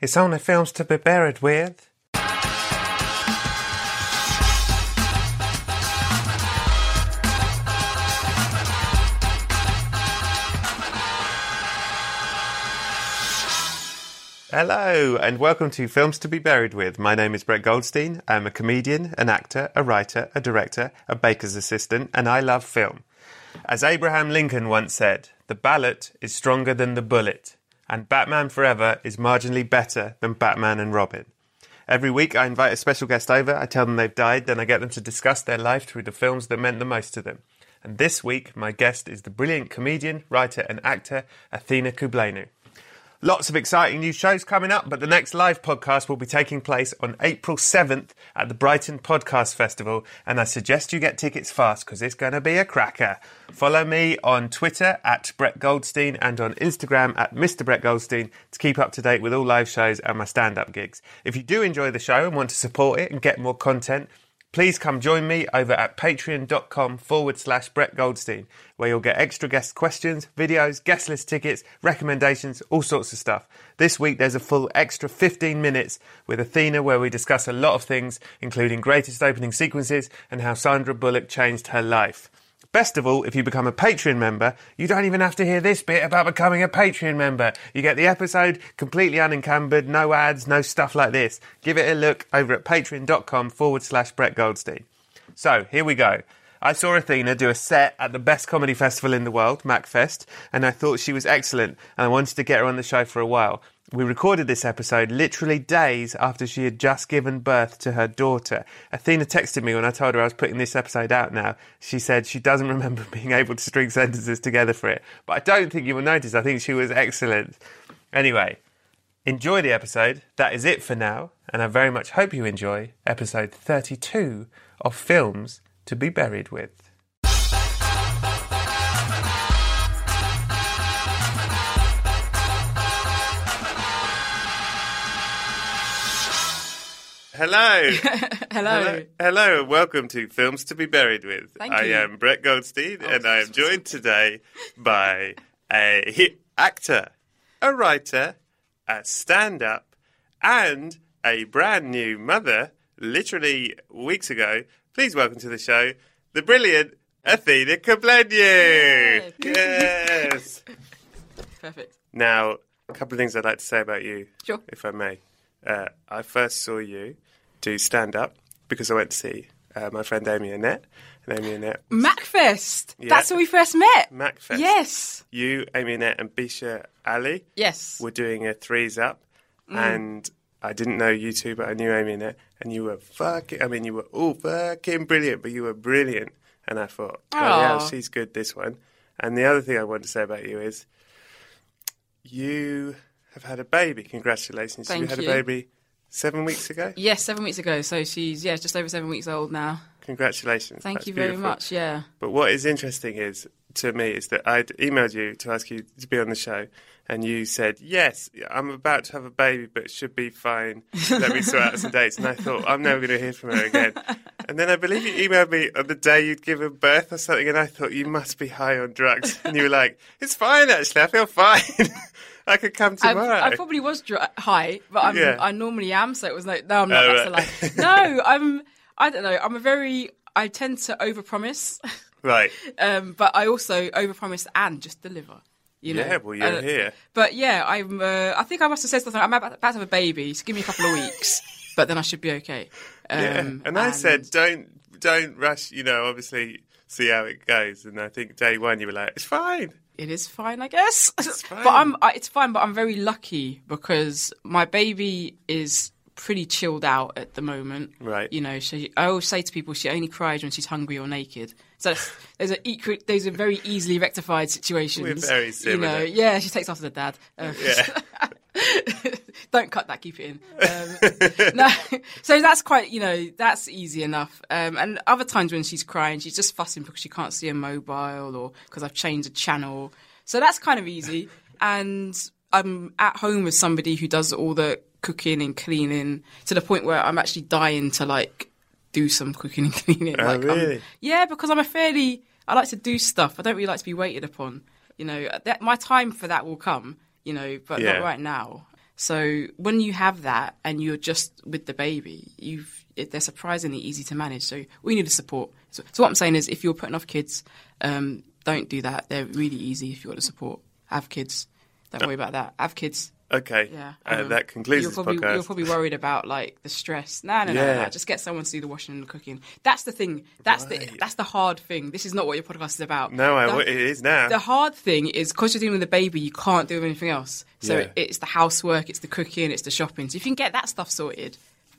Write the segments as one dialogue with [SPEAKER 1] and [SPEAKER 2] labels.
[SPEAKER 1] it's only films to be buried with. Hello, and welcome to Films to be Buried with. My name is Brett Goldstein. I'm a comedian, an actor, a writer, a director, a baker's assistant, and I love film. As Abraham Lincoln once said, the ballot is stronger than the bullet and Batman Forever is marginally better than Batman and Robin. Every week, I invite a special guest over, I tell them they've died, then I get them to discuss their life through the films that meant the most to them. And this week, my guest is the brilliant comedian, writer, and actor Athena Kublenu. Lots of exciting new shows coming up, but the next live podcast will be taking place on April 7th at the Brighton Podcast Festival, and I suggest you get tickets fast because it's going to be a cracker. Follow me on Twitter at Brett Goldstein and on Instagram at Mr. Brett Goldstein to keep up to date with all live shows and my stand up gigs. If you do enjoy the show and want to support it and get more content, please come join me over at patreon.com forward slash Brett Goldstein, where you'll get extra guest questions, videos, guest list tickets, recommendations, all sorts of stuff. This week there's a full extra 15 minutes with Athena where we discuss a lot of things, including greatest opening sequences and how Sandra Bullock changed her life. Best of all, if you become a Patreon member, you don't even have to hear this bit about becoming a Patreon member. You get the episode completely unencumbered, no ads, no stuff like this. Give it a look over at patreon.com forward slash Brett Goldstein. So here we go. I saw Athena do a set at the best comedy festival in the world, MacFest, and I thought she was excellent, and I wanted to get her on the show for a while. We recorded this episode literally days after she had just given birth to her daughter. Athena texted me when I told her I was putting this episode out now. She said she doesn't remember being able to string sentences together for it, but I don't think you will notice. I think she was excellent. Anyway, enjoy the episode. That is it for now, and I very much hope you enjoy episode 32 of Films to Be Buried With. Hello.
[SPEAKER 2] Hello.
[SPEAKER 1] Hello. Hello, and welcome to Films to Be Buried With.
[SPEAKER 2] Thank
[SPEAKER 1] I
[SPEAKER 2] you. Oh,
[SPEAKER 1] am Brett Goldstein, and I am joined today by a actor, a writer, a stand-up, and a brand new mother. Literally weeks ago. Please welcome to the show the brilliant Athena Kablenu.
[SPEAKER 2] Yay.
[SPEAKER 1] Yes.
[SPEAKER 2] Perfect.
[SPEAKER 1] Now, a couple of things I'd like to say about you,
[SPEAKER 2] Sure.
[SPEAKER 1] if I may. Uh, I first saw you do stand up because I went to see uh, my friend Amy Annette. And Amy Annette,
[SPEAKER 2] Macfest.
[SPEAKER 1] Yeah.
[SPEAKER 2] That's where we first met.
[SPEAKER 1] Macfest.
[SPEAKER 2] Yes.
[SPEAKER 1] you, Amy Annette, and Bisha Ali
[SPEAKER 2] Yes.
[SPEAKER 1] were doing a threes up,
[SPEAKER 2] Mm.
[SPEAKER 1] and I didn't know you two, but I knew Amy Annette, and you were fucking. I mean, you were all fucking brilliant, but you were brilliant. And I thought, oh yeah,
[SPEAKER 2] Aw.
[SPEAKER 1] she's good this one. And the other thing I want to say about you is, you have had a baby. Congratulations! you
[SPEAKER 2] Thank
[SPEAKER 1] had
[SPEAKER 2] you.
[SPEAKER 1] a baby seven weeks ago.
[SPEAKER 2] Yes, seven weeks ago. So she's yeah, just over seven weeks old now.
[SPEAKER 1] Congratulations!
[SPEAKER 2] Thank
[SPEAKER 1] That's
[SPEAKER 2] you very
[SPEAKER 1] beautiful.
[SPEAKER 2] much. Yeah.
[SPEAKER 1] But what is interesting is to me is that I'd emailed you to ask you to be on the show, and you said yes. I'm about to have a baby, but it should be fine. Let me sort out some dates. And I thought I'm never going to hear from her again. And then I believe you emailed me on the day you'd given birth or something, and I thought you must be high on drugs. And you were like, "It's fine, actually. I feel fine. I could come
[SPEAKER 2] I,
[SPEAKER 1] tomorrow."
[SPEAKER 2] I probably was dr- high, but I'm,
[SPEAKER 1] Yeah.
[SPEAKER 2] I normally am. So it was like, no, I'm not.
[SPEAKER 1] Oh,
[SPEAKER 2] that's a lie. No, I'm. I don't know. I'm a very. I tend to overpromise,
[SPEAKER 1] right?
[SPEAKER 2] um, but I also overpromise and just deliver. You know.
[SPEAKER 1] Yeah. Well, you're
[SPEAKER 2] Uh,
[SPEAKER 1] here.
[SPEAKER 2] But yeah, I'm. Uh, I think I must have said something. I'm about, about to have a baby. So give me a couple of weeks. but then I should be okay. Um,
[SPEAKER 1] Yeah. and I said, don't don't rush. You know, obviously, see how it goes. And I think day one, you were like, it's fine.
[SPEAKER 2] it is fine, I guess.
[SPEAKER 1] fine.
[SPEAKER 2] but I'm I, it's fine. But I'm very lucky because my baby is pretty chilled out at the moment.
[SPEAKER 1] Right.
[SPEAKER 2] You know, she. I always say to people, she only cries when she's hungry or naked. So that's, those are equal. Those are very easily rectified situations.
[SPEAKER 1] We're very
[SPEAKER 2] You know,
[SPEAKER 1] similar.
[SPEAKER 2] yeah, she takes after the dad. Uh,
[SPEAKER 1] Yeah.
[SPEAKER 2] don't cut that keep it in um, no so that's quite you know that's easy enough um, and other times when she's crying she's just fussing because she can't see a mobile or because i've changed a channel so that's kind of easy and i'm at home with somebody who does all the cooking and cleaning to the point where i'm actually dying to like do some cooking and cleaning
[SPEAKER 1] Oh,
[SPEAKER 2] like I'm-
[SPEAKER 1] really?
[SPEAKER 2] yeah, because I'm a fairly. I like to do stuff. I don't really like to be waited upon. You know, that, my time for that will come. You know, but
[SPEAKER 1] Yeah.
[SPEAKER 2] not right now. So when you have that and you're just with the baby, you've it, they're surprisingly easy to manage. So we need the support. So, so what I'm saying is, if you're putting off kids, um, don't do that. They're really easy if you want the support. Have kids. Don't worry about that. Have kids.
[SPEAKER 1] Okay.
[SPEAKER 2] Yeah, I
[SPEAKER 1] Uh,
[SPEAKER 2] will.
[SPEAKER 1] that concludes
[SPEAKER 2] you're
[SPEAKER 1] this
[SPEAKER 2] probably,
[SPEAKER 1] podcast.
[SPEAKER 2] You're probably worried about like the stress. No, no, no, no,
[SPEAKER 1] Yeah.
[SPEAKER 2] no. Just get someone to do the washing and the cooking. That's the thing. That's the that's the hard thing. This is not what your podcast is about.
[SPEAKER 1] no, I,
[SPEAKER 2] The-
[SPEAKER 1] it is now.
[SPEAKER 2] the hard thing is because you're dealing with a baby, you can't do anything else. So
[SPEAKER 1] Yeah.
[SPEAKER 2] it's the housework, it's the cooking, it's the shopping. So if you can get that stuff sorted,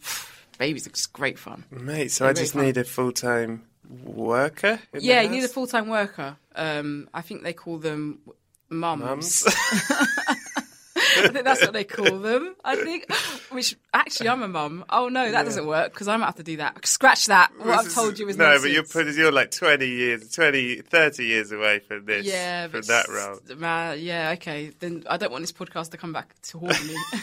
[SPEAKER 2] babies are just great fun.
[SPEAKER 1] Mate, so I
[SPEAKER 2] It'll be
[SPEAKER 1] just
[SPEAKER 2] fun.
[SPEAKER 1] need a full time worker. in the
[SPEAKER 2] Yeah, you need a
[SPEAKER 1] house?
[SPEAKER 2] full time worker. Um, I think they call them mums.
[SPEAKER 1] Mums.
[SPEAKER 2] I think that's what they call them. I think, which actually, I'm a mum. Oh no, that doesn't work because I'm gonna have to do that. Scratch that. What
[SPEAKER 1] This
[SPEAKER 2] I've
[SPEAKER 1] is-
[SPEAKER 2] told you is
[SPEAKER 1] no, but
[SPEAKER 2] nonsense.
[SPEAKER 1] you're put- you're like 20 years, 20, 30 years away from this,
[SPEAKER 2] yeah,
[SPEAKER 1] from
[SPEAKER 2] but
[SPEAKER 1] that
[SPEAKER 2] s-
[SPEAKER 1] role.
[SPEAKER 2] Man, yeah, okay. Then I don't want this podcast to come back to haunt me. I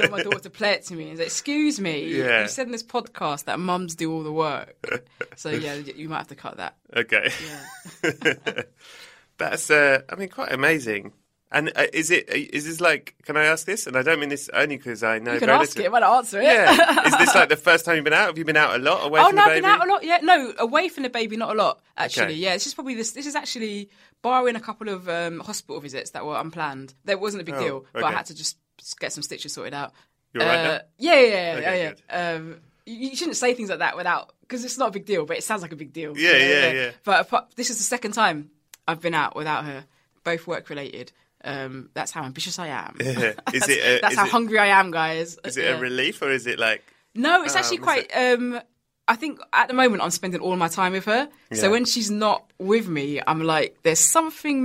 [SPEAKER 2] don't want my daughter to play it to me and say, "Excuse me,
[SPEAKER 1] Yeah.
[SPEAKER 2] you said in this podcast that mums do all the work." So yeah, y- you might have to cut that.
[SPEAKER 1] Okay,
[SPEAKER 2] Yeah.
[SPEAKER 1] that's uh, I mean, quite amazing. And uh, is it is this like? Can I ask this? And I don't mean this only because I know
[SPEAKER 2] You can
[SPEAKER 1] very
[SPEAKER 2] ask it,
[SPEAKER 1] little.
[SPEAKER 2] but I'll answer it.
[SPEAKER 1] Yeah, is this like the first time you've been out? Have you been out a lot away
[SPEAKER 2] Oh
[SPEAKER 1] from
[SPEAKER 2] no,
[SPEAKER 1] the
[SPEAKER 2] I've
[SPEAKER 1] baby?
[SPEAKER 2] been out a lot. Yeah, no, away from the baby, not a lot actually.
[SPEAKER 1] Okay.
[SPEAKER 2] Yeah, this is probably this. This is actually barring a couple of um, hospital visits that were unplanned. There wasn't a big
[SPEAKER 1] Oh,
[SPEAKER 2] deal, but I
[SPEAKER 1] okay.
[SPEAKER 2] had to just get some stitches sorted out. Uh,
[SPEAKER 1] You're all right now?
[SPEAKER 2] Yeah, yeah, yeah,
[SPEAKER 1] Okay,
[SPEAKER 2] yeah. yeah. Um, you you shouldn't say things like that without because it's not a big deal, but it sounds like a big deal.
[SPEAKER 1] Yeah, yeah, yeah.
[SPEAKER 2] But apart, this is the second time I've been out without her. Both work related. Um, that's how ambitious I am.
[SPEAKER 1] Yeah. Is it? A,
[SPEAKER 2] that's
[SPEAKER 1] is
[SPEAKER 2] how
[SPEAKER 1] it,
[SPEAKER 2] hungry I am, guys.
[SPEAKER 1] Is it
[SPEAKER 2] Yeah.
[SPEAKER 1] a relief or is it like?
[SPEAKER 2] No, it's actually
[SPEAKER 1] is
[SPEAKER 2] quite. Um, I think at the moment I'm spending all my time with her.
[SPEAKER 1] Yeah.
[SPEAKER 2] So when she's not with me, I'm like, there's something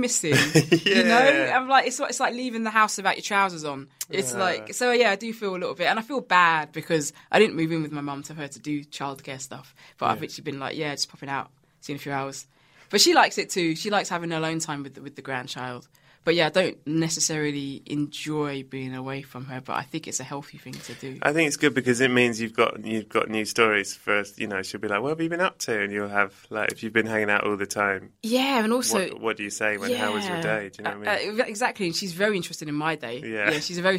[SPEAKER 2] missing. You know,
[SPEAKER 1] Yeah.
[SPEAKER 2] I'm like, it's like- it's like leaving the house without your trousers on. It's like, so yeah, I do feel a little bit, and I feel bad because I didn't move in with my mum to her to do childcare stuff. But I've actually been like, yeah, just popping out, seeing a few hours. But she likes it too. She likes having her alone time with the, with the grandchild. But yeah, I don't necessarily enjoy being away from her, but I think it's a healthy thing to do.
[SPEAKER 1] I think it's good because it means you've got you've got new stories for you know. She'll be like, "What have you been up to?" And you'll have like, if you've been hanging out all the time,
[SPEAKER 2] Yeah, and also
[SPEAKER 1] what, what do you say when? How was your day? Do you know what I mean?
[SPEAKER 2] Uh, uh, exactly, and she's very interested in my day.
[SPEAKER 1] Yeah.
[SPEAKER 2] she's a very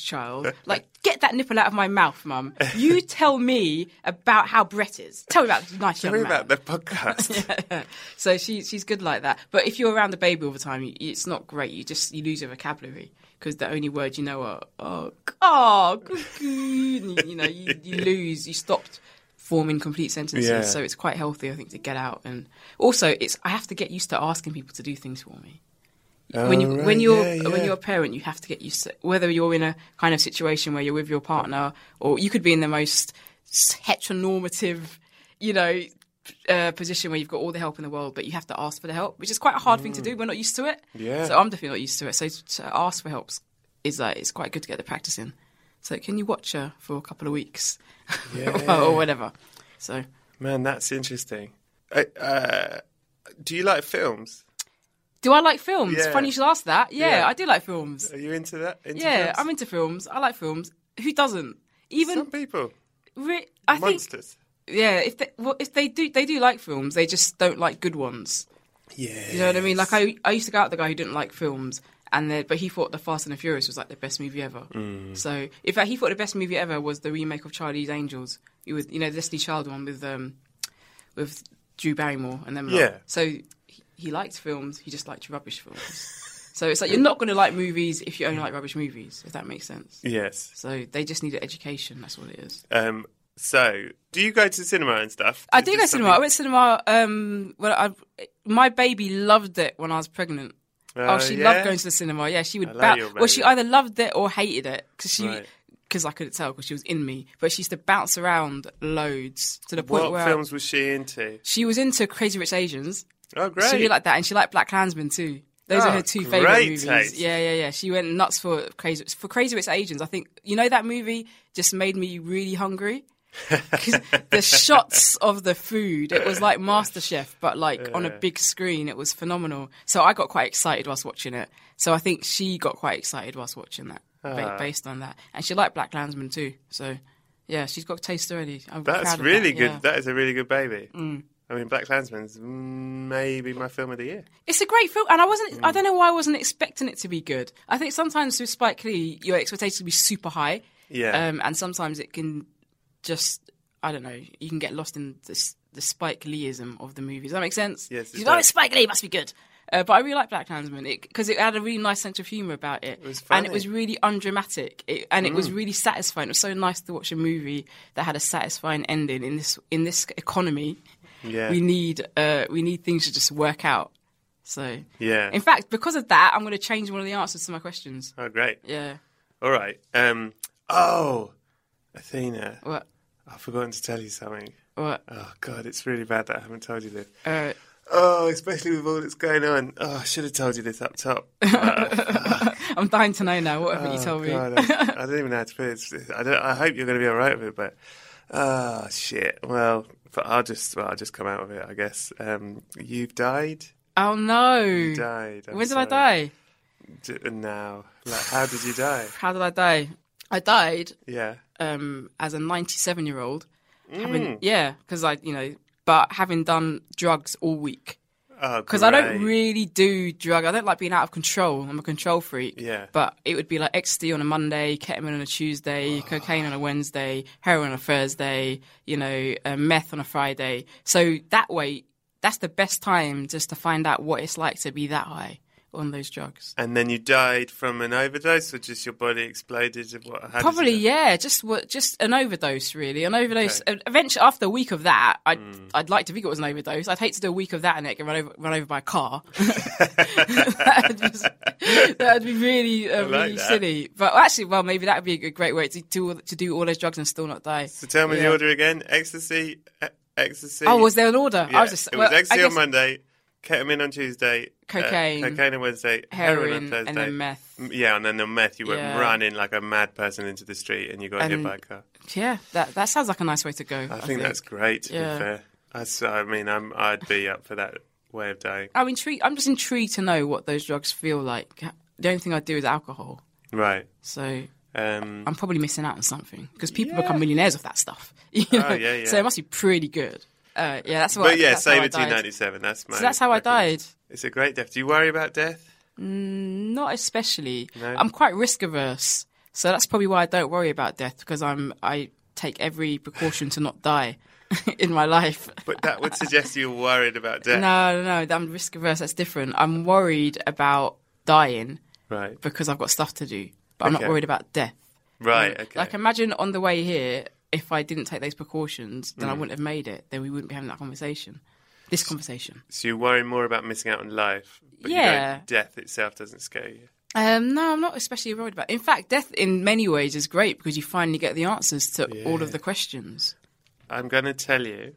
[SPEAKER 2] child. Like, get that nipple out of my mouth, mum. You tell me about how Brett is. Tell me about this nice young
[SPEAKER 1] Sorry
[SPEAKER 2] man.
[SPEAKER 1] about the podcast.
[SPEAKER 2] so she she's good like that. But if you're around the baby all the time, you, it's not great. You just you lose your vocabulary because the only words you know are oh, c- oh cuckoo. And, you know, you, you lose. You stopped forming complete sentences.
[SPEAKER 1] Yeah.
[SPEAKER 2] So it's quite healthy, I think, to get out. And also, it's I have to get used to asking people to do things for me when you
[SPEAKER 1] Oh, right,
[SPEAKER 2] when you're
[SPEAKER 1] yeah, yeah.
[SPEAKER 2] when you're a parent, you have to get used to whether you're in a kind of situation where you're with your partner, or you could be in the most heteronormative, you know, uh, position where you've got all the help in the world, but you have to ask for the help, which is quite a hard thing to do. We're not used to it.
[SPEAKER 1] Mm. Yeah.
[SPEAKER 2] So I'm definitely not used to it. So to ask for help is like it's quite good to get the practice in. So can you watch her for a couple of weeks, or whatever? So
[SPEAKER 1] Man, that's interesting. Uh, uh, do you like films?
[SPEAKER 2] do I like films?
[SPEAKER 1] Yeah.
[SPEAKER 2] Funny you should ask that. yeah.
[SPEAKER 1] Yeah.
[SPEAKER 2] I do like films.
[SPEAKER 1] Are you into that? Into
[SPEAKER 2] Yeah,
[SPEAKER 1] films?
[SPEAKER 2] I'm into films. I like films. Who doesn't?
[SPEAKER 1] some
[SPEAKER 2] Even
[SPEAKER 1] people
[SPEAKER 2] re- I think
[SPEAKER 1] monsters.
[SPEAKER 2] yeah. If they well, if they do they do like films, they just don't like good ones.
[SPEAKER 1] Yeah,
[SPEAKER 2] You know what I mean? Like I I used to go out with the guy who didn't like films, and then but he thought the Fast and the Furious was like the best movie ever.
[SPEAKER 1] Mm.
[SPEAKER 2] So in fact, he thought the best movie ever was the remake of Charlie's Angels. You with you know the Destiny Child one with um with Drew Barrymore and them. lot.
[SPEAKER 1] Yeah.
[SPEAKER 2] So he, he liked films. He just liked rubbish films. So it's like you're not going to like movies if you only like rubbish movies, if that makes sense.
[SPEAKER 1] Yes.
[SPEAKER 2] So they just need an education. That's what it is.
[SPEAKER 1] Um, so, do you go to cinema and stuff?
[SPEAKER 2] I
[SPEAKER 1] Is
[SPEAKER 2] do
[SPEAKER 1] this
[SPEAKER 2] go to cinema. I
[SPEAKER 1] something-
[SPEAKER 2] went to cinema. Um, well, I, my baby loved it when I was pregnant.
[SPEAKER 1] Uh,
[SPEAKER 2] oh, she
[SPEAKER 1] yeah?
[SPEAKER 2] loved going to the cinema. Yeah, she would.
[SPEAKER 1] I like
[SPEAKER 2] bounce.
[SPEAKER 1] your
[SPEAKER 2] well, she
[SPEAKER 1] baby.
[SPEAKER 2] either loved it or hated it because she.
[SPEAKER 1] Right.
[SPEAKER 2] Because I couldn't tell because she was in me, but she used to bounce around loads to the point
[SPEAKER 1] What
[SPEAKER 2] where
[SPEAKER 1] films was she into?
[SPEAKER 2] she was into Crazy Rich Asians.
[SPEAKER 1] Oh, great.
[SPEAKER 2] She really liked that, and she liked Black Klansman too. Those
[SPEAKER 1] Oh,
[SPEAKER 2] are her two favorite
[SPEAKER 1] great
[SPEAKER 2] movies.
[SPEAKER 1] taste.
[SPEAKER 2] Yeah, yeah, yeah. She went nuts for Crazy for Crazy Rich Asians. I think you know that movie just made me really hungry. 'Cause the shots of the food, it was like MasterChef, but like on a big screen. It was phenomenal. So I got quite excited whilst watching it. So I think she got quite excited whilst watching that, ba-
[SPEAKER 1] Ah.
[SPEAKER 2] based on that. And she liked Black Klansman too. So yeah, she's got taste already. I'm proud
[SPEAKER 1] That's
[SPEAKER 2] of
[SPEAKER 1] really
[SPEAKER 2] that,
[SPEAKER 1] good.
[SPEAKER 2] yeah. Mm.
[SPEAKER 1] That is a really good baby. I mean, Black Klansman's maybe my film of the year.
[SPEAKER 2] It's a great film, and I wasn't.
[SPEAKER 1] Mm.
[SPEAKER 2] I don't know why I wasn't expecting it to be good. I think sometimes with Spike Lee, your expectations can be super high,
[SPEAKER 1] Yeah.
[SPEAKER 2] um, and sometimes it can just. I don't know. You can get lost in this, the Spike Leeism of the movie. Does that make sense?
[SPEAKER 1] Yes, it
[SPEAKER 2] You go, "Oh,
[SPEAKER 1] does.
[SPEAKER 2] it's Spike Lee must be good. Uh, but I really like Black Klansman because it, had a really nice sense of humour about it,
[SPEAKER 1] was
[SPEAKER 2] and
[SPEAKER 1] funny. Mm.
[SPEAKER 2] it was really undramatic, it, and it was really satisfying. It was so nice to watch a movie that had a satisfying ending in this in this economy
[SPEAKER 1] yeah.
[SPEAKER 2] we need uh, we need things to just work out. So
[SPEAKER 1] Yeah.
[SPEAKER 2] In fact, because of that, I'm going to change one of the answers to my questions.
[SPEAKER 1] oh, great.
[SPEAKER 2] Yeah.
[SPEAKER 1] All right. Um, oh, Athena,
[SPEAKER 2] What?
[SPEAKER 1] I've forgotten to tell you something.
[SPEAKER 2] What?
[SPEAKER 1] Oh, God, it's really bad that I haven't told you this.
[SPEAKER 2] Uh,
[SPEAKER 1] Oh, especially with all that's going on. Oh, I should have told you this up top.
[SPEAKER 2] I'm dying to know now. What haven't you told me?
[SPEAKER 1] Oh, God, I, I don't even know how to put it. I, don't, I hope you're going to be all right with it, but oh shit. Well, but I'll just well, I'll just come out of it, I guess. Um, you've died.
[SPEAKER 2] Oh no!
[SPEAKER 1] Died. I'm
[SPEAKER 2] When did I
[SPEAKER 1] sorry.
[SPEAKER 2] die?
[SPEAKER 1] D- now, like, how did you die?
[SPEAKER 2] How did I die? I died
[SPEAKER 1] Yeah.
[SPEAKER 2] um, as a 97 year old.
[SPEAKER 1] Mm.
[SPEAKER 2] Having Yeah, because I, you know, but having done drugs all week.
[SPEAKER 1] Oh,
[SPEAKER 2] Because I don't
[SPEAKER 1] great.
[SPEAKER 2] really do drug. I don't like being out of control. I'm a control freak.
[SPEAKER 1] Yeah.
[SPEAKER 2] But it would be like ecstasy on a Monday, ketamine on a Tuesday, cocaine on a Wednesday, heroin on a Thursday, you know, uh, meth on a Friday. So that way, that's the best time just to find out what it's like to be that high on those drugs.
[SPEAKER 1] And then you died from an overdose, or just your body exploded? and What? How did you
[SPEAKER 2] Probably
[SPEAKER 1] die?
[SPEAKER 2] yeah, just wa- just an overdose really, an overdose. e- Eventually, after a week of that, I'd
[SPEAKER 1] Hmm.
[SPEAKER 2] I'd like to think it was an overdose. I'd hate to do a week of that and it get run over run over by a car. that'd, just- that'd be really uh,
[SPEAKER 1] like
[SPEAKER 2] really
[SPEAKER 1] that.
[SPEAKER 2] silly. But well, actually, well, maybe that'd be a good- great way to do all- to do all those drugs and still not die.
[SPEAKER 1] So tell me the
[SPEAKER 2] Yeah.
[SPEAKER 1] order again. Ecstasy. e- ecstasy.
[SPEAKER 2] Oh, was there an order?
[SPEAKER 1] Yeah,
[SPEAKER 2] I was just
[SPEAKER 1] it
[SPEAKER 2] well,
[SPEAKER 1] was ecstasy
[SPEAKER 2] I
[SPEAKER 1] on
[SPEAKER 2] guess
[SPEAKER 1] Monday, ketamine on Tuesday, uh,
[SPEAKER 2] Cocaine.
[SPEAKER 1] cocaine on Wednesday, heroin, on
[SPEAKER 2] heroin
[SPEAKER 1] Thursday,
[SPEAKER 2] and then meth.
[SPEAKER 1] M- Yeah, and then the meth. You went
[SPEAKER 2] Yeah.
[SPEAKER 1] running like a mad person into the street, and you got hit
[SPEAKER 2] And-
[SPEAKER 1] by a car.
[SPEAKER 2] Yeah, that that sounds like a nice way to go. I,
[SPEAKER 1] I think that's great. To
[SPEAKER 2] Yeah.
[SPEAKER 1] be fair, that's, I mean, I'm, I'd be up for that way of dying.
[SPEAKER 2] I'm intrigued. I'm just intrigued to know what those drugs feel like. The only thing I do is alcohol.
[SPEAKER 1] Right.
[SPEAKER 2] So
[SPEAKER 1] Um,
[SPEAKER 2] I'm probably missing out on something because people become millionaires off that stuff. You know?
[SPEAKER 1] Oh, yeah, yeah.
[SPEAKER 2] So it must be pretty good. Uh, yeah, that's what.
[SPEAKER 1] but yeah,
[SPEAKER 2] that's how I
[SPEAKER 1] save it to
[SPEAKER 2] died.
[SPEAKER 1] 97. That's my.
[SPEAKER 2] So that's how I died.
[SPEAKER 1] recommendation. It's a great death. Do you worry about death?
[SPEAKER 2] Not especially. I'm quite risk averse, so that's probably why I don't worry about death because I'm I take every precaution to not die in my life.
[SPEAKER 1] But that would suggest you're worried about death.
[SPEAKER 2] No, no, no. I'm risk averse. That's different. I'm worried about dying
[SPEAKER 1] Right.
[SPEAKER 2] because I've got stuff to do, but I'm
[SPEAKER 1] Okay.
[SPEAKER 2] not worried about death.
[SPEAKER 1] Right. Okay.
[SPEAKER 2] Like, imagine on the way here, if I didn't take those precautions, then I
[SPEAKER 1] Mm.
[SPEAKER 2] wouldn't have made it. Then we wouldn't be having that conversation. This conversation.
[SPEAKER 1] so you worry more about missing out on life. But you don't-
[SPEAKER 2] Yeah.
[SPEAKER 1] death itself doesn't scare you.
[SPEAKER 2] Um, no, I'm not especially worried about. In fact, death in many ways is great because you finally get the answers to all of the questions.
[SPEAKER 1] I'm going to tell you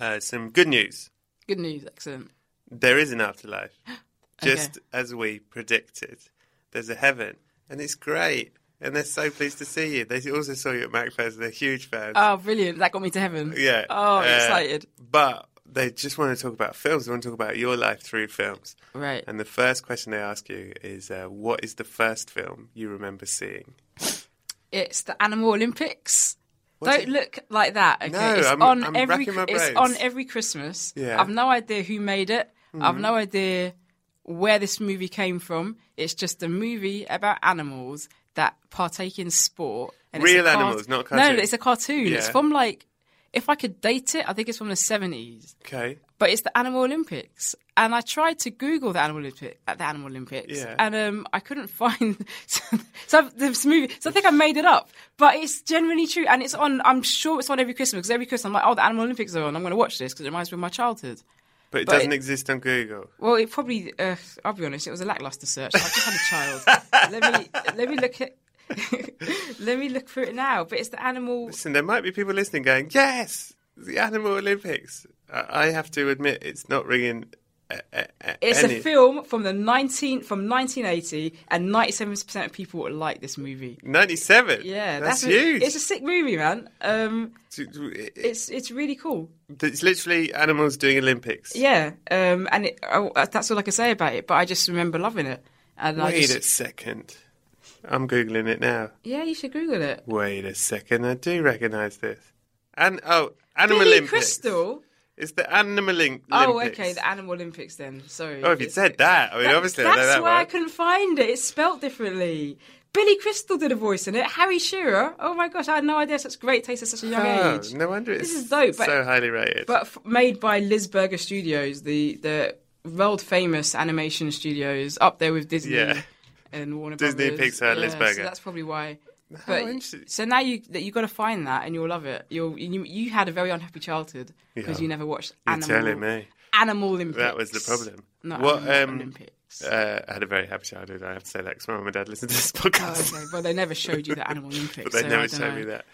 [SPEAKER 1] uh, some good news.
[SPEAKER 2] Good news, excellent.
[SPEAKER 1] There is an afterlife, just
[SPEAKER 2] Okay.
[SPEAKER 1] as we predicted. There's a heaven, and it's great. And they're so pleased to see you. They also saw you at MacFest. They're huge fans.
[SPEAKER 2] Oh, brilliant! That got me to heaven.
[SPEAKER 1] yeah.
[SPEAKER 2] Oh, I'm
[SPEAKER 1] Uh,
[SPEAKER 2] excited.
[SPEAKER 1] But they just want to talk about films. They want to talk about your life through films.
[SPEAKER 2] Right.
[SPEAKER 1] And the first question they ask you is, uh, "What is the first film you remember seeing?"
[SPEAKER 2] It's the Animal Olympics.
[SPEAKER 1] What's
[SPEAKER 2] Don't
[SPEAKER 1] it-
[SPEAKER 2] look like that. Okay,
[SPEAKER 1] No,
[SPEAKER 2] it's
[SPEAKER 1] I'm-
[SPEAKER 2] on
[SPEAKER 1] I'm
[SPEAKER 2] every
[SPEAKER 1] racking my
[SPEAKER 2] it's
[SPEAKER 1] brains.
[SPEAKER 2] on every Christmas.
[SPEAKER 1] Yeah. Mm-hmm.
[SPEAKER 2] I've no idea who made it. I've no idea where this movie came from. It's just a movie about animals that partake in sport. And it's
[SPEAKER 1] Real
[SPEAKER 2] a cart-
[SPEAKER 1] animals, not
[SPEAKER 2] No,
[SPEAKER 1] cartoon.
[SPEAKER 2] it's a cartoon. It's
[SPEAKER 1] Yeah.
[SPEAKER 2] from like If I could date it, I think it's from the 70s.
[SPEAKER 1] Okay.
[SPEAKER 2] but it's the Animal Olympics. And I tried to Google the Animal Olympic at the Animal Olympics,
[SPEAKER 1] Yeah.
[SPEAKER 2] and um, I couldn't find. so this movie, so I think I made it up, but it's generally true, and it's on. I'm sure it's on every Christmas because every Christmas I'm like, oh, the Animal Olympics are on. I'm going to watch this because it reminds me of my childhood.
[SPEAKER 1] But it
[SPEAKER 2] But
[SPEAKER 1] doesn't
[SPEAKER 2] it-
[SPEAKER 1] exist on Google.
[SPEAKER 2] Well, it probably. Uh, I'll be honest, it was a lackluster search. I've just had a child. let me let me look at. let me look for it now. But it's the animal.
[SPEAKER 1] Listen, there might be people listening going, yes, the Animal Olympics. I, I have to admit, it's not ringing. a- a- a-
[SPEAKER 2] It's
[SPEAKER 1] any-
[SPEAKER 2] a film from the 19 from 1980, and 97% of people like this movie.
[SPEAKER 1] 97.
[SPEAKER 2] Yeah,
[SPEAKER 1] that's,
[SPEAKER 2] a-
[SPEAKER 1] huge.
[SPEAKER 2] It's a sick movie, man. Um,
[SPEAKER 1] It's,
[SPEAKER 2] it's it's really cool.
[SPEAKER 1] literally animals doing Olympics.
[SPEAKER 2] Yeah, um, and it, oh, that's all I can say about it. But I just remember loving it. And I
[SPEAKER 1] Wait
[SPEAKER 2] just,
[SPEAKER 1] a second. I'm googling it now.
[SPEAKER 2] Yeah, you should Google it.
[SPEAKER 1] Wait a second. I do recognise this. And oh, Animal
[SPEAKER 2] Billy
[SPEAKER 1] Olympics.
[SPEAKER 2] Crystal.
[SPEAKER 1] It's the Animal Olympics.
[SPEAKER 2] Oh, okay, the Animal Olympics then. Sorry.
[SPEAKER 1] Oh, if you'd said that, I mean,
[SPEAKER 2] That-
[SPEAKER 1] obviously, I
[SPEAKER 2] that's
[SPEAKER 1] know that
[SPEAKER 2] why I
[SPEAKER 1] one.
[SPEAKER 2] couldn't find it. It's spelt differently. Billy Crystal did a voice in it. Harry Shearer. Oh my gosh, I had no idea. Such great taste at such a young
[SPEAKER 1] Oh,
[SPEAKER 2] age.
[SPEAKER 1] no wonder it's
[SPEAKER 2] This is dope, but-
[SPEAKER 1] so highly rated.
[SPEAKER 2] but f- made by Lisberger Studios, the the world famous animation studios, up there with Disney
[SPEAKER 1] Yeah.
[SPEAKER 2] and Warner
[SPEAKER 1] Disney,
[SPEAKER 2] Brothers.
[SPEAKER 1] Pixar,
[SPEAKER 2] yeah,
[SPEAKER 1] Lisberger.
[SPEAKER 2] So that's probably why.
[SPEAKER 1] interesting.
[SPEAKER 2] so now you that you got to find that and you'll love it. You'll, you you had a very unhappy childhood because
[SPEAKER 1] Yeah.
[SPEAKER 2] you never watched
[SPEAKER 1] You're
[SPEAKER 2] Animal
[SPEAKER 1] telling me.
[SPEAKER 2] Animal Olympics.
[SPEAKER 1] That was the problem.
[SPEAKER 2] Not
[SPEAKER 1] What,
[SPEAKER 2] Animal
[SPEAKER 1] um,
[SPEAKER 2] Olympics.
[SPEAKER 1] Uh, I had a very happy childhood. I have to say that 'cause my mum and dad listened to this podcast,
[SPEAKER 2] okay, well they never showed you the Animal Oh, Olympics.
[SPEAKER 1] but they
[SPEAKER 2] so I
[SPEAKER 1] never
[SPEAKER 2] don't
[SPEAKER 1] showed
[SPEAKER 2] know.
[SPEAKER 1] me that.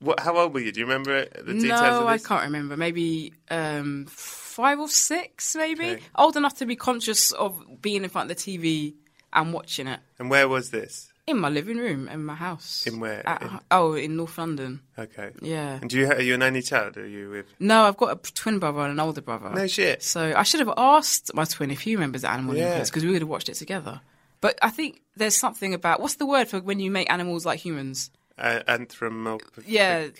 [SPEAKER 1] What? How old were you? Do you remember it- the details
[SPEAKER 2] no,
[SPEAKER 1] of
[SPEAKER 2] I
[SPEAKER 1] this?
[SPEAKER 2] can't remember. Maybe um, five or six, maybe
[SPEAKER 1] Okay.
[SPEAKER 2] old enough to be conscious of being in front of the TV and watching it
[SPEAKER 1] And where was this?
[SPEAKER 2] in my living room in my house.
[SPEAKER 1] In where?
[SPEAKER 2] At-
[SPEAKER 1] In-
[SPEAKER 2] Oh, in North London.
[SPEAKER 1] Okay.
[SPEAKER 2] Yeah.
[SPEAKER 1] And do you are you an only child? Or are you with?
[SPEAKER 2] No, I've got a twin brother and an older brother.
[SPEAKER 1] No shit.
[SPEAKER 2] So I should have asked my twin if he remembers the Animal
[SPEAKER 1] Yeah.
[SPEAKER 2] Olympics because we would have watched it together. But I think there's something about what's the word for when you make animals like humans?
[SPEAKER 1] Uh, anthropomorphication.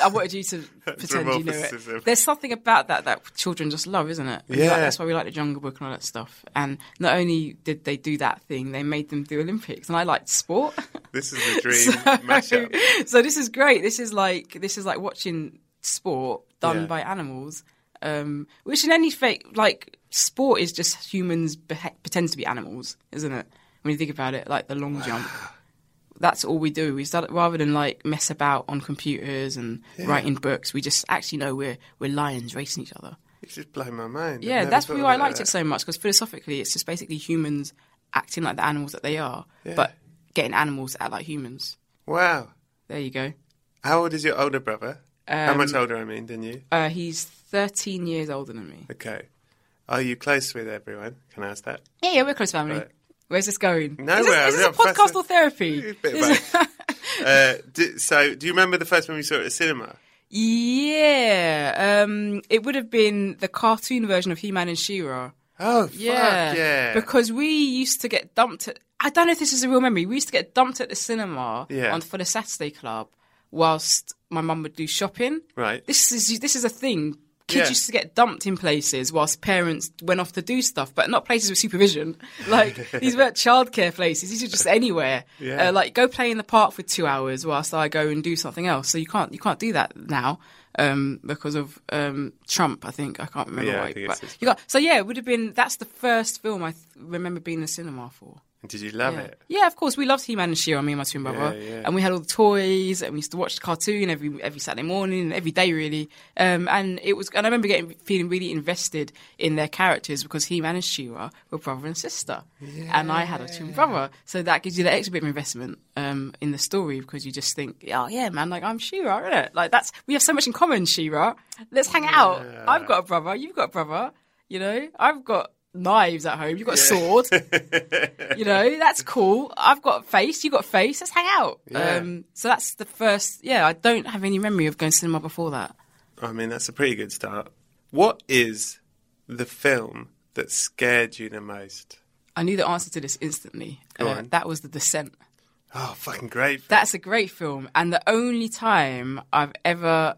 [SPEAKER 2] I wanted you to pretend you knew
[SPEAKER 1] Anthropomorphism.
[SPEAKER 2] it. There's something about that that children just love, isn't it? We
[SPEAKER 1] Yeah.
[SPEAKER 2] like- that's why we like the Jungle Book and all that stuff. And not only did they do that thing, they made them do Olympics. And I liked sport.
[SPEAKER 1] This is the dream
[SPEAKER 2] so,
[SPEAKER 1] mashup.
[SPEAKER 2] so this is great. This is like this is like watching sport done
[SPEAKER 1] Yeah.
[SPEAKER 2] by animals. Um, which in any fake like sport is just humans behe- pretend to be animals, isn't it? When you think about it, like the long jump that's all we do. We start rather than like mess about on computers and writing books. We just actually know we're we're lions racing each other.
[SPEAKER 1] It's just blown my mind. I've
[SPEAKER 2] Yeah,
[SPEAKER 1] never
[SPEAKER 2] that's
[SPEAKER 1] thought
[SPEAKER 2] why I
[SPEAKER 1] about
[SPEAKER 2] liked it so much because philosophically, it's just basically humans acting like the animals that they are,
[SPEAKER 1] Yeah.
[SPEAKER 2] but getting animals to act like humans.
[SPEAKER 1] Wow.
[SPEAKER 2] There you go.
[SPEAKER 1] How old is your older brother? How much
[SPEAKER 2] Um,
[SPEAKER 1] older, I mean, than you?
[SPEAKER 2] Uh, he's 13 years older than me.
[SPEAKER 1] Okay. Are you close with everyone? Can I ask that?
[SPEAKER 2] Yeah, yeah, we're close family.
[SPEAKER 1] Right.
[SPEAKER 2] Where's this going?
[SPEAKER 1] No,
[SPEAKER 2] is this,
[SPEAKER 1] we're-
[SPEAKER 2] is this a
[SPEAKER 1] I'm not
[SPEAKER 2] podcast or
[SPEAKER 1] fascinated.
[SPEAKER 2] therapy?
[SPEAKER 1] Bit of Uh, do, so, do you remember the first time we saw it at the cinema?
[SPEAKER 2] yeah, um, it would have been the cartoon version of He-Man and She-Ra.
[SPEAKER 1] Oh,
[SPEAKER 2] Yeah.
[SPEAKER 1] fuck yeah.
[SPEAKER 2] Because we used to get dumped at I don't know if this is a real memory. We used to get dumped at the cinema
[SPEAKER 1] Yeah.
[SPEAKER 2] on for the Saturday club whilst my mum would do shopping.
[SPEAKER 1] Right.
[SPEAKER 2] This is this is a thing. Kids
[SPEAKER 1] Yeah.
[SPEAKER 2] used to get dumped in places whilst parents went off to do stuff, but not places with supervision. Like these weren't childcare places; these are just anywhere.
[SPEAKER 1] Yeah.
[SPEAKER 2] Uh, like go play in the park for two hours whilst I go and do something else. So you can't you can't do that now um, because of um, Trump. I think I can't remember
[SPEAKER 1] Yeah, I
[SPEAKER 2] why.
[SPEAKER 1] think
[SPEAKER 2] but-
[SPEAKER 1] it's- it's
[SPEAKER 2] you got so yeah, it would have been that's the first film I th- remember being in the cinema for.
[SPEAKER 1] And Did you love
[SPEAKER 2] Yeah.
[SPEAKER 1] it?
[SPEAKER 2] yeah, of course we loved He Man and She-Ra, me and my twin brother,
[SPEAKER 1] Yeah, yeah.
[SPEAKER 2] and we had all the toys, and we used to watch the cartoon every every Saturday morning and every day really. Um, and it was, and I remember getting feeling really invested in their characters because He Man and She-Ra were brother and sister, and I had a twin brother, so that gives you the extra bit of investment um, in the story because you just think, oh yeah, man, like I'm She-Ra, is Like that's we have so much in common, She-Ra. Let's hang out. I've got a brother, you've got a brother. You know, I've got knives at home, you've got a sword. you know, that's cool. I've got face, you've got face, let's hang out.
[SPEAKER 1] Yeah.
[SPEAKER 2] Um, so that's the first, yeah, I don't have any memory of going to cinema before that.
[SPEAKER 1] I mean, that's a pretty good start. What is the film that scared you the most?
[SPEAKER 2] I knew the answer to this instantly. Uh,
[SPEAKER 1] Go on.
[SPEAKER 2] that was The Descent.
[SPEAKER 1] Oh, fucking great. film.
[SPEAKER 2] That's a great film. And the only time I've ever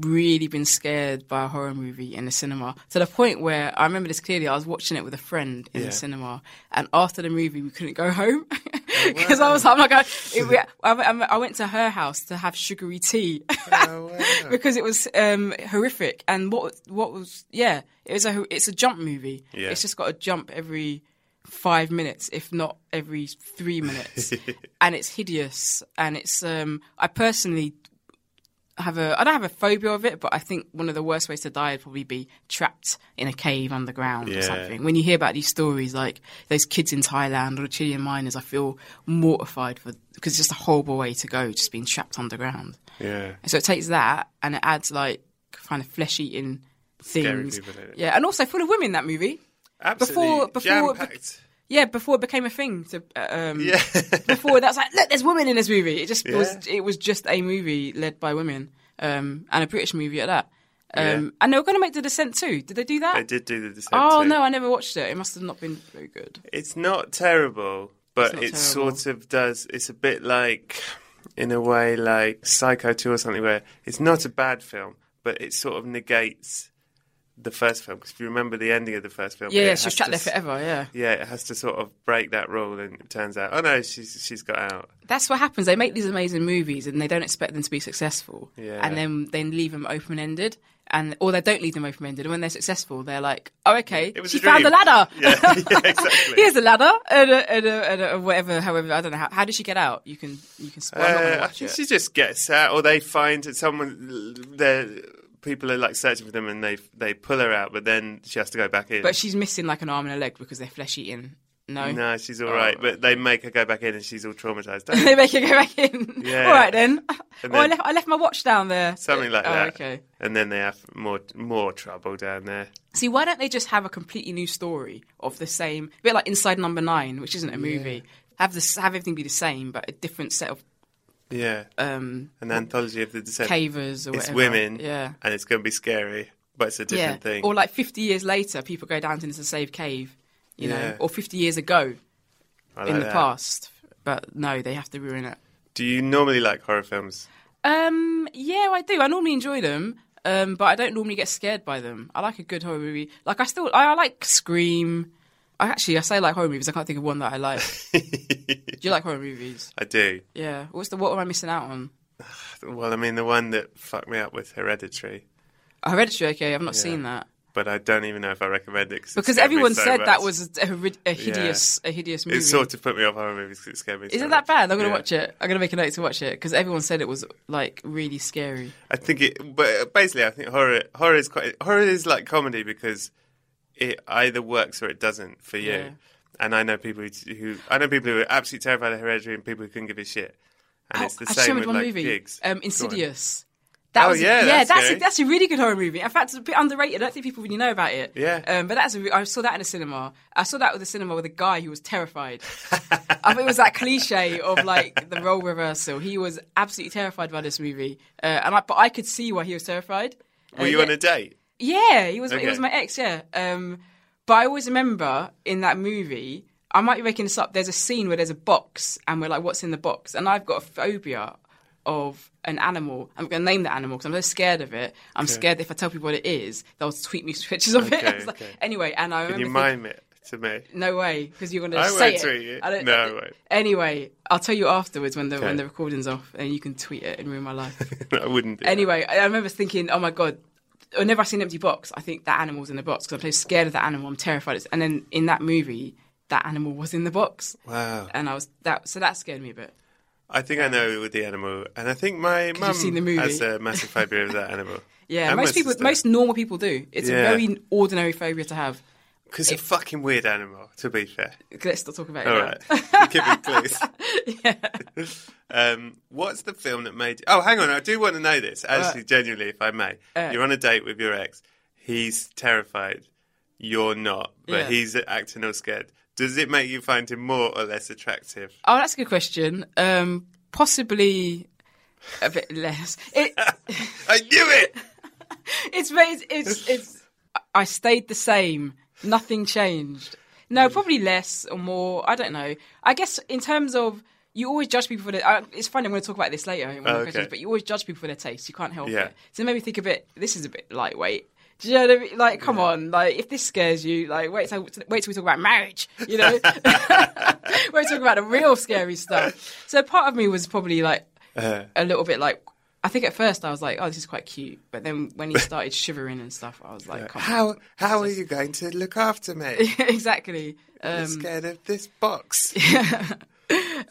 [SPEAKER 2] really been scared by a horror movie in the cinema to the point where I remember this clearly. I was watching it with a friend in
[SPEAKER 1] Yeah.
[SPEAKER 2] the cinema, and after the movie, we couldn't go home because I was like, "Oh my god!" It, we, I, I I went to her house to have sugary tea because it was um, horrific. And what what was yeah, it was a ho- it's a jump movie.
[SPEAKER 1] Yeah.
[SPEAKER 2] It's just got to jump every five minutes, if not every three minutes, and it's hideous. And it's um, I personally have a I don't have a phobia of it, but I think one of the worst ways to die would probably be trapped in a cave underground
[SPEAKER 1] Yeah.
[SPEAKER 2] or something. When you hear about these stories, like those kids in Thailand or the Chilean miners, I feel mortified for because it's just a horrible way to go, just being trapped underground.
[SPEAKER 1] yeah.
[SPEAKER 2] So it takes that and it adds like kind of flesh eating things.
[SPEAKER 1] people in it.
[SPEAKER 2] Yeah, and also full of women that movie.
[SPEAKER 1] Absolutely.
[SPEAKER 2] Before- before-
[SPEAKER 1] Jam-packed.
[SPEAKER 2] Yeah, before it became a thing to uh, um
[SPEAKER 1] Yeah.
[SPEAKER 2] before that was like look there's women in this movie. It just
[SPEAKER 1] Yeah.
[SPEAKER 2] was it was just a movie led by women um and a British movie at that. Um and they were going to make The Descent too. Did they do that?
[SPEAKER 1] I did do the descent.
[SPEAKER 2] oh
[SPEAKER 1] too.
[SPEAKER 2] no, I never watched it. It must have not been very good.
[SPEAKER 1] It's not terrible, but
[SPEAKER 2] It's not
[SPEAKER 1] it
[SPEAKER 2] terrible.
[SPEAKER 1] sort of does. It's a bit like, in a way, like Psycho 2 or something, where it's not a bad film, but it sort of negates the first film. Because if you remember the ending of the first film,
[SPEAKER 2] Yeah,
[SPEAKER 1] it
[SPEAKER 2] yeah she
[SPEAKER 1] has
[SPEAKER 2] was trapped
[SPEAKER 1] to
[SPEAKER 2] there
[SPEAKER 1] s-
[SPEAKER 2] forever, yeah.
[SPEAKER 1] Yeah, it has to sort of break that rule, and it turns out, oh no, she's she's got out.
[SPEAKER 2] that's what happens. They make these amazing movies and they don't expect them to be successful.
[SPEAKER 1] Yeah.
[SPEAKER 2] And then they leave them open ended. And or they don't leave them open ended. And when they're successful, they're like, "Oh, okay,
[SPEAKER 1] It was
[SPEAKER 2] she
[SPEAKER 1] a
[SPEAKER 2] found the
[SPEAKER 1] dream."
[SPEAKER 2] ladder.
[SPEAKER 1] Yeah, yeah, exactly.
[SPEAKER 2] Here's the ladder and, a, and, a, and a, whatever. However, I don't know how. How did she get out? You can you can spoil. I'm not gonna
[SPEAKER 1] Uh, I
[SPEAKER 2] watch
[SPEAKER 1] think
[SPEAKER 2] it.
[SPEAKER 1] she just gets out, or they find that someone. The people are like searching for them, and they they pull her out, but then she has to go back in.
[SPEAKER 2] But she's missing like an arm and a leg because they're flesh eating. No.
[SPEAKER 1] No, she's
[SPEAKER 2] Oh.
[SPEAKER 1] all right, but they make her go back in, and she's all traumatized. Don't
[SPEAKER 2] they make her go back in.
[SPEAKER 1] Yeah.
[SPEAKER 2] All right then. oh, I
[SPEAKER 1] then-
[SPEAKER 2] left, I left my watch down there.
[SPEAKER 1] Something like
[SPEAKER 2] oh,
[SPEAKER 1] that.
[SPEAKER 2] Okay.
[SPEAKER 1] And then they have more more trouble down there.
[SPEAKER 2] See, why don't they just have a completely new story of the same a bit like Inside Number Nine, which isn't a movie. Have this, have everything be the same, but a different set of
[SPEAKER 1] Yeah.
[SPEAKER 2] um,
[SPEAKER 1] An anthology of the descent.
[SPEAKER 2] cavers or
[SPEAKER 1] it's
[SPEAKER 2] whatever.
[SPEAKER 1] women.
[SPEAKER 2] yeah,
[SPEAKER 1] And it's going to be scary, but it's a different
[SPEAKER 2] yeah.
[SPEAKER 1] thing.
[SPEAKER 2] Or like fifty years later, people go down into the same cave, you
[SPEAKER 1] Yeah.
[SPEAKER 2] know, or fifty years ago
[SPEAKER 1] I like
[SPEAKER 2] in the
[SPEAKER 1] that.
[SPEAKER 2] past. But no, they have to ruin it.
[SPEAKER 1] Do you normally like horror films?
[SPEAKER 2] Um, yeah, I do. I normally enjoy them, um, but I don't normally get scared by them. I like a good horror movie. Like I still, I, I like Scream. I actually, I say I like horror movies. I can't think of one that I like. do you like horror movies?
[SPEAKER 1] I do.
[SPEAKER 2] Yeah. What's the what am I missing out on?
[SPEAKER 1] Well, I mean, the one that fucked me up with Hereditary,
[SPEAKER 2] Hereditary. Okay, I've not seen that
[SPEAKER 1] but I don't even know if I recommend it. Cause it
[SPEAKER 2] because
[SPEAKER 1] scared me
[SPEAKER 2] everyone
[SPEAKER 1] so
[SPEAKER 2] said
[SPEAKER 1] much.
[SPEAKER 2] that was a, hori- a hideous, a hideous movie.
[SPEAKER 1] It sort of put me off horror movies because it scared me.
[SPEAKER 2] Is
[SPEAKER 1] so
[SPEAKER 2] it that
[SPEAKER 1] much.
[SPEAKER 2] bad? I'm gonna
[SPEAKER 1] Yeah.
[SPEAKER 2] watch it. I'm gonna make a note to watch it because everyone said it was like really scary.
[SPEAKER 1] I think it, but uh, basically, I think horror horror is quite horror is like comedy because it either works or it doesn't for you.
[SPEAKER 2] Yeah.
[SPEAKER 1] And I know people who, who I know people who are absolutely terrified of Hereditary and people who couldn't give a shit. And it's the
[SPEAKER 2] Oh, I just
[SPEAKER 1] same
[SPEAKER 2] remembered
[SPEAKER 1] with
[SPEAKER 2] one
[SPEAKER 1] like
[SPEAKER 2] movie,
[SPEAKER 1] gigs. Go
[SPEAKER 2] Um,
[SPEAKER 1] on.
[SPEAKER 2] Insidious. That
[SPEAKER 1] Oh,
[SPEAKER 2] was,
[SPEAKER 1] yeah, that's
[SPEAKER 2] that's
[SPEAKER 1] scary.
[SPEAKER 2] a, that's a really good horror movie. In fact, it's a bit underrated. I don't think people really know about it.
[SPEAKER 1] Yeah.
[SPEAKER 2] Um, but that's a re- I saw that in a cinema. I saw that with a cinema with a guy who was terrified. I think it was that cliche of like the role reversal. He was absolutely terrified by this movie, uh, and I, but I could see why he was terrified. Uh,
[SPEAKER 1] Were you on a date?
[SPEAKER 2] Yeah, he was. It
[SPEAKER 1] Okay.
[SPEAKER 2] was my ex. Yeah. Um, but I always remember in that movie. I might be making this up. There's a scene where there's a box, and we're like, "What's in the box?" And I've got a phobia of an animal. I'm going to name the animal because I'm so scared of it. I'm scared that if I tell people what it is, they'll tweet me pictures of it.
[SPEAKER 1] Okay,
[SPEAKER 2] I was like-
[SPEAKER 1] okay.
[SPEAKER 2] Anyway, and I remember
[SPEAKER 1] Can you
[SPEAKER 2] thinking-
[SPEAKER 1] mime it to me?
[SPEAKER 2] no way, because you're going to
[SPEAKER 1] I
[SPEAKER 2] say
[SPEAKER 1] won't
[SPEAKER 2] it.
[SPEAKER 1] tweet it.
[SPEAKER 2] I don't,
[SPEAKER 1] No,
[SPEAKER 2] I
[SPEAKER 1] I
[SPEAKER 2] don't-
[SPEAKER 1] won't.
[SPEAKER 2] Anyway, I'll tell you afterwards when the
[SPEAKER 1] Okay.
[SPEAKER 2] when the recording's off, and you can tweet it and ruin my life.
[SPEAKER 1] I wouldn't. Do
[SPEAKER 2] Anyway, I I remember thinking, oh my god, whenever I see an empty box, I think that animal's in the box because I'm so scared of that animal. I'm terrified. It's- And then in that movie, that animal was in the box,
[SPEAKER 1] that. Wow.
[SPEAKER 2] and I was that. So that scared me a bit.
[SPEAKER 1] I think I know with the animal, and I think my mum
[SPEAKER 2] seen the movie.
[SPEAKER 1] has a massive phobia of that animal.
[SPEAKER 2] Yeah,
[SPEAKER 1] And my
[SPEAKER 2] most people,
[SPEAKER 1] sister.
[SPEAKER 2] most normal people do. It's
[SPEAKER 1] Yeah.
[SPEAKER 2] a very ordinary phobia to have.
[SPEAKER 1] 'Cause it's a fucking weird animal. To be fair.
[SPEAKER 2] Let's not talk about it.
[SPEAKER 1] All
[SPEAKER 2] now.
[SPEAKER 1] right. Give me clues. Um, what's the film that made you... Oh, hang on. I do want to know
[SPEAKER 2] Uh.
[SPEAKER 1] this, actually, genuinely, if I may. You're on a date with your ex. He's terrified. You're not. But
[SPEAKER 2] Yeah.
[SPEAKER 1] he's acting all scared. Does it make you find him more or less attractive?
[SPEAKER 2] Oh, that's a good question. Um, possibly a bit less. It,
[SPEAKER 1] I knew it!
[SPEAKER 2] it's, it's it's it's I stayed the same. Nothing changed. No, probably less or more. I don't know. I guess in terms of you always judge people for their. Uh, it's funny. I'm going to talk about this later in one of
[SPEAKER 1] Oh,
[SPEAKER 2] the
[SPEAKER 1] okay.
[SPEAKER 2] questions, but you always judge people for their taste. You can't help
[SPEAKER 1] Yeah.
[SPEAKER 2] it. So it made me think a bit. This is a bit lightweight. Do you know what I mean? Like, come on! Like, if this scares you, like, wait till wait till we talk about marriage. You know, we're talking about the real scary stuff. So part of me was probably like
[SPEAKER 1] Uh-huh.
[SPEAKER 2] a little bit like. I think at first I was like, "Oh, this is quite cute," but then when he started shivering and stuff, I was like, come on.
[SPEAKER 1] How how are you going to look after me?
[SPEAKER 2] exactly. Uh,
[SPEAKER 1] I'm scared of this box.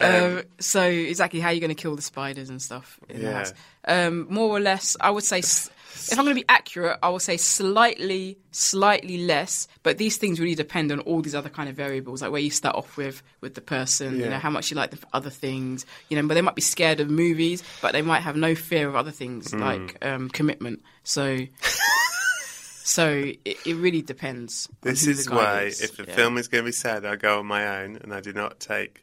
[SPEAKER 2] Um, so exactly how you're going to kill the spiders and stuff in the
[SPEAKER 1] Yeah.
[SPEAKER 2] house. Um, more or less, I would say, s- if I'm going to be accurate, I would say slightly, slightly less. But these things really depend on all these other kind of variables, like where you start off with with the person, you
[SPEAKER 1] Yeah.
[SPEAKER 2] know, how much you like the f- other things, you know. But they might be scared of movies, but they might have no fear of other things
[SPEAKER 1] Hmm.
[SPEAKER 2] like um, commitment. So. So it, it really depends. on
[SPEAKER 1] This
[SPEAKER 2] who
[SPEAKER 1] is
[SPEAKER 2] the guy
[SPEAKER 1] why,
[SPEAKER 2] is.
[SPEAKER 1] if a
[SPEAKER 2] Yeah.
[SPEAKER 1] film is going to be sad, I go on my own and I do not take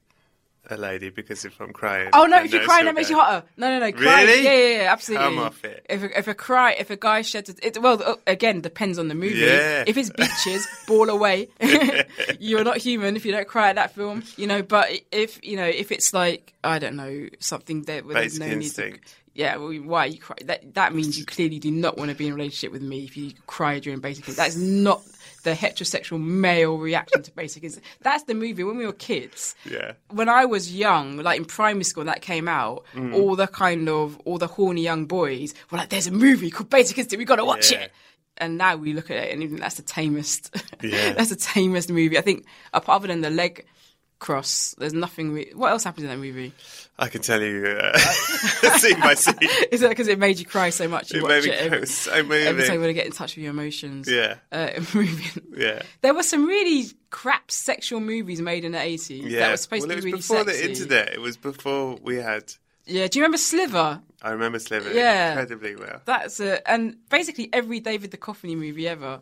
[SPEAKER 1] a lady because if I'm crying.
[SPEAKER 2] Oh no!
[SPEAKER 1] I
[SPEAKER 2] If you
[SPEAKER 1] know
[SPEAKER 2] cry,
[SPEAKER 1] she'll
[SPEAKER 2] that makes
[SPEAKER 1] go,
[SPEAKER 2] you hotter. No, no, no. Cry.
[SPEAKER 1] Really?
[SPEAKER 2] Yeah, yeah, yeah. Absolutely.
[SPEAKER 1] Come off it.
[SPEAKER 2] If a, if a cry, if a guy sheds, it, it well, uh, again, depends on the movie.
[SPEAKER 1] Yeah.
[SPEAKER 2] If it's beaches, ball away. You're not human if you don't cry at that film, you know. But if you know, if it's like I don't know something that where there's
[SPEAKER 1] Basic
[SPEAKER 2] no need to-
[SPEAKER 1] instinct.
[SPEAKER 2] yeah, well, why you cry? That that means you clearly do not want to be in a relationship with me if you cry during basic. Instinct. That is not the heterosexual male reaction to basic. Instinct. That's the movie when we were kids
[SPEAKER 1] Yeah.
[SPEAKER 2] when I was young, like in primary school, that came out.
[SPEAKER 1] Mm.
[SPEAKER 2] All the kind of all the horny young boys were like, "There's a movie called Basic Instinct. We gotta watch
[SPEAKER 1] Yeah.
[SPEAKER 2] it." And now we look at it and even that's the tamest.
[SPEAKER 1] Yeah.
[SPEAKER 2] that's the tamest movie. I think apart than the leg cross, there's nothing. Re- what else happens in that movie?
[SPEAKER 1] I can tell you, uh, scene by scene.
[SPEAKER 2] Is that because it made you cry so much? You
[SPEAKER 1] It
[SPEAKER 2] watch
[SPEAKER 1] made me
[SPEAKER 2] it
[SPEAKER 1] cry. It
[SPEAKER 2] every,
[SPEAKER 1] was so
[SPEAKER 2] every
[SPEAKER 1] moving.
[SPEAKER 2] time you want to get in touch with your emotions.
[SPEAKER 1] Yeah.
[SPEAKER 2] Uh, moving.
[SPEAKER 1] Yeah.
[SPEAKER 2] There were some really crap sexual movies made in the 80s
[SPEAKER 1] Yeah.
[SPEAKER 2] that were
[SPEAKER 1] well,
[SPEAKER 2] supposed to
[SPEAKER 1] it was
[SPEAKER 2] be really
[SPEAKER 1] before
[SPEAKER 2] sexy.
[SPEAKER 1] the internet. It was before we had.
[SPEAKER 2] Yeah, do you remember Sliver?
[SPEAKER 1] I remember Sliver
[SPEAKER 2] Yeah.
[SPEAKER 1] incredibly well.
[SPEAKER 2] That's it. And basically every David the Coffany movie ever.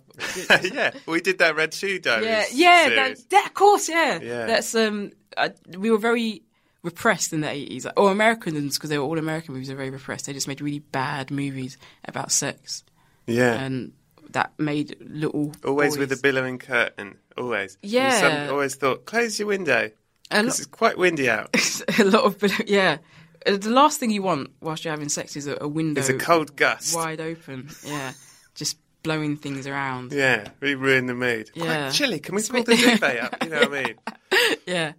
[SPEAKER 1] yeah, we did that Red Shoe Diaries.
[SPEAKER 2] yeah, yeah, that,
[SPEAKER 1] series.
[SPEAKER 2] that- of course, yeah.
[SPEAKER 1] Yeah.
[SPEAKER 2] That's um, I, we were very repressed in the eighties, or Americans because they were all American movies are very repressed. They just made really bad movies about sex,
[SPEAKER 1] yeah.
[SPEAKER 2] and that made little
[SPEAKER 1] always with a
[SPEAKER 2] boys-
[SPEAKER 1] billowing curtain. Always. And
[SPEAKER 2] Yeah.
[SPEAKER 1] Some always thought, close your window.
[SPEAKER 2] a
[SPEAKER 1] This
[SPEAKER 2] lot,
[SPEAKER 1] is quite windy out.
[SPEAKER 2] a lot of bill- yeah. Uh, The last thing you want whilst you're having sex is a, a window.
[SPEAKER 1] It's a cold gust.
[SPEAKER 2] wide open. Yeah, just blowing things around.
[SPEAKER 1] Yeah, we ruin the mood.
[SPEAKER 2] Yeah.
[SPEAKER 1] Quite chilly. Can we pull the duvet up? You know what I mean?
[SPEAKER 2] yeah.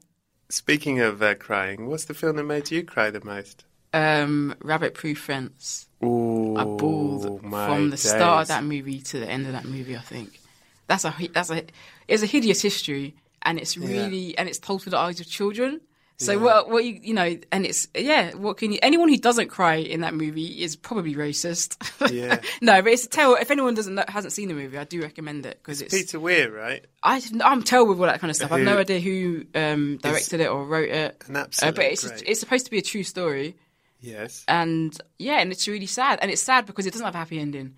[SPEAKER 1] Speaking of uh, crying, what's the film that made you cry the most?
[SPEAKER 2] Um, rabbit proof fence.
[SPEAKER 1] Ooh,
[SPEAKER 2] I bawled
[SPEAKER 1] Oh, my
[SPEAKER 2] from the start of
[SPEAKER 1] days.
[SPEAKER 2] that movie to the end of that movie. I think that's a hi- that's a it's a hideous history, and it's really and it's told through the eyes of children. So what what you you know, and it's yeah. What can you? Anyone who doesn't cry in that movie is probably racist.
[SPEAKER 1] Yeah.
[SPEAKER 2] no, but it's a tale. If anyone doesn't know, hasn't seen the movie, I do recommend it because it's.
[SPEAKER 1] Peter Weir, right?
[SPEAKER 2] I, I'm terrible with all that kind of stuff. I've no
[SPEAKER 1] Who-
[SPEAKER 2] idea who um, directed it or wrote it.
[SPEAKER 1] An
[SPEAKER 2] Uh,
[SPEAKER 1] absolute
[SPEAKER 2] but it's
[SPEAKER 1] great.
[SPEAKER 2] it's uh, supposed to be a true story
[SPEAKER 1] Yes.
[SPEAKER 2] and yeah, and it's really sad, and it's sad because it doesn't have a happy ending.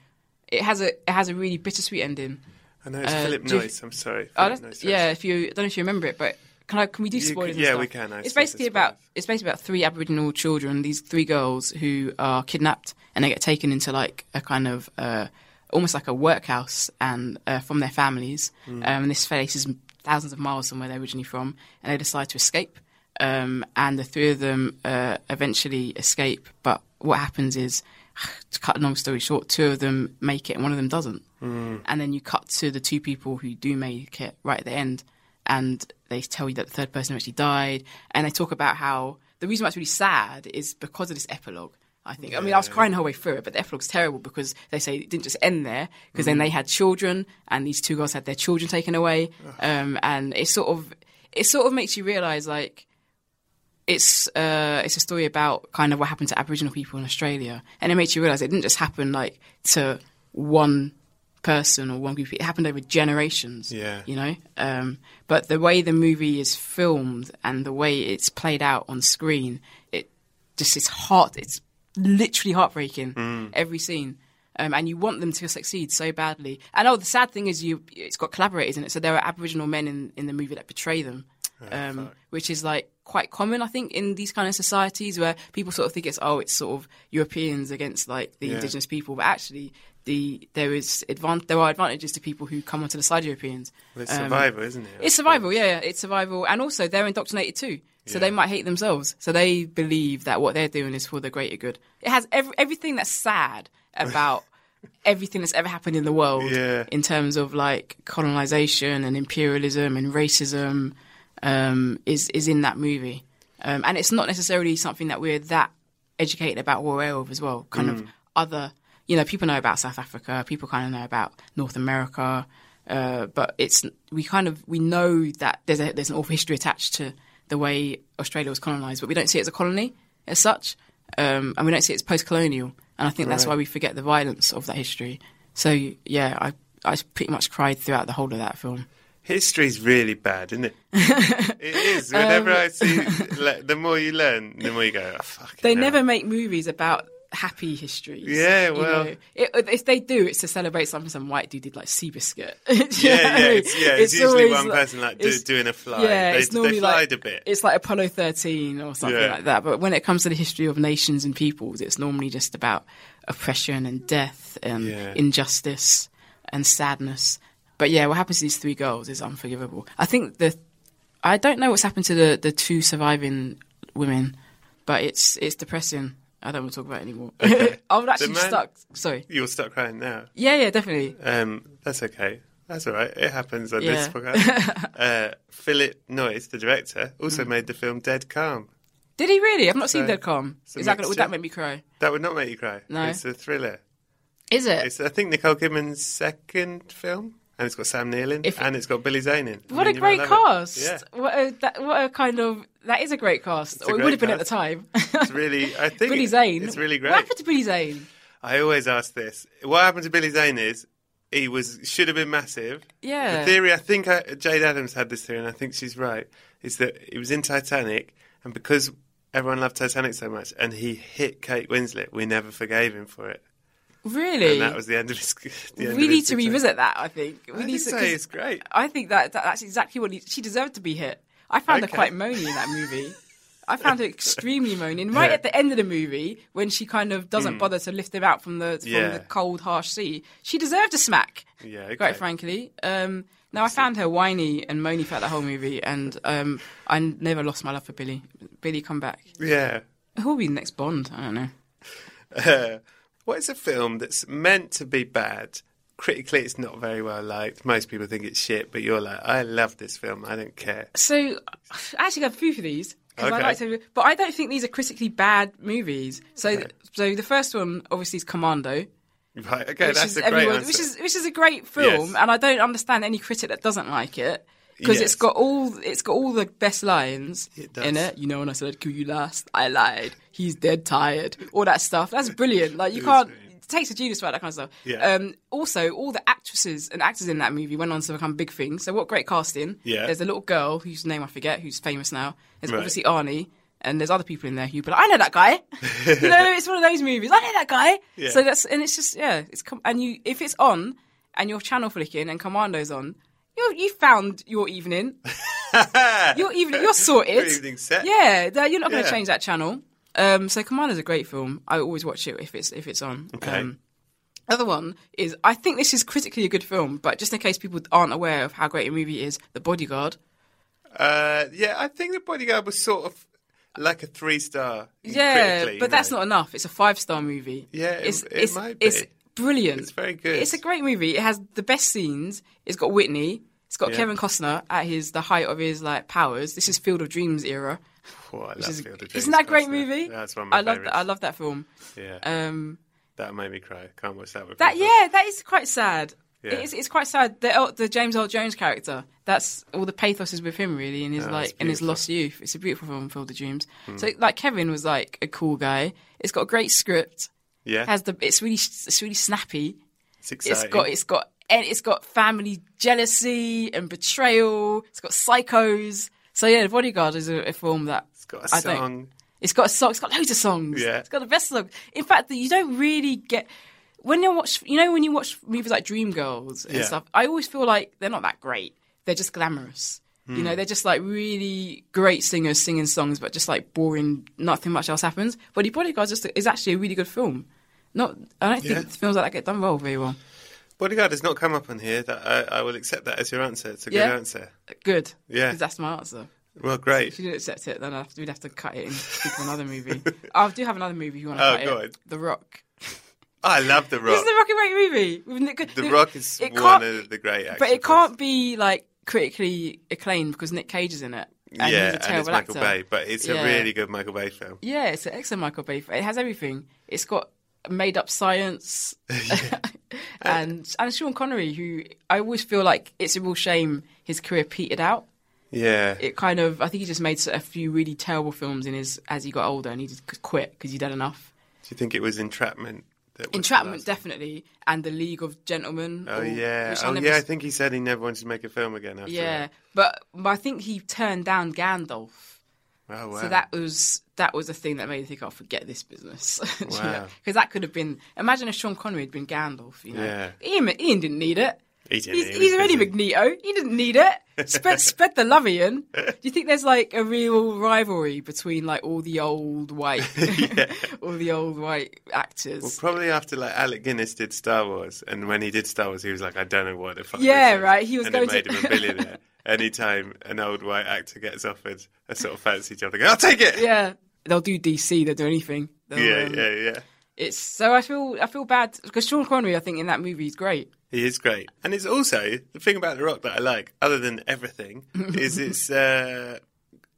[SPEAKER 2] It has a it has a really bittersweet ending.
[SPEAKER 1] I know it's
[SPEAKER 2] uh,
[SPEAKER 1] Philip
[SPEAKER 2] do you-
[SPEAKER 1] Noyce. I'm sorry.
[SPEAKER 2] I
[SPEAKER 1] Philip
[SPEAKER 2] don't-
[SPEAKER 1] Noyce,
[SPEAKER 2] yeah, if you I don't know if you remember it, but can I can we do
[SPEAKER 1] can-
[SPEAKER 2] spoilers? and
[SPEAKER 1] yeah,
[SPEAKER 2] stuff?
[SPEAKER 1] we can, I
[SPEAKER 2] It's
[SPEAKER 1] suppose
[SPEAKER 2] basically
[SPEAKER 1] it's
[SPEAKER 2] about
[SPEAKER 1] spoilers.
[SPEAKER 2] it's basically about three Aboriginal children, these three girls who are kidnapped and they get taken into like a kind of uh, almost like a workhouse and uh, from their families.
[SPEAKER 1] Hmm.
[SPEAKER 2] Um, and this place is thousands of miles from where they're originally from, and they decide to escape. Um, and the three of them uh, eventually escape, but what happens is. To cut a long story short, two of them make it and one of them doesn't.
[SPEAKER 1] Hmm.
[SPEAKER 2] And then you cut to the two people who do make it right at the end, and they tell you that the third person actually died. And they talk about how the reason why it's really sad is because of this epilogue. I think. I mean, I was crying the whole way through it, but the epilogue's terrible because they say it didn't just end there because then they had children, and these two girls had their children taken away, um, and it sort of it sort of makes you realise like it's uh, it's a story about kind of what happened to Aboriginal people in Australia, and it makes you realise it didn't just happen like to one person or one group. It happened over generations.
[SPEAKER 1] Yeah.
[SPEAKER 2] you know. Um, but the way the movie is filmed and the way it's played out on screen, it just is heart. It's literally heartbreaking every scene. Um, and you want them to succeed so badly. And oh, the sad thing is, you it's got collaborators in it. So there are Aboriginal men in, in the movie that betray them um, which is like quite common, I think, in these kind of societies where people sort of think it's oh, it's sort of Europeans against like the indigenous people, but actually the there is advan- there are advantages to people who come onto the side of Europeans.
[SPEAKER 1] It's survival, isn't it?
[SPEAKER 2] It's survival, yeah, yeah, it's survival, and also they're indoctrinated too. So they might hate themselves. So they believe that what they're doing is for the greater good. It has every, everything that's sad about everything that's ever happened in the world
[SPEAKER 1] Yeah.
[SPEAKER 2] in terms of like colonization and imperialism and racism um, is is in that movie. Um, and it's not necessarily something that we're that educated about or aware of as well. Kind of other, you know, people know about South Africa, people kind of know about North America, uh, but it's we kind of we know that there's a, there's an awful history attached to the way Australia was colonized, but we don't see it as a colony as such, um, and we don't see it as post-colonial. And I think that's why we forget the violence of that history. So yeah, I I pretty much cried throughout the whole of that film.
[SPEAKER 1] History's really bad, isn't it? Um, it is. Whenever I see, like, the more you learn, the more you go, oh, fuck.
[SPEAKER 2] They never make movies about happy histories.
[SPEAKER 1] Yeah, well-
[SPEAKER 2] know. It- if they do, it's to celebrate something some white dude did, like Seabiscuit. yeah,
[SPEAKER 1] Yeah, yeah, it's, yeah, it's, usually one person like do, doing a fly.
[SPEAKER 2] Yeah,
[SPEAKER 1] they,
[SPEAKER 2] it's
[SPEAKER 1] they
[SPEAKER 2] normally
[SPEAKER 1] flied
[SPEAKER 2] like
[SPEAKER 1] a bit.
[SPEAKER 2] It's like Apollo 13 or something
[SPEAKER 1] Yeah.
[SPEAKER 2] like that. But when it comes to the history of nations and peoples, it's normally just about oppression and death and
[SPEAKER 1] Yeah.
[SPEAKER 2] injustice and sadness. But yeah, what happens to these three girls is unforgivable. I think the I don't know what's happened to the, the two surviving women, but it's it's depressing. I don't want to talk about it anymore. I would actually
[SPEAKER 1] man-
[SPEAKER 2] stuck. Sorry.
[SPEAKER 1] You'll start crying now.
[SPEAKER 2] Yeah, yeah, definitely.
[SPEAKER 1] Um, that's okay. That's all right. It happens on this
[SPEAKER 2] Yeah.
[SPEAKER 1] podcast. uh, Philip Noyes, the director,
[SPEAKER 2] Mm.
[SPEAKER 1] also made the film Dead Calm.
[SPEAKER 2] Did he really? I've not seen
[SPEAKER 1] So,
[SPEAKER 2] Dead Calm.
[SPEAKER 1] it's a
[SPEAKER 2] Is that gonna, would
[SPEAKER 1] mixture.
[SPEAKER 2] that make me cry?
[SPEAKER 1] That would not make you cry.
[SPEAKER 2] No.
[SPEAKER 1] It's a thriller.
[SPEAKER 2] Is it?
[SPEAKER 1] It's, I think, Nicole Kidman's second film. And it's got Sam Neill in,
[SPEAKER 2] If-
[SPEAKER 1] and it's got Billy Zane in. I
[SPEAKER 2] What
[SPEAKER 1] mean,
[SPEAKER 2] a
[SPEAKER 1] you might
[SPEAKER 2] great
[SPEAKER 1] love
[SPEAKER 2] cast!
[SPEAKER 1] it. Yeah.
[SPEAKER 2] What a that, what a kind of that is a great cast.
[SPEAKER 1] a
[SPEAKER 2] or it
[SPEAKER 1] great
[SPEAKER 2] would have been at the
[SPEAKER 1] cast.
[SPEAKER 2] time.
[SPEAKER 1] It's really, I think
[SPEAKER 2] Billy
[SPEAKER 1] it-
[SPEAKER 2] Zane.
[SPEAKER 1] It's really
[SPEAKER 2] What
[SPEAKER 1] great.
[SPEAKER 2] happened to Billy Zane?
[SPEAKER 1] I always ask this. What happened to Billy Zane is he was should have been massive.
[SPEAKER 2] Yeah.
[SPEAKER 1] The theory I think I, Jade Adams had this theory, and I think she's right, is that he was in Titanic, and because everyone loved Titanic so much, and he hit Kate Winslet, we never forgave him for it,
[SPEAKER 2] Really?
[SPEAKER 1] and that was the end of his. The end
[SPEAKER 2] we
[SPEAKER 1] of
[SPEAKER 2] need
[SPEAKER 1] his
[SPEAKER 2] to
[SPEAKER 1] success.
[SPEAKER 2] revisit that. I think we
[SPEAKER 1] I think
[SPEAKER 2] need to.
[SPEAKER 1] so.
[SPEAKER 2] 'cause
[SPEAKER 1] It's great.
[SPEAKER 2] I think that, that that's exactly what he, she deserved to be hit. I found
[SPEAKER 1] Okay.
[SPEAKER 2] her quite moany in that movie. I found her extremely moaning right
[SPEAKER 1] Yeah. Hmm.
[SPEAKER 2] at the end of the movie when she kind of doesn't bother to lift him out from the from
[SPEAKER 1] Yeah.
[SPEAKER 2] the cold harsh sea. She deserved a smack.
[SPEAKER 1] Yeah, okay.
[SPEAKER 2] quite frankly. Um, no, I found her whiny and moany throughout the whole movie, and um, I never lost my love for Billy. Billy, come back.
[SPEAKER 1] Yeah.
[SPEAKER 2] Who will be the next Bond? I don't know.
[SPEAKER 1] Uh, what is a film that's meant to be bad? Critically, it's not very well liked. Most people think it's shit, but you're like, I love this film. I don't care.
[SPEAKER 2] So I actually got a few for these because I
[SPEAKER 1] Okay.
[SPEAKER 2] like to, but I don't think these are critically bad movies. So, so the first one obviously is Commando.
[SPEAKER 1] Right. Okay,
[SPEAKER 2] which
[SPEAKER 1] that's
[SPEAKER 2] is
[SPEAKER 1] a great
[SPEAKER 2] everyone-
[SPEAKER 1] answer.
[SPEAKER 2] which is which is a great film,
[SPEAKER 1] Yes.
[SPEAKER 2] and I don't understand any critic that doesn't like it because
[SPEAKER 1] Yes.
[SPEAKER 2] it's got all it's got all the best lines
[SPEAKER 1] It does.
[SPEAKER 2] in it. You know, when I said I'd kill you last, I lied. He's dead tired. All that stuff. That's brilliant. Like you
[SPEAKER 1] is
[SPEAKER 2] can't.
[SPEAKER 1] brilliant.
[SPEAKER 2] It takes a genius to write that kind of stuff.
[SPEAKER 1] Yeah.
[SPEAKER 2] Um, also, all the actresses and actors in that movie went on to become big things. So what great casting!
[SPEAKER 1] Yeah.
[SPEAKER 2] There's a little girl whose name I forget, who's famous now. There's
[SPEAKER 1] Right.
[SPEAKER 2] obviously Arnie. And there's other people in there who, but I know that guy. you know, it's one of those movies. I know that guy.
[SPEAKER 1] Yeah.
[SPEAKER 2] So that's and it's just yeah, it's com- and you if it's on and you're channel flicking and Commando's on, you you found your evening. your evening, you're sorted.
[SPEAKER 1] Your evening's set.
[SPEAKER 2] Yeah, that- you're not going to
[SPEAKER 1] Yeah.
[SPEAKER 2] change that channel. Um, so Commando's a great film. I always watch it if it's if it's on.
[SPEAKER 1] Okay.
[SPEAKER 2] Um, other one is I think this is critically a good film, but just in case people aren't aware of how great a movie it is, The Bodyguard.
[SPEAKER 1] Uh, yeah, I think the bodyguard was sort of like a three star.
[SPEAKER 2] Yeah, but that's not enough. It's a five star movie.
[SPEAKER 1] Yeah, it-
[SPEAKER 2] it's,
[SPEAKER 1] it
[SPEAKER 2] it's,
[SPEAKER 1] might be.
[SPEAKER 2] It's brilliant.
[SPEAKER 1] It's very good.
[SPEAKER 2] It's a great movie. It has the best scenes. It's got Whitney. It's got
[SPEAKER 1] Yeah.
[SPEAKER 2] Kevin Costner at his the height of his like powers. This is Field of Dreams era.
[SPEAKER 1] Oh, I love
[SPEAKER 2] Which is,
[SPEAKER 1] Field of Dreams,
[SPEAKER 2] isn't that a great
[SPEAKER 1] personally.
[SPEAKER 2] movie?
[SPEAKER 1] That's one of my
[SPEAKER 2] I love
[SPEAKER 1] favourites.
[SPEAKER 2] that. I love that film.
[SPEAKER 1] Yeah,
[SPEAKER 2] Um,
[SPEAKER 1] that made me cry. Can't watch that with
[SPEAKER 2] that
[SPEAKER 1] people.
[SPEAKER 2] yeah, that is quite sad.
[SPEAKER 1] Yeah.
[SPEAKER 2] It's it's quite sad. The El- the James Earl Jones character. That's all the pathos is with him really, and his like and his
[SPEAKER 1] beautiful. Hmm.
[SPEAKER 2] lost youth. It's a beautiful film, Field of Dreams. So like Kevin was like a cool guy. It's got a great script.
[SPEAKER 1] Yeah,
[SPEAKER 2] Has the it's really it's really snappy.
[SPEAKER 1] it's exciting.
[SPEAKER 2] It's got it's got and it's got family jealousy and betrayal. It's got psychos. So yeah, The Bodyguard is a, a film that
[SPEAKER 1] It's got a
[SPEAKER 2] I don't-
[SPEAKER 1] song.
[SPEAKER 2] it's got a song. It's got loads of songs.
[SPEAKER 1] Yeah.
[SPEAKER 2] It's got the best song. In fact, you don't really get when you watch. You know when you watch movies like Dreamgirls and
[SPEAKER 1] Yeah.
[SPEAKER 2] stuff. I always feel like they're not that great. They're just glamorous. You
[SPEAKER 1] Hmm.
[SPEAKER 2] know, they're just like really great singers singing songs, but just like boring. Nothing much else happens. But The Bodyguard just is actually a really good film. Not, I don't
[SPEAKER 1] Yeah.
[SPEAKER 2] think films like that get done well, very well.
[SPEAKER 1] Bodyguard has not come up on here. That I, I will accept that as your answer. It's a good
[SPEAKER 2] Yeah.
[SPEAKER 1] answer.
[SPEAKER 2] Good.
[SPEAKER 1] Yeah.
[SPEAKER 2] Because that's my answer.
[SPEAKER 1] Well, great.
[SPEAKER 2] If you didn't accept it, then I'd have to, we'd have to cut it and speak of another movie. I do have another movie if you want to
[SPEAKER 1] Oh,
[SPEAKER 2] cut
[SPEAKER 1] go
[SPEAKER 2] it.
[SPEAKER 1] on.
[SPEAKER 2] The Rock.
[SPEAKER 1] I love The Rock.
[SPEAKER 2] Isn't The Rock a great movie? We've n-
[SPEAKER 1] The Rock is
[SPEAKER 2] it
[SPEAKER 1] one
[SPEAKER 2] can't-
[SPEAKER 1] of the great actors.
[SPEAKER 2] But it can't be like critically acclaimed because Nick Cage is in it. And
[SPEAKER 1] yeah,
[SPEAKER 2] he's a
[SPEAKER 1] and
[SPEAKER 2] terrible
[SPEAKER 1] it's Michael
[SPEAKER 2] actor.
[SPEAKER 1] Bay, but it's a
[SPEAKER 2] Yeah.
[SPEAKER 1] really good Michael Bay film.
[SPEAKER 2] Yeah, it's an excellent Michael Bay. film. It has everything. It's got made up science, and and Sean Connery, who I always feel like it's a real shame his career petered out.
[SPEAKER 1] Yeah,
[SPEAKER 2] It kind of, I think he just made a few really terrible films in his as he got older, and he just quit because he'd had enough.
[SPEAKER 1] do you think it was Entrapment? That was the
[SPEAKER 2] Entrapment,
[SPEAKER 1] last-
[SPEAKER 2] definitely, and the League of Gentlemen.
[SPEAKER 1] Oh
[SPEAKER 2] or-
[SPEAKER 1] yeah,
[SPEAKER 2] which I
[SPEAKER 1] oh
[SPEAKER 2] never
[SPEAKER 1] yeah. I
[SPEAKER 2] s-
[SPEAKER 1] think he said he never wanted to make a film again. After
[SPEAKER 2] yeah. But, but I think he turned down Gandalf.
[SPEAKER 1] That. Oh wow.
[SPEAKER 2] So that was that was the thing that made me think, oh, forget this business. Because
[SPEAKER 1] Wow.
[SPEAKER 2] that could have been. Imagine if Sean Connery had been Gandalf. You know,
[SPEAKER 1] Yeah.
[SPEAKER 2] Ian, Ian didn't need it.
[SPEAKER 1] He didn't,
[SPEAKER 2] He's,
[SPEAKER 1] he was
[SPEAKER 2] he's already
[SPEAKER 1] busy.
[SPEAKER 2] Magneto. He didn't need it. Spread spread the love, Ian. Do you think there's like a real rivalry between like all the old white, all the old white actors?
[SPEAKER 1] Well, probably after like Alec Guinness did Star Wars, and when he did Star Wars, he was like, I don't know what the fuck.
[SPEAKER 2] Yeah,
[SPEAKER 1] this is.
[SPEAKER 2] right, he was
[SPEAKER 1] and
[SPEAKER 2] going
[SPEAKER 1] it made
[SPEAKER 2] to-
[SPEAKER 1] him a billionaire. Anytime an old white actor gets offered a sort of fancy job, they go, I'll take it.
[SPEAKER 2] yeah, they'll do DC. They'll do anything. They'll,
[SPEAKER 1] yeah,
[SPEAKER 2] um,
[SPEAKER 1] yeah, yeah.
[SPEAKER 2] It's so I feel I feel bad because Sean Connery, I think, in that movie is great.
[SPEAKER 1] He is great, and it's also the thing about The Rock that I like, other than everything, is it's uh,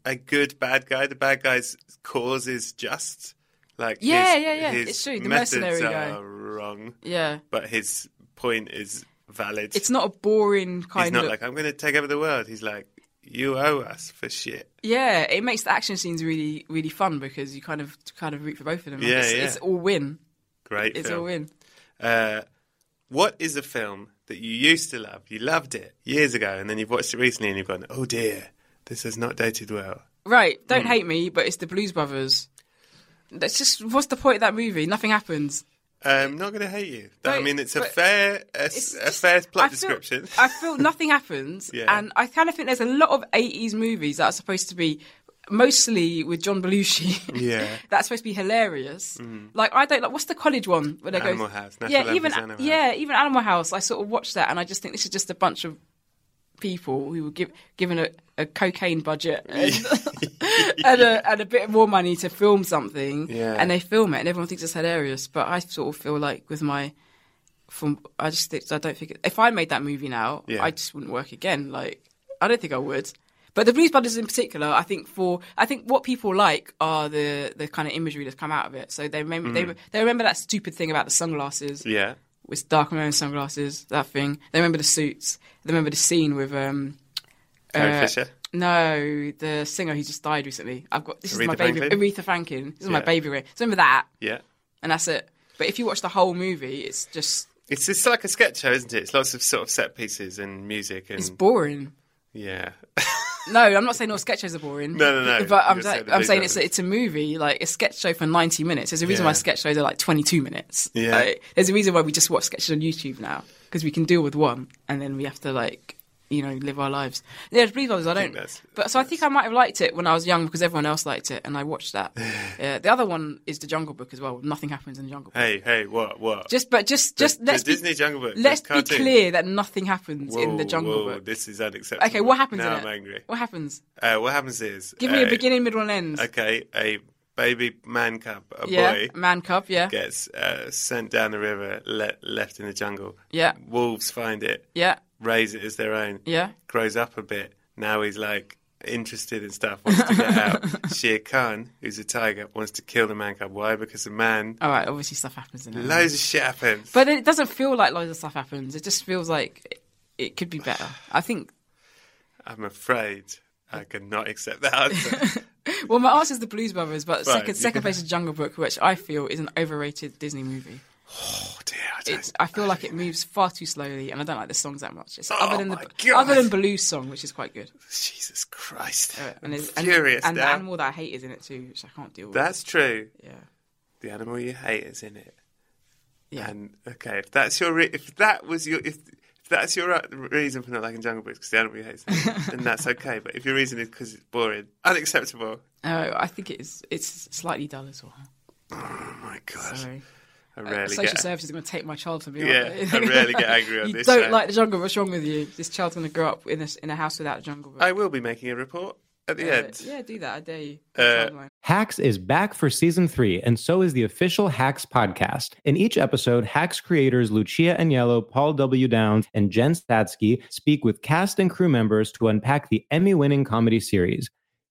[SPEAKER 1] a good bad guy. The bad guy's cause is just. Like
[SPEAKER 2] Yeah,
[SPEAKER 1] his,
[SPEAKER 2] yeah, yeah,
[SPEAKER 1] His
[SPEAKER 2] it's true, the
[SPEAKER 1] methods
[SPEAKER 2] mercenary guy.
[SPEAKER 1] are wrong,
[SPEAKER 2] Yeah,
[SPEAKER 1] but his point is valid.
[SPEAKER 2] it's not a boring kind
[SPEAKER 1] He's not
[SPEAKER 2] of.
[SPEAKER 1] like, I'm going to take over the world. He's like, you owe us for shit.
[SPEAKER 2] Yeah, it makes the action scenes really, really fun because you kind of kind of root for both of them. Like,
[SPEAKER 1] Yeah,
[SPEAKER 2] it's,
[SPEAKER 1] yeah.
[SPEAKER 2] it's all win.
[SPEAKER 1] Great
[SPEAKER 2] It's
[SPEAKER 1] film.
[SPEAKER 2] all win.
[SPEAKER 1] Uh, what is a film that you used to love? You loved it years ago, and then you've watched it recently, and you've gone, oh dear, this has not dated well.
[SPEAKER 2] Right,
[SPEAKER 1] Hmm.
[SPEAKER 2] don't hate me, but it's the Blues Brothers. That's just what's the point of that movie? Nothing happens.
[SPEAKER 1] I'm Um, not going to hate you. That- I
[SPEAKER 2] But-
[SPEAKER 1] mean, it's a
[SPEAKER 2] but
[SPEAKER 1] fair, a, s-
[SPEAKER 2] It's
[SPEAKER 1] a
[SPEAKER 2] just-
[SPEAKER 1] fair plot
[SPEAKER 2] I feel-
[SPEAKER 1] description.
[SPEAKER 2] I feel nothing happens,
[SPEAKER 1] Yeah.
[SPEAKER 2] and I kind of think there's a lot of '80s movies that are supposed to be mostly with John Belushi.
[SPEAKER 1] Yeah. Mm.
[SPEAKER 2] that's supposed to be hilarious. Like I don't like what's the college one where they
[SPEAKER 1] Animal
[SPEAKER 2] go
[SPEAKER 1] House,
[SPEAKER 2] yeah,
[SPEAKER 1] National
[SPEAKER 2] even
[SPEAKER 1] Lampoon's Animal
[SPEAKER 2] yeah, even Animal House. I sort of watched that and I just think this is just a bunch of people who were give, given a, a cocaine budget and, and, a, and a bit more money to film something,
[SPEAKER 1] Yeah.
[SPEAKER 2] and they film it and everyone thinks it's hilarious. But I sort of feel like with my from I just think, I don't think it- if I made that movie now,
[SPEAKER 1] Yeah.
[SPEAKER 2] I just wouldn't work again. Like I don't think I would. But the Blues Brothers in particular, I think for I think what people like are the the kind of imagery that's come out of it. So they remember
[SPEAKER 1] Mm.
[SPEAKER 2] they, they remember that stupid thing about the sunglasses
[SPEAKER 1] yeah.
[SPEAKER 2] with dark American sunglasses, that thing. They remember the suits. They remember the scene with um
[SPEAKER 1] Carrie
[SPEAKER 2] uh,
[SPEAKER 1] Fisher.
[SPEAKER 2] No, the singer who just died recently. I've got this
[SPEAKER 1] Aretha
[SPEAKER 2] is my baby
[SPEAKER 1] Franklin?
[SPEAKER 2] Aretha Franklin. This is my
[SPEAKER 1] Yeah.
[SPEAKER 2] baby. Ray. So remember that,
[SPEAKER 1] Yeah.
[SPEAKER 2] and that's it. But if you watch the whole movie, it's just
[SPEAKER 1] It's, it's like a sketch show, isn't it? It's lots of sort of set pieces and music and
[SPEAKER 2] it's boring.
[SPEAKER 1] yeah.
[SPEAKER 2] No, I'm not saying all sketch shows are boring.
[SPEAKER 1] No, no, no.
[SPEAKER 2] But I'm,
[SPEAKER 1] You're saying
[SPEAKER 2] saying-
[SPEAKER 1] the
[SPEAKER 2] I'm
[SPEAKER 1] big
[SPEAKER 2] saying it's
[SPEAKER 1] ones.
[SPEAKER 2] a, it's a movie, like a sketch show for 90 minutes. There's a reason
[SPEAKER 1] Yeah.
[SPEAKER 2] why sketch shows are like 22 minutes.
[SPEAKER 1] Yeah.
[SPEAKER 2] Like, there's a reason why we just watch sketches on YouTube now because we can deal with one, and then we have to like you know live our lives. Yeah, Blues Brothers. I don't.
[SPEAKER 1] that's-
[SPEAKER 2] but so I think I might have liked it when I was young because everyone else liked it, and I watched that. yeah. The other one is the Jungle Book as well. Nothing happens in the Jungle Book.
[SPEAKER 1] hey, hey, what, what?
[SPEAKER 2] Just but just just
[SPEAKER 1] the
[SPEAKER 2] let's be,
[SPEAKER 1] Disney Jungle Book, the
[SPEAKER 2] Let's be
[SPEAKER 1] cartoon.
[SPEAKER 2] clear that nothing happens in
[SPEAKER 1] Whoa,
[SPEAKER 2] the Jungle
[SPEAKER 1] whoa,
[SPEAKER 2] Book.
[SPEAKER 1] This is unacceptable.
[SPEAKER 2] Okay, what happens?
[SPEAKER 1] Now
[SPEAKER 2] in
[SPEAKER 1] I'm
[SPEAKER 2] it?
[SPEAKER 1] angry.
[SPEAKER 2] What happens?
[SPEAKER 1] Uh, what happens is
[SPEAKER 2] Give me a
[SPEAKER 1] uh,
[SPEAKER 2] beginning, middle, and end.
[SPEAKER 1] Okay, a baby man cub, a
[SPEAKER 2] yeah,
[SPEAKER 1] boy,
[SPEAKER 2] man cub. Yeah,
[SPEAKER 1] gets uh, sent down the river, le- left in the jungle.
[SPEAKER 2] Yeah.
[SPEAKER 1] wolves find it,
[SPEAKER 2] yeah,
[SPEAKER 1] raise it as their own.
[SPEAKER 2] Yeah.
[SPEAKER 1] grows up a bit. Now he's like interested in stuff. Wants to get out. Shere Khan, who's a tiger, wants to kill the man cub. Why? Because the man
[SPEAKER 2] All right, obviously stuff happens in it,
[SPEAKER 1] loads of shit happens.
[SPEAKER 2] Oh. but it doesn't feel like loads of stuff happens. It just feels like it, it could be better. I think.
[SPEAKER 1] I'm afraid I cannot accept that answer.
[SPEAKER 2] Well, my answer is the Blues Brothers, but
[SPEAKER 1] Right,
[SPEAKER 2] second
[SPEAKER 1] you
[SPEAKER 2] second
[SPEAKER 1] can-
[SPEAKER 2] place is Jungle Book, which I feel is an overrated Disney movie.
[SPEAKER 1] oh dear, I don't.
[SPEAKER 2] It's, I feel like it moves far too slowly, and I don't like the songs that much. It's other than
[SPEAKER 1] Oh my
[SPEAKER 2] the
[SPEAKER 1] God.
[SPEAKER 2] other than Baloo's song, which is quite good,
[SPEAKER 1] Jesus Christ! I'm
[SPEAKER 2] and it's, and,
[SPEAKER 1] furious
[SPEAKER 2] and the
[SPEAKER 1] now.
[SPEAKER 2] animal that I hate is in it too, which I can't deal with.
[SPEAKER 1] That's true.
[SPEAKER 2] yeah,
[SPEAKER 1] The animal you hate is in it.
[SPEAKER 2] yeah.
[SPEAKER 1] And okay, if that's your re- if that was your if, if that's your uh, reason for not liking Jungle Book because the animal you hate, is in it, then that's okay. But if your reason is because it's boring, unacceptable.
[SPEAKER 2] No, Oh, I think it's it's slightly dull as well.
[SPEAKER 1] Oh my gosh,
[SPEAKER 2] Sorry.
[SPEAKER 1] I
[SPEAKER 2] Uh,
[SPEAKER 1] rarely
[SPEAKER 2] social
[SPEAKER 1] get.
[SPEAKER 2] services are going to take my child from me.
[SPEAKER 1] Yeah,
[SPEAKER 2] aren't
[SPEAKER 1] I
[SPEAKER 2] they?
[SPEAKER 1] rarely get angry on
[SPEAKER 2] you
[SPEAKER 1] this
[SPEAKER 2] don't
[SPEAKER 1] show. Oh,
[SPEAKER 2] like the jungle. What's wrong with you? This child's going to grow up in a, in a house without a jungle. Book.
[SPEAKER 1] I will be making a report at the
[SPEAKER 2] Uh,
[SPEAKER 1] end.
[SPEAKER 2] Yeah, do that. I dare you.
[SPEAKER 1] Uh,
[SPEAKER 2] Timeline.
[SPEAKER 3] Hacks is back for season three, and so is the official Hacks podcast. In each episode, Hacks creators Lucia Agnello, Paul W. Downs, and Jen Statsky speak with cast and crew members to unpack the Emmy winning comedy series.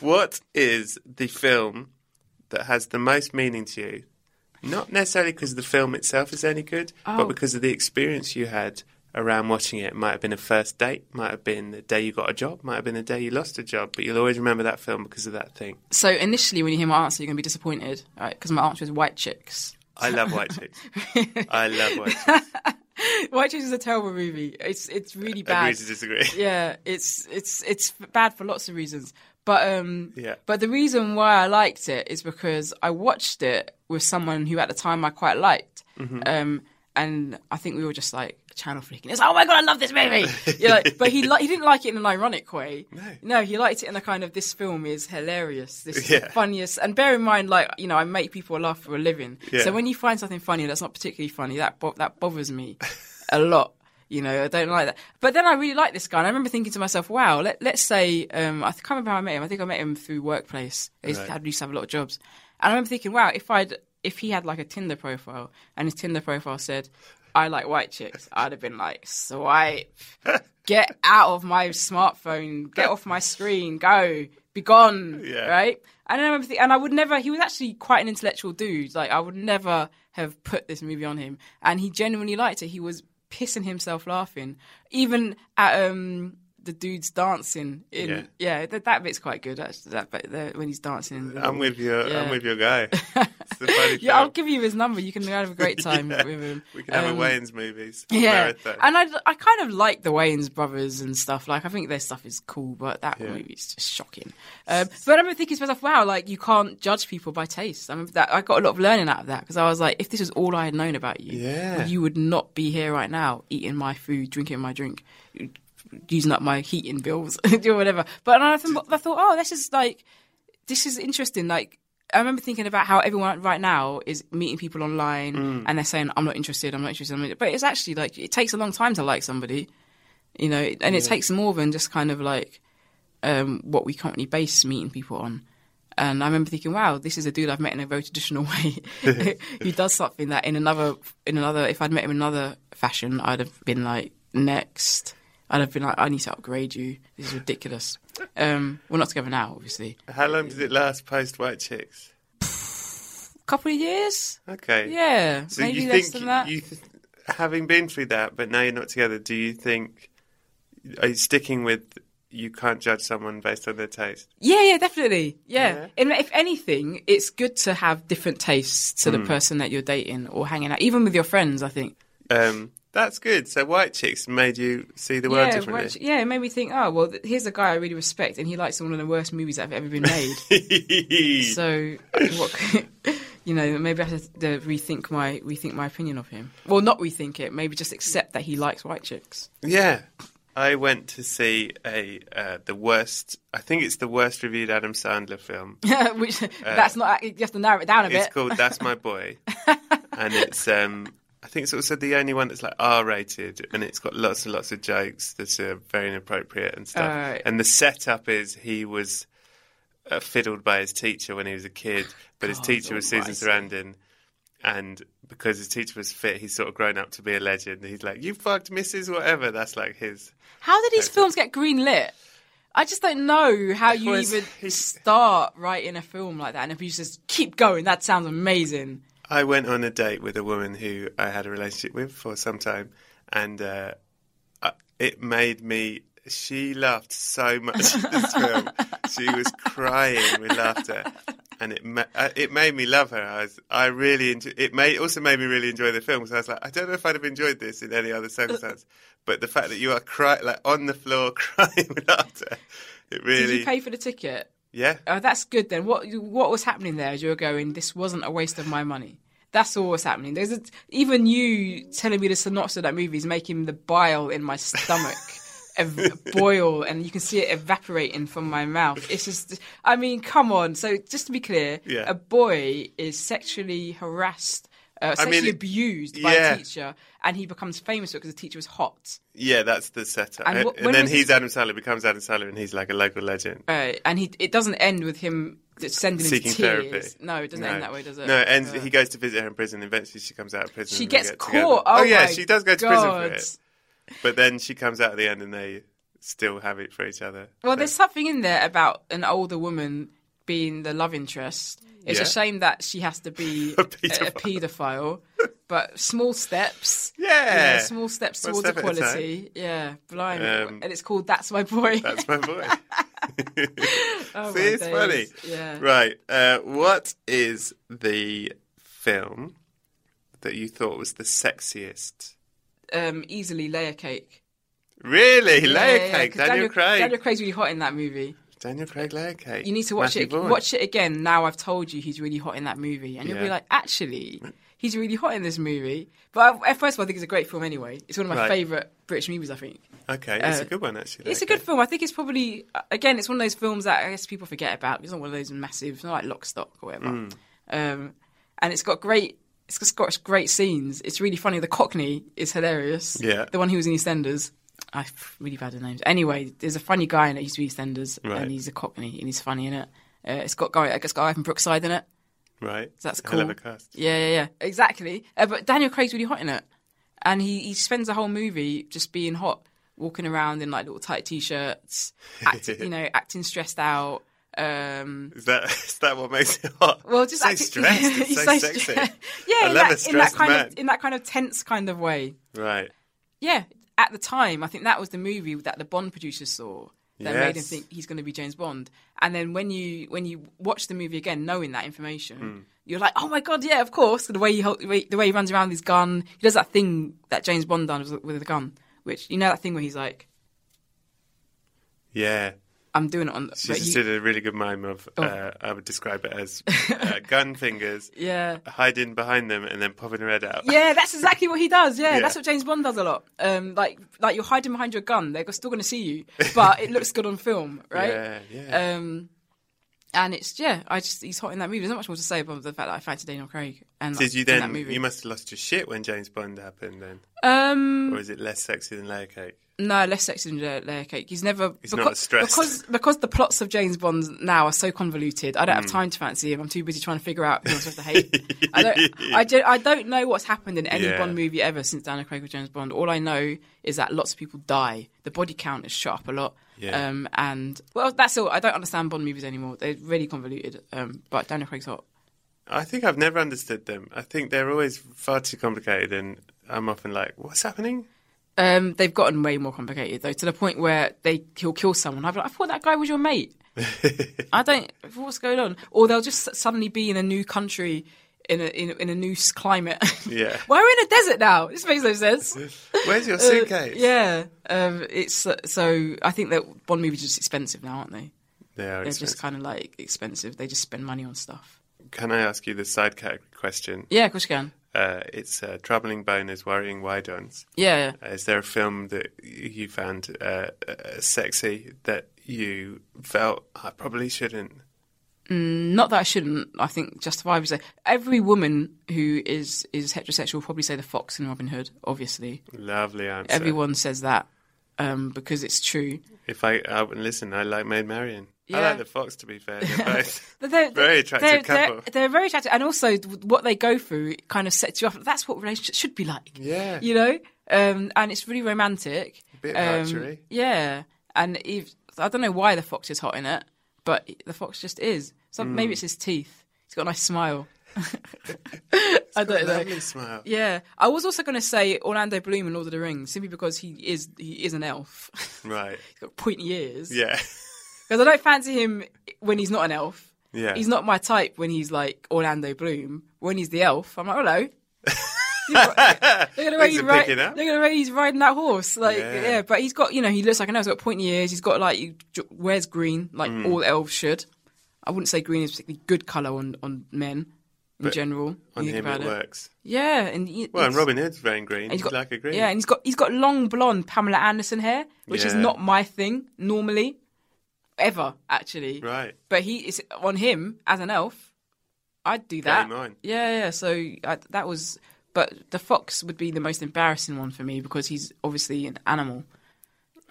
[SPEAKER 1] What is the film that has the most meaning to you? Not necessarily because the film itself is any good, but
[SPEAKER 2] Oh.
[SPEAKER 1] because of the experience you had around watching it. It Might have been a first date, might have been the day you got a job, might have been the day you lost a job, but you'll always remember that film because of that thing.
[SPEAKER 2] So initially, when you hear my answer, you're going to be disappointed, right? Because my answer is white chicks.
[SPEAKER 1] I love White Chicks. I love White Chicks.
[SPEAKER 2] White chicks is a terrible movie. It's it's really bad.
[SPEAKER 1] Agree to disagree.
[SPEAKER 2] yeah, it's it's it's bad for lots of reasons. But um,
[SPEAKER 1] Yeah.
[SPEAKER 2] But the reason why I liked it is because I watched it with someone who at the time I quite liked,
[SPEAKER 1] Mm-hmm.
[SPEAKER 2] um, and I think we were just like channel freaking. It's like, oh my god, I love this movie. You know, but he li- he didn't like it in an ironic way. No, he liked it in a kind of this film is hilarious. This is
[SPEAKER 1] Yeah.
[SPEAKER 2] the funniest. And bear in mind, like you know, I make people laugh for a living.
[SPEAKER 1] Yeah.
[SPEAKER 2] So when you find something funny that's not particularly funny, that bo- that bothers me a lot. You know, I don't like that. But then I really like this guy, and I remember thinking to myself, "Wow, let, let's say um, I can't remember how I met him. I think I met him through workplace. I used, to, I used to have a lot of jobs, and I remember thinking, wow, if I'd if he had like a Tinder profile, and his Tinder profile said." I like white chicks. I'd have been like, swipe, get out of my smartphone, get off my screen, go, be gone,
[SPEAKER 1] Yeah.
[SPEAKER 2] right? And I remember, thi- and I would never. He was actually quite an intellectual dude. Like I would never have put this movie on him, and he genuinely liked it. He was pissing himself laughing, even at um the dude's dancing. In
[SPEAKER 1] Yeah.
[SPEAKER 2] yeah, that, that bit's quite good. Actually, that bit there, when he's dancing. in the-
[SPEAKER 1] I'm with your I'm
[SPEAKER 2] Yeah.
[SPEAKER 1] with your guy. It's a funny
[SPEAKER 2] yeah, I'll
[SPEAKER 1] film.
[SPEAKER 2] give you his number. You can have a great time with him.
[SPEAKER 1] We can have
[SPEAKER 2] Um,
[SPEAKER 1] a Wayans movies.
[SPEAKER 2] yeah,
[SPEAKER 1] Marathon.
[SPEAKER 2] and I, I kind of like the Wayans brothers and stuff. Like I think their stuff is cool, but that movie's just shocking. Um, but I remember thinking to myself, "Wow, like you can't judge people by taste." I remember that I got a lot of learning out of that because I was like, "If this was all I had known about you,
[SPEAKER 1] Yeah.
[SPEAKER 2] you would not be here right now, eating my food, drinking my drink, using up my heating bills, or whatever." But I, thought- I thought, "Oh, this is like." this is interesting. Like, I remember thinking about how everyone right now is meeting people online and they're saying, I'm not interested, I'm not interested, I'm not But it's actually like, it takes a long time to like somebody, you know, and it takes more than just kind of like um, what we currently base meeting people on. And I remember thinking, wow, this is a dude I've met in a very traditional way who does something that in another, in another, if I'd met him in another fashion, I'd have been like, next. I'd have been like, I need to upgrade you. This is ridiculous. Um, we're not together now, obviously
[SPEAKER 1] How long did it last post White Chicks?
[SPEAKER 2] couple of years.
[SPEAKER 1] Okay.
[SPEAKER 2] Yeah,
[SPEAKER 1] So
[SPEAKER 2] maybe
[SPEAKER 1] you
[SPEAKER 2] less
[SPEAKER 1] think
[SPEAKER 2] than that.
[SPEAKER 1] you, th- having been through that, but now you're not together. Do you think are you sticking with you can't judge someone based on their taste?
[SPEAKER 2] yeah, yeah, definitely. Yeah.
[SPEAKER 1] Yeah.
[SPEAKER 2] And if anything, it's good to have different tastes to the
[SPEAKER 1] Hmm.
[SPEAKER 2] person that you're dating or hanging out, even with your friends. I think.
[SPEAKER 1] Um, that's good. So white chicks made you see the world
[SPEAKER 2] yeah,
[SPEAKER 1] differently.
[SPEAKER 2] watch- yeah, it made me think. Oh well, th- here's a guy I really respect, and he likes one of the worst movies that have ever been made. so, what, c- you know, maybe I should uh, rethink my rethink my opinion of him. Well, not rethink it. Maybe just accept that he likes white chicks.
[SPEAKER 1] Yeah, I went to see a uh, the worst. I think it's the worst reviewed Adam Sandler film.
[SPEAKER 2] Which that's not. You have to narrow it down a
[SPEAKER 1] Uh, It's
[SPEAKER 2] bit.
[SPEAKER 1] called That's My Boy, and it's um, I think it's also the only one that's like R rated, and it's got lots and lots of jokes that are very inappropriate and stuff.
[SPEAKER 2] Alright.
[SPEAKER 1] And the setup is he was uh, fiddled by his teacher when he was a kid, but his teacher was Susan Sarandon. And because his teacher was fit, he's sort of grown up to be a legend. He's like, "You fucked Mrs. Whatever." That's like his.
[SPEAKER 2] How did these films get greenlit? I just don't know how you
[SPEAKER 1] Well, it's-
[SPEAKER 2] even
[SPEAKER 1] it's-
[SPEAKER 2] start writing a film like that. And if you just keep going, that sounds amazing.
[SPEAKER 1] I went on a date with a woman who I had a relationship with for some time, and uh, I- it made me. She laughed so much at this film. She was crying with laughter, and it ma- uh, it made me love her. I was, I really enjoy, it made also made me really enjoy the film because I was like, I don't know if I'd have enjoyed this in any other circumstance, but the fact that you are cry like on the floor crying with laughter, it really
[SPEAKER 2] Did you pay for the ticket?
[SPEAKER 1] yeah.
[SPEAKER 2] Oh, that's good then. What what was happening there as you were going? This wasn't a waste of my money. That's all was happening. There's a, even you telling me the synopsis of that movie is making the bile in my stomach ev- boil, and you can see it evaporating from my mouth. It's just, I mean, come on. So just to be clear,
[SPEAKER 1] Yeah.
[SPEAKER 2] a boy is sexually harassed, uh,
[SPEAKER 1] I mean,
[SPEAKER 2] sexually abused by
[SPEAKER 1] yeah.
[SPEAKER 2] a teacher, and he becomes famous because the teacher was hot.
[SPEAKER 1] Yeah, that's the setup.
[SPEAKER 2] And
[SPEAKER 1] And,
[SPEAKER 2] wh-
[SPEAKER 1] and
[SPEAKER 2] when
[SPEAKER 1] then
[SPEAKER 2] was
[SPEAKER 1] he's
[SPEAKER 2] this-
[SPEAKER 1] Adam Sandler, becomes Adam Sandler, and he's like a local legend.
[SPEAKER 2] Uh, and he it doesn't end with him sending
[SPEAKER 1] Seeking
[SPEAKER 2] his tears.
[SPEAKER 1] therapy.
[SPEAKER 2] No, it doesn't end that way, does it?
[SPEAKER 1] No, it ends.
[SPEAKER 2] Uh,
[SPEAKER 1] He goes to visit her in prison. Eventually, she comes out of prison.
[SPEAKER 2] She
[SPEAKER 1] and they
[SPEAKER 2] gets
[SPEAKER 1] get
[SPEAKER 2] caught.
[SPEAKER 1] together.
[SPEAKER 2] Oh,
[SPEAKER 1] yeah,
[SPEAKER 2] my
[SPEAKER 1] she does go to
[SPEAKER 2] God.
[SPEAKER 1] prison for it. But then she comes out at the end, and they still have it for each other.
[SPEAKER 2] Well,
[SPEAKER 1] So-
[SPEAKER 2] there's something in there about an older woman being the love interest. It's
[SPEAKER 1] Yeah.
[SPEAKER 2] a shame that she has to be
[SPEAKER 1] A
[SPEAKER 2] a,
[SPEAKER 1] paedophile.
[SPEAKER 2] a paedophile, but small steps.
[SPEAKER 1] Yeah.
[SPEAKER 2] You know, small steps
[SPEAKER 1] One
[SPEAKER 2] towards
[SPEAKER 1] step at a
[SPEAKER 2] equality. Yeah, blimey.
[SPEAKER 1] Um,
[SPEAKER 2] and it's called That's My Boy.
[SPEAKER 1] that's my boy.
[SPEAKER 2] Oh,
[SPEAKER 1] See,
[SPEAKER 2] my
[SPEAKER 1] it's
[SPEAKER 2] days.
[SPEAKER 1] funny.
[SPEAKER 2] Yeah.
[SPEAKER 1] Right. Uh, what is the film that you thought was the sexiest?
[SPEAKER 2] Um, easily layer cake.
[SPEAKER 1] Really,
[SPEAKER 2] Yeah,
[SPEAKER 1] layer
[SPEAKER 2] yeah, yeah,
[SPEAKER 1] cake.
[SPEAKER 2] 'cause
[SPEAKER 1] Daniel, Craig.
[SPEAKER 2] Daniel Craig's really hot in that movie.
[SPEAKER 1] Daniel Craig layer cake.
[SPEAKER 2] You need to watch
[SPEAKER 1] Matthew
[SPEAKER 2] it.
[SPEAKER 1] Vaughn.
[SPEAKER 2] Watch it again. Now I've told you he's really hot in that movie, and you'll be
[SPEAKER 1] Yeah.
[SPEAKER 2] like, actually, he's really hot in this movie. But I, at first of all, I think it's a great film anyway. It's one of my
[SPEAKER 1] Right.
[SPEAKER 2] favourite British movies. I think
[SPEAKER 1] Okay, it's
[SPEAKER 2] Uh,
[SPEAKER 1] a good one actually.
[SPEAKER 2] it's a
[SPEAKER 1] layer
[SPEAKER 2] good
[SPEAKER 1] cake.
[SPEAKER 2] film. I think it's probably again, it's one of those films that I guess people forget about. It's not one of those massive, it's not like Lock, Stock or whatever.
[SPEAKER 1] Mm.
[SPEAKER 2] Um, and it's got great. It's just got great scenes. It's really funny. The Cockney is hilarious.
[SPEAKER 1] Yeah.
[SPEAKER 2] The one who was in EastEnders. I really bad at names. Anyway, there's a funny guy in it. He's EastEnders,
[SPEAKER 1] Right.
[SPEAKER 2] and he's a Cockney, and he's funny in it. Uh, it's got guy. I guess guy from Brookside in it.
[SPEAKER 1] Right.
[SPEAKER 2] So that's
[SPEAKER 1] Hell of a
[SPEAKER 2] cool.
[SPEAKER 1] cast.
[SPEAKER 2] Yeah, yeah, yeah. Exactly. Uh, but Daniel Craig's really hot in it. And he, he spends the whole movie just being hot, walking around in like little tight t shirts, act, you know, acting stressed out. Um,
[SPEAKER 1] Is that is that what makes it hot?
[SPEAKER 2] well, just
[SPEAKER 1] so
[SPEAKER 2] acting-
[SPEAKER 1] stressed, it's
[SPEAKER 2] he's
[SPEAKER 1] so, sexy.
[SPEAKER 2] stre-
[SPEAKER 1] I
[SPEAKER 2] yeah,
[SPEAKER 1] love a
[SPEAKER 2] in that, in that
[SPEAKER 1] stressed
[SPEAKER 2] kind
[SPEAKER 1] man.
[SPEAKER 2] of in that kind of tense kind of way.
[SPEAKER 1] Right.
[SPEAKER 2] Yeah, at the time, I think that was the movie that the Bond producers saw that made him
[SPEAKER 1] Yes.
[SPEAKER 2] think he's going to be James Bond. And then when you when you watch the movie again, knowing that information,
[SPEAKER 1] Hmm.
[SPEAKER 2] you're like, oh my god, yeah, of course. The way he hol- the way- the way he runs around with his gun, he does that thing that James Bond done with- with the gun, which you know that thing where he's like,
[SPEAKER 1] Yeah.
[SPEAKER 2] I'm doing it on.
[SPEAKER 1] She
[SPEAKER 2] but
[SPEAKER 1] just
[SPEAKER 2] you- Oh.
[SPEAKER 1] did a really good mime of. Uh, I would describe it as uh, gun fingers
[SPEAKER 2] yeah.
[SPEAKER 1] hiding behind them and then popping her head out.
[SPEAKER 2] Yeah, that's exactly what he does. Yeah,
[SPEAKER 1] Yeah.
[SPEAKER 2] that's what James Bond does a lot. Um, like, like you're hiding behind your gun; they're still going to see you, but it looks good on film, right?
[SPEAKER 1] Yeah. yeah.
[SPEAKER 2] Um, and it's yeah, I just he's hot in that movie. There's not much more to say about the fact that I fancied Daniel Craig. And
[SPEAKER 1] Did you
[SPEAKER 2] in that
[SPEAKER 1] then?
[SPEAKER 2] movie.
[SPEAKER 1] You must have lost your shit when James Bond happened then,
[SPEAKER 2] um,
[SPEAKER 1] or is it less sexy than layer cake?
[SPEAKER 2] no, less sexy than Layer- Layer Cake. He's never.
[SPEAKER 1] He's not as stressed.
[SPEAKER 2] because because the plots of James Bond now are so convoluted. I don't
[SPEAKER 1] Mm.
[SPEAKER 2] have time to fancy him. I'm too busy trying to figure out who I'm supposed to hate. I don't. I don't, I don't know what's happened in any
[SPEAKER 1] Yeah.
[SPEAKER 2] Bond movie ever since Daniel Craig with James Bond. All I know is that lots of people die. The body count is shot up a lot.
[SPEAKER 1] Yeah.
[SPEAKER 2] Um, and well, that's all. I don't understand Bond movies anymore. They're really convoluted. Um, but Daniel Craig's hot.
[SPEAKER 1] I think I've never understood them. I think they're always far too complicated, and I'm often like, "What's happening?"
[SPEAKER 2] Um, they've gotten way more complicated though, to the point where they he'll kill someone. I've like, I thought that guy was your mate. I don't. What's going on? Or they'll just s- suddenly be in a new country, in a in, a- in a new s- climate.
[SPEAKER 1] Yeah.
[SPEAKER 2] Why are we in a desert now? This makes no sense.
[SPEAKER 1] Where's your
[SPEAKER 2] Uh,
[SPEAKER 1] suitcase?
[SPEAKER 2] yeah. Um, it's uh, so I think that Bond movies are just expensive now, aren't they?
[SPEAKER 1] They are
[SPEAKER 2] They're
[SPEAKER 1] expensive.
[SPEAKER 2] just kind of like expensive. They just spend money on stuff.
[SPEAKER 1] Can I ask you the side category question?
[SPEAKER 2] Yeah, of course you can.
[SPEAKER 1] Uh, it's uh, troubling boners, worrying wide-ons.
[SPEAKER 2] Yeah.
[SPEAKER 1] Uh, Is there a film that y- you found uh, uh, sexy that you felt I probably shouldn't?
[SPEAKER 2] Not that I shouldn't. I think justifiably so. Every woman who is is heterosexual will probably say the fox in Robin Hood. Obviously,
[SPEAKER 1] Lovely answer.
[SPEAKER 2] everyone says that um, because it's true.
[SPEAKER 1] If I, I would listen, I like Maid Marian. I
[SPEAKER 2] Yeah.
[SPEAKER 1] like the Fox. To be fair, they're both
[SPEAKER 2] But they're-
[SPEAKER 1] very attractive
[SPEAKER 2] they're,
[SPEAKER 1] couple.
[SPEAKER 2] They're, they're very attractive, and also what they go through kind of sets you off. That's what relationships should be like.
[SPEAKER 1] Yeah.
[SPEAKER 2] you know, um, and it's really romantic.
[SPEAKER 1] bit of
[SPEAKER 2] um,
[SPEAKER 1] archery.
[SPEAKER 2] Yeah, and if, I don't know why the fox is hot in it, but the fox just is. So
[SPEAKER 1] Hmm.
[SPEAKER 2] maybe it's his teeth. He's got a nice smile. I don't know.
[SPEAKER 1] Lovely smile.
[SPEAKER 2] Yeah, I was also going to say Orlando Bloom in Lord of the Rings simply because he is he is an elf.
[SPEAKER 1] Right.
[SPEAKER 2] He's got pointy ears.
[SPEAKER 1] Yeah.
[SPEAKER 2] Because I don't fancy him when he's not an elf.
[SPEAKER 1] Yeah.
[SPEAKER 2] He's not my type when he's like Orlando Bloom. When he's the elf, I'm like, hello. Look at the way
[SPEAKER 1] Things
[SPEAKER 2] he's
[SPEAKER 1] are
[SPEAKER 2] ri-
[SPEAKER 1] picking up.
[SPEAKER 2] look at the way he's riding that horse. Like,
[SPEAKER 1] Yeah.
[SPEAKER 2] yeah. but he's got, you know, he looks like an elf. He's got pointy ears. He's got like, he j- wears green, like
[SPEAKER 1] Mm.
[SPEAKER 2] all elves should. I wouldn't say green is a particularly good colour on, on men in general. when
[SPEAKER 1] On
[SPEAKER 2] you
[SPEAKER 1] him
[SPEAKER 2] think about
[SPEAKER 1] it works.
[SPEAKER 2] Yeah, and he-
[SPEAKER 1] Well, and
[SPEAKER 2] it's-
[SPEAKER 1] Robin Hood's wearing green.
[SPEAKER 2] and
[SPEAKER 1] He's like a green.
[SPEAKER 2] Yeah, and he's got he's got long blonde Pamela Anderson hair, which is
[SPEAKER 1] Yeah.
[SPEAKER 2] not my thing normally, ever actually.
[SPEAKER 1] Right.
[SPEAKER 2] But he is on him as an elf. I'd do that.
[SPEAKER 1] Game on.
[SPEAKER 2] Yeah, yeah. So I, that was, but the fox would be the most embarrassing one for me because he's obviously an animal.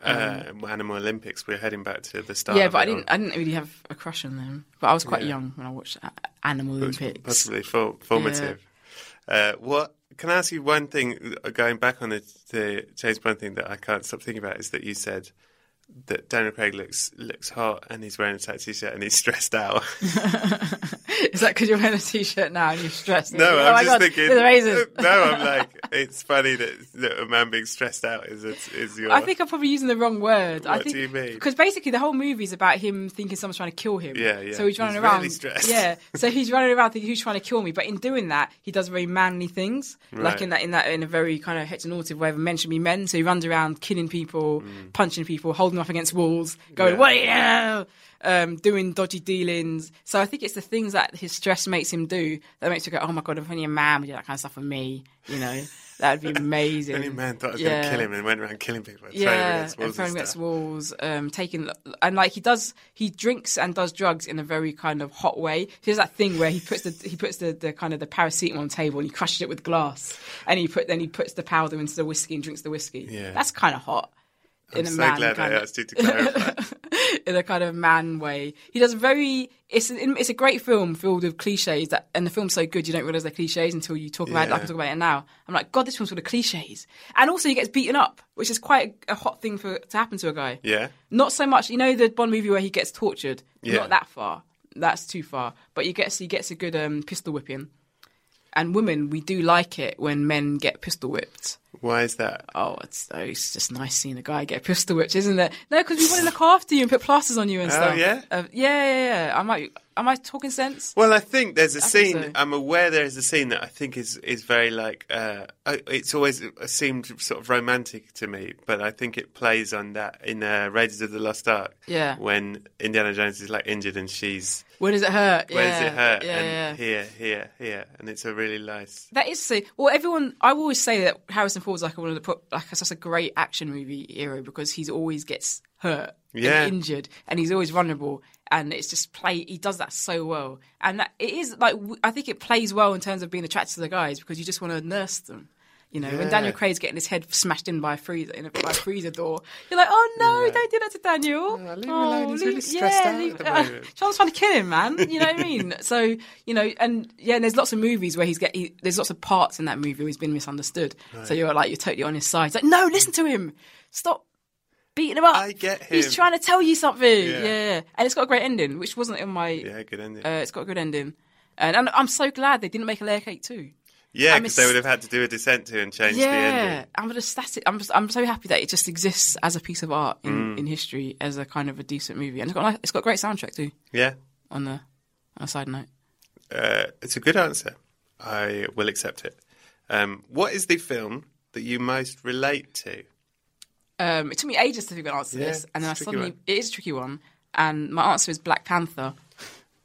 [SPEAKER 1] Uh, Animal Olympics. We're heading back to Ah, the start.
[SPEAKER 2] yeah,
[SPEAKER 1] of
[SPEAKER 2] but I
[SPEAKER 1] it all.
[SPEAKER 2] didn't I didn't really have a crush on them. But I was quite
[SPEAKER 1] Yeah.
[SPEAKER 2] young when I watched A- Animal Olympics.
[SPEAKER 1] possibly for, formative. Uh, what can I ask you one thing? uh, Going back on the, the James Bond thing that I can't stop thinking about is that you said that Daniel Craig looks looks hot and he's wearing a tight t-shirt and he's stressed out.
[SPEAKER 2] Is that because you're wearing a t-shirt now and you're stressed?
[SPEAKER 1] no,
[SPEAKER 2] oh
[SPEAKER 1] I'm
[SPEAKER 2] my
[SPEAKER 1] just
[SPEAKER 2] God,
[SPEAKER 1] thinking. uh,
[SPEAKER 2] it's amazing.
[SPEAKER 1] No, I'm like, it's funny that, that a man being stressed out is is your.
[SPEAKER 2] I think I'm probably using the wrong word. I
[SPEAKER 1] What
[SPEAKER 2] think,
[SPEAKER 1] do you mean?
[SPEAKER 2] Because basically the whole movie is about him thinking someone's trying to kill him.
[SPEAKER 1] Yeah, yeah.
[SPEAKER 2] So he's running
[SPEAKER 1] He's
[SPEAKER 2] around.
[SPEAKER 1] really stressed.
[SPEAKER 2] Yeah. So he's running around thinking who's trying to kill me. But in doing that, he does very manly things,
[SPEAKER 1] Right.
[SPEAKER 2] like in that in that in a very kind of heteronormative way of men should be men. So he runs around killing people, punching people, holding up against walls, going
[SPEAKER 1] Mm. Yeah.
[SPEAKER 2] what do you know? Um, doing dodgy dealings. So I think it's the things that his stress makes him do that makes you go, oh my god, if only a man would do that kind of stuff for me, you know. That would be amazing.
[SPEAKER 1] any man thought I was going to
[SPEAKER 2] Yeah
[SPEAKER 1] kill him and went around killing people. And throwing them
[SPEAKER 2] yeah,
[SPEAKER 1] against
[SPEAKER 2] and
[SPEAKER 1] walls
[SPEAKER 2] throwing
[SPEAKER 1] and
[SPEAKER 2] against
[SPEAKER 1] stuff.
[SPEAKER 2] walls, um, taking and like he does, he drinks and does drugs in a very kind of hot way. He does that thing where he puts the he puts the, the kind of the paracetamol on the table and he crushes it with glass, and he put then he puts the powder into the whiskey and drinks the whiskey.
[SPEAKER 1] Yeah.
[SPEAKER 2] that's kind of hot.
[SPEAKER 1] I'm so glad I
[SPEAKER 2] kind of-
[SPEAKER 1] asked you to clarify.
[SPEAKER 2] in a kind of man way. He does very. It's an, it's a great film filled with cliches that, and the film's so good you don't realize they're cliches until you talk about it.
[SPEAKER 1] Yeah.
[SPEAKER 2] I can talk about it now. I'm like, God, this film's full of cliches. And also, he gets beaten up, which is quite a, a hot thing for to happen to a guy.
[SPEAKER 1] yeah.
[SPEAKER 2] Not so much, you know, the Bond movie where he gets tortured.
[SPEAKER 1] Yeah.
[SPEAKER 2] Not that far. That's too far. But he gets he gets a good um, pistol whipping. And women, we do like it when men get pistol whipped.
[SPEAKER 1] Why is that?
[SPEAKER 2] Oh, it's, oh, it's just nice seeing a guy get a pistol whipped, isn't it? No, because we want to look after you and put plasters on you and
[SPEAKER 1] Oh,
[SPEAKER 2] stuff.
[SPEAKER 1] yeah?
[SPEAKER 2] Uh, yeah, yeah, yeah. Am I am I talking sense?
[SPEAKER 1] Well, I think there's a
[SPEAKER 2] think
[SPEAKER 1] scene.
[SPEAKER 2] so.
[SPEAKER 1] I'm aware there is a scene that I think is is very like. Uh, I- it's always uh, seemed sort of romantic to me, but I think it plays on that in uh, Raiders of the Lost Ark.
[SPEAKER 2] Yeah.
[SPEAKER 1] When Indiana Jones is like injured and she's
[SPEAKER 2] Where does it hurt?
[SPEAKER 1] where
[SPEAKER 2] yeah.
[SPEAKER 1] does it hurt?
[SPEAKER 2] Yeah, yeah.
[SPEAKER 1] and here, here, here, and it's a really nice.
[SPEAKER 2] That is so. Well, everyone. I always say that Harrison Ford's like one of the pro- like such a great action movie hero because he's always gets hurt, and
[SPEAKER 1] Yeah.
[SPEAKER 2] injured, and he's always vulnerable. And it's just play. He does that so well, and that, it is like w- I think it plays well in terms of being attracted to the guys because you just want to nurse them. You know,
[SPEAKER 1] Yeah.
[SPEAKER 2] when Daniel Craig's getting his head smashed in by a freezer in a, by a freezer door, you're like, oh no, don't do that to Daniel.
[SPEAKER 1] No, leave him alone. He's really stressed out at the moment.
[SPEAKER 2] Sean's uh, trying to kill him, man. You know what I mean? So you know, and yeah, and there's lots of movies where he's get he, there's lots of parts in that movie where he's been misunderstood. So you're like you're totally on his side. It's like, no, listen to him. Stop beating him up.
[SPEAKER 1] I get him.
[SPEAKER 2] He's trying to tell you something.
[SPEAKER 1] Yeah.
[SPEAKER 2] Yeah, yeah. and it's got a great ending, which wasn't in my.
[SPEAKER 1] Yeah, good ending.
[SPEAKER 2] Uh, it's got a good ending, and, and I'm so glad they didn't make a layer cake too.
[SPEAKER 1] yeah,
[SPEAKER 2] I'm
[SPEAKER 1] because they
[SPEAKER 2] a-
[SPEAKER 1] would have had to do a descent to and change the
[SPEAKER 2] Yeah,
[SPEAKER 1] ending.
[SPEAKER 2] I'm just that's it. I'm just, I'm so happy that it just exists as a piece of art
[SPEAKER 1] Mm.
[SPEAKER 2] in, in history as a kind of a decent movie, and it's got a nice- it's got a great soundtrack too.
[SPEAKER 1] Yeah,
[SPEAKER 2] On the on a side note,
[SPEAKER 1] uh, it's a good answer. I will accept it. Um, what is the film that you most relate to?
[SPEAKER 2] um, it took me ages to figure out an answer to
[SPEAKER 1] Yeah,
[SPEAKER 2] this, and then I
[SPEAKER 1] it's a tricky
[SPEAKER 2] suddenly
[SPEAKER 1] one.
[SPEAKER 2] it is a tricky one, and my answer is Black Panther.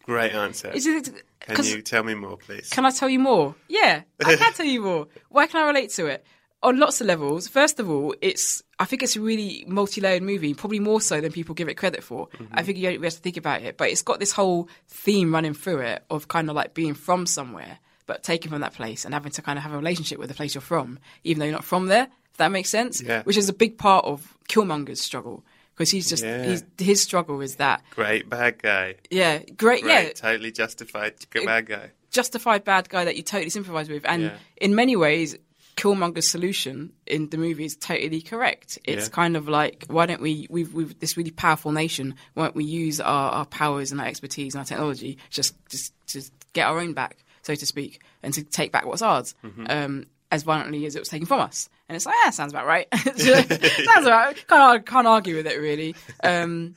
[SPEAKER 1] Great answer.
[SPEAKER 2] Is it?
[SPEAKER 1] Can
[SPEAKER 2] Cause,
[SPEAKER 1] you tell me more, please?
[SPEAKER 2] Can I tell you more? Yeah, I can tell you more. Why can I relate to it? On lots of levels. First of all, it's I think it's a really multi-layered movie, probably more so than people give it credit for.
[SPEAKER 1] Mm-hmm.
[SPEAKER 2] I think you don't- we have to think about it, but it's got this whole theme running through it of kind of like being from somewhere, but taken from that place and having to kind of have a relationship with the place you're from, even though you're not from there. If that makes sense,
[SPEAKER 1] Yeah.
[SPEAKER 2] which is a big part of Killmonger's struggle because he's just
[SPEAKER 1] Yeah.
[SPEAKER 2] he's, his struggle is that
[SPEAKER 1] Great bad guy.
[SPEAKER 2] yeah great
[SPEAKER 1] Great,
[SPEAKER 2] yeah
[SPEAKER 1] totally justified bad guy.
[SPEAKER 2] justified bad guy that you totally sympathize with. And
[SPEAKER 1] Yeah.
[SPEAKER 2] in many ways, Killmonger's solution in the movie is totally correct. It's
[SPEAKER 1] Yeah.
[SPEAKER 2] kind of like, why don't we, we've, we've this really powerful nation, why don't we use our, our powers and our expertise and our technology just, just, just get our own back, so to speak, and to take back what's ours
[SPEAKER 1] Mm-hmm.
[SPEAKER 2] um, as violently as it was taken from us. And it's like, yeah, sounds about right. sounds about right. Can't, can't argue with it, really. Um,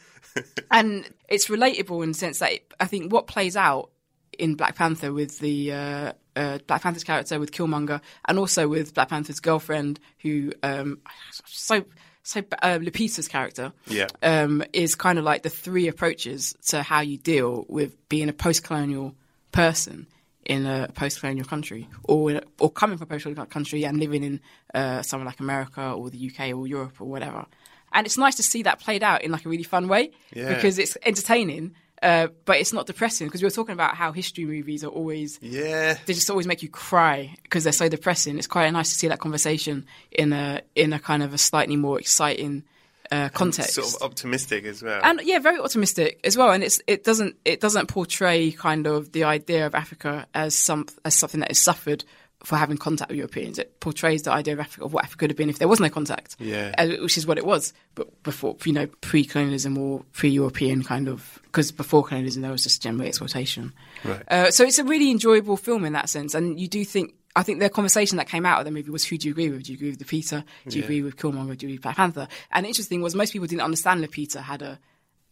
[SPEAKER 2] and it's relatable in the sense that it, I think what plays out in Black Panther with the uh, uh, Black Panther's character with Killmonger, and also with Black Panther's girlfriend, who um, so so uh, Lupita's character,
[SPEAKER 1] Yeah.
[SPEAKER 2] um, is kind of like the three approaches to how you deal with being a post-colonial person in a post-colonial country, or in- or coming from a post-colonial country and living in uh, somewhere like America or the UK or Europe or whatever. And it's nice to see that played out in like a really fun way
[SPEAKER 1] Yeah.
[SPEAKER 2] because it's entertaining, uh, but it's not depressing. Because we were talking about how history movies are always
[SPEAKER 1] Yeah.
[SPEAKER 2] they just always make you cry because they're so depressing. It's quite nice to see that conversation in a in a kind of a slightly more exciting uh, context
[SPEAKER 1] Sort of optimistic as well.
[SPEAKER 2] and yeah, very optimistic as well. And it's it doesn't it doesn't portray kind of the idea of Africa as some as something that is suffered for having contact with Europeans. It portrays the idea of Africa of what Africa could have been if there was no contact,
[SPEAKER 1] Yeah.
[SPEAKER 2] Uh, which is what it was. But before you know pre-colonialism or pre-European kind of because before colonialism there was just general exploitation.
[SPEAKER 1] Right.
[SPEAKER 2] Uh, so it's a really enjoyable film in that sense, and you do think. I think the conversation that came out of the movie was who do you agree with? Do you agree with the Peter? Do you agree with Killmonger? Do you agree with Black Panther? And the interesting was most people didn't understand that Peter had a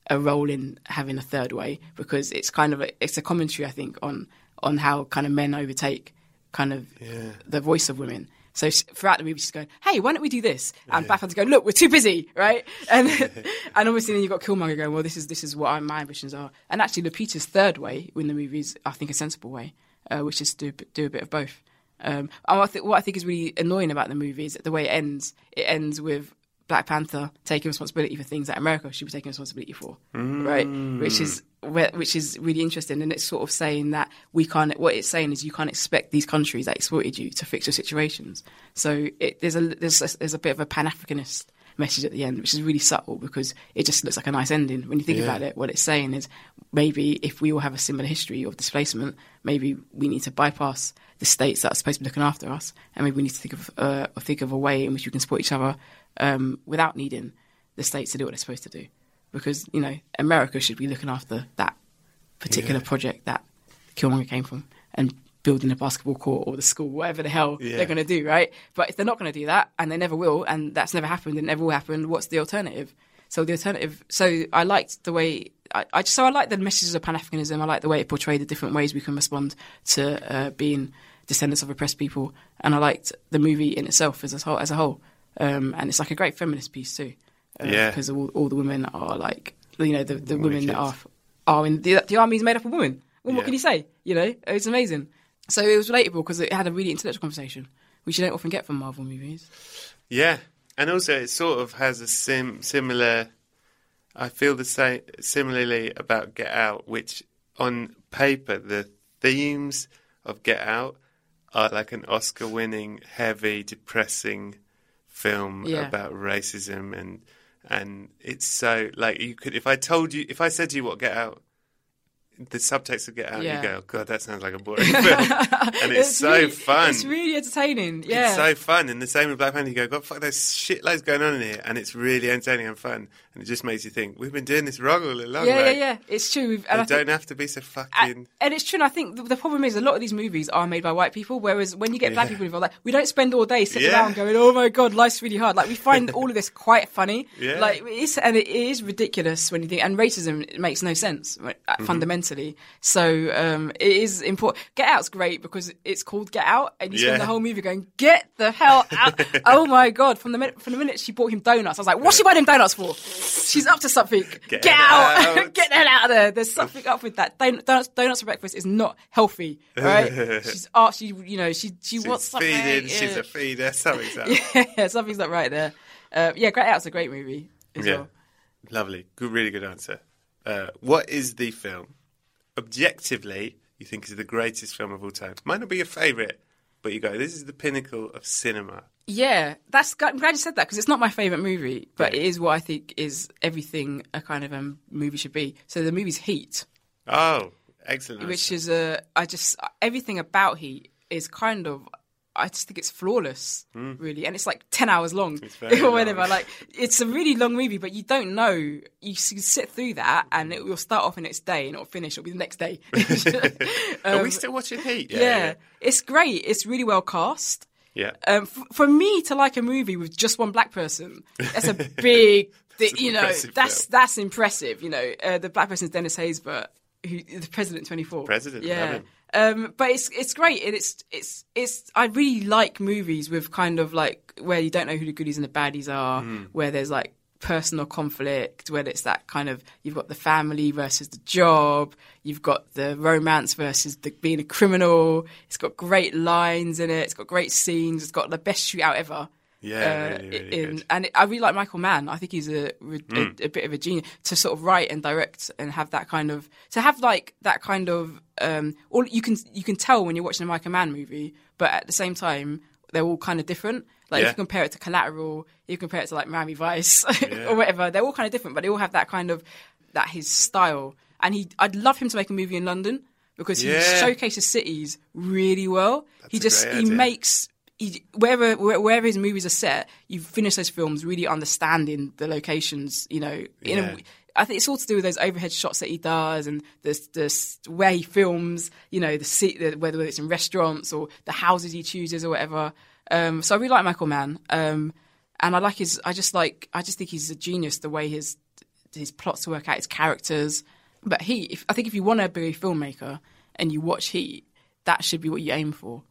[SPEAKER 2] a role in having a third way because it's kind of a, it's a commentary I think on on how kind of men overtake kind of the voice of women. So sh throughout the movie, she's going, "Hey, why don't we do this?" And Black Panther's going, "Look, we're too busy, right?" And and obviously then you have got Killmonger going, "Well, this is this is what I, my ambitions are." And actually, Lupita's third way in the movie is, I think, a sensible way, uh, which is to do, do a bit of both. Um, and what I, th- what I think is really annoying about the movie is that the way it ends, it ends with Black Panther taking responsibility for things that America should be taking responsibility for, right? Which is whe- which is really interesting, and it's sort of saying that we can't. What it's saying is you can't expect these countries that exploited you to fix your situations. So it, there's a there's a, there's a bit of a Pan Africanist message at the end, which is really subtle because it just looks like a nice ending. When you think about it, what it's saying is maybe if we all have a similar history of displacement, maybe we need to bypass the states that are supposed to be looking after us, and maybe we need to think of uh, or think of a way in which we can support each other um, without needing the states to do what they're supposed to do, because you know America should be looking after that particular project that Killmonger came from and building a basketball court or the school, whatever the hell
[SPEAKER 1] Yeah.
[SPEAKER 2] they're going to do, right? But if they're not going to do that, and they never will, and that's never happened and never will happen, what's the alternative? So the alternative. So I liked the way. I, I just so I like the messages of Pan Africanism. I like the way it portrayed the different ways we can respond to uh, being descendants of oppressed people, and I liked the movie in itself as a whole. As a whole, um, and it's like a great feminist piece too, uh,
[SPEAKER 1] Yeah.
[SPEAKER 2] because all, all the women are like you know the, the women that are are in the, the army is made up of women. Well,
[SPEAKER 1] Yeah.
[SPEAKER 2] what can you say? You know, it's amazing. So it was relatable because it had a really intellectual conversation, which you don't often get from Marvel movies.
[SPEAKER 1] Yeah, and also it sort of has a sim similar. I feel the same similarly about Get Out, which on paper the themes of Get Out are like an Oscar-winning, heavy, depressing film
[SPEAKER 2] Yeah.
[SPEAKER 1] about racism and and it's so like you could if I told you if I said to you what Get Out. The subtext of Get Out,
[SPEAKER 2] Yeah.
[SPEAKER 1] you go, oh, God, that sounds like a boring film. and it's, so
[SPEAKER 2] really-
[SPEAKER 1] fun.
[SPEAKER 2] It's really entertaining. Yeah.
[SPEAKER 1] It's so fun, and the same with Black Panther. You go, God, fuck, there's shitloads going on in here, and it's really entertaining and fun, and it just makes you think we've been doing this wrong all along.
[SPEAKER 2] yeah, yeah,
[SPEAKER 1] like,
[SPEAKER 2] yeah. It's true. We've-
[SPEAKER 1] They
[SPEAKER 2] And I think-
[SPEAKER 1] don't have to be so fucking.
[SPEAKER 2] and, and it's true. And I think the, the problem is a lot of these movies are made by white people, whereas when you get black people involved, like we don't spend all day sitting
[SPEAKER 1] Yeah.
[SPEAKER 2] around going, "Oh my god, life's really hard." Like we find all of this quite funny.
[SPEAKER 1] Yeah.
[SPEAKER 2] Like it's and it is ridiculous when you think. And racism it makes no sense right, uh,
[SPEAKER 1] Mm-hmm.
[SPEAKER 2] fundamentally. So um, it is important. Get Out's great because it's called Get Out, and you
[SPEAKER 1] Yeah.
[SPEAKER 2] spend the whole movie going, "Get the hell out!" oh my god! From the minute from the minute she bought him donuts, I was like, "What's she buying him donuts for?" She's up to something. Get, out!
[SPEAKER 1] out.
[SPEAKER 2] Get that out of there. There's something up with that. Don- Donuts, donuts for breakfast is not healthy, right? she's ah, she, you know, she she wants
[SPEAKER 1] She's
[SPEAKER 2] something.
[SPEAKER 1] feeding.
[SPEAKER 2] yeah.
[SPEAKER 1] She's a feeder. Something's up.
[SPEAKER 2] yeah, something's not right there. Uh, yeah, Great Out's a great movie as
[SPEAKER 1] Yeah.
[SPEAKER 2] well.
[SPEAKER 1] Lovely. Good, really good answer. Uh, what is the film objectively you think is the greatest film of all time? Might not be your favourite, but you go, this is the pinnacle of cinema.
[SPEAKER 2] Yeah, that's. I'm glad you said that because it's not my favorite movie, but it is what I think is everything a kind of um, movie should be. So the movie's Heat.
[SPEAKER 1] Oh, excellent.
[SPEAKER 2] which
[SPEAKER 1] answer.
[SPEAKER 2] is a I just everything about Heat is kind of I just think it's flawless, really, and it's like ten hours long
[SPEAKER 1] Hmm. very
[SPEAKER 2] or whatever.
[SPEAKER 1] long.
[SPEAKER 2] Like it's a really long movie, but you don't know. You s- you sit through that,
[SPEAKER 1] Hmm.
[SPEAKER 2] and it will start off in its day, and it'll finish. It'll be the next day. Um,
[SPEAKER 1] Are we still watching Heat?
[SPEAKER 2] yeah, it's great. It's really well cast.
[SPEAKER 1] yeah. yeah.
[SPEAKER 2] Um, f- for me to like a movie with just one black person, that's a big, thi-
[SPEAKER 1] an
[SPEAKER 2] you know,
[SPEAKER 1] impressive
[SPEAKER 2] that's
[SPEAKER 1] film.
[SPEAKER 2] that's impressive. You know, uh, the black person's Dennis Haysbert, who the president twenty four,
[SPEAKER 1] President, love
[SPEAKER 2] yeah.
[SPEAKER 1] him.
[SPEAKER 2] Um, but it's it's great, and it's it's it's. I really like movies with kind of like where you don't know who the goodies and the baddies are,
[SPEAKER 1] Hmm.
[SPEAKER 2] where there's like personal conflict, where it's that kind of you've got the family versus the job, you've got the romance versus the, being a criminal. It's got great lines in it. It's got great scenes. It's got the best shootout ever.
[SPEAKER 1] Yeah,
[SPEAKER 2] uh,
[SPEAKER 1] really, really
[SPEAKER 2] in,
[SPEAKER 1] good.
[SPEAKER 2] and I really like Michael Mann. I think he's a, re-
[SPEAKER 1] Mm.
[SPEAKER 2] a, a bit of a genius to sort of write and direct and have that kind of to have like that kind of um, all you can you can tell when you're watching a Michael Mann movie, but at the same time they're all kind of different. Like
[SPEAKER 1] Yeah.
[SPEAKER 2] if you compare it to Collateral, you compare it to like Miami Vice or whatever, they're all kind of different, but they all have that kind of that his style. And he, I'd love him to make a movie in London because he
[SPEAKER 1] Yeah.
[SPEAKER 2] showcases cities really well. he
[SPEAKER 1] a
[SPEAKER 2] just
[SPEAKER 1] great
[SPEAKER 2] he
[SPEAKER 1] idea.
[SPEAKER 2] makes makes he, wherever where- wherever his movies are set, you finish those films really understanding the locations. You know, in a,
[SPEAKER 1] Yeah.
[SPEAKER 2] I think it's all to do with those overhead shots that he does and the the s- where he films. You know, the, se- the whether it's in restaurants or the houses he chooses or whatever. Um, so I really like Michael Mann, um, and I like his. I just like. I just think he's a genius. The way his his plots work out, his characters. But he, if, I think, if you want to be a filmmaker and you watch Heat, that should be what you aim for.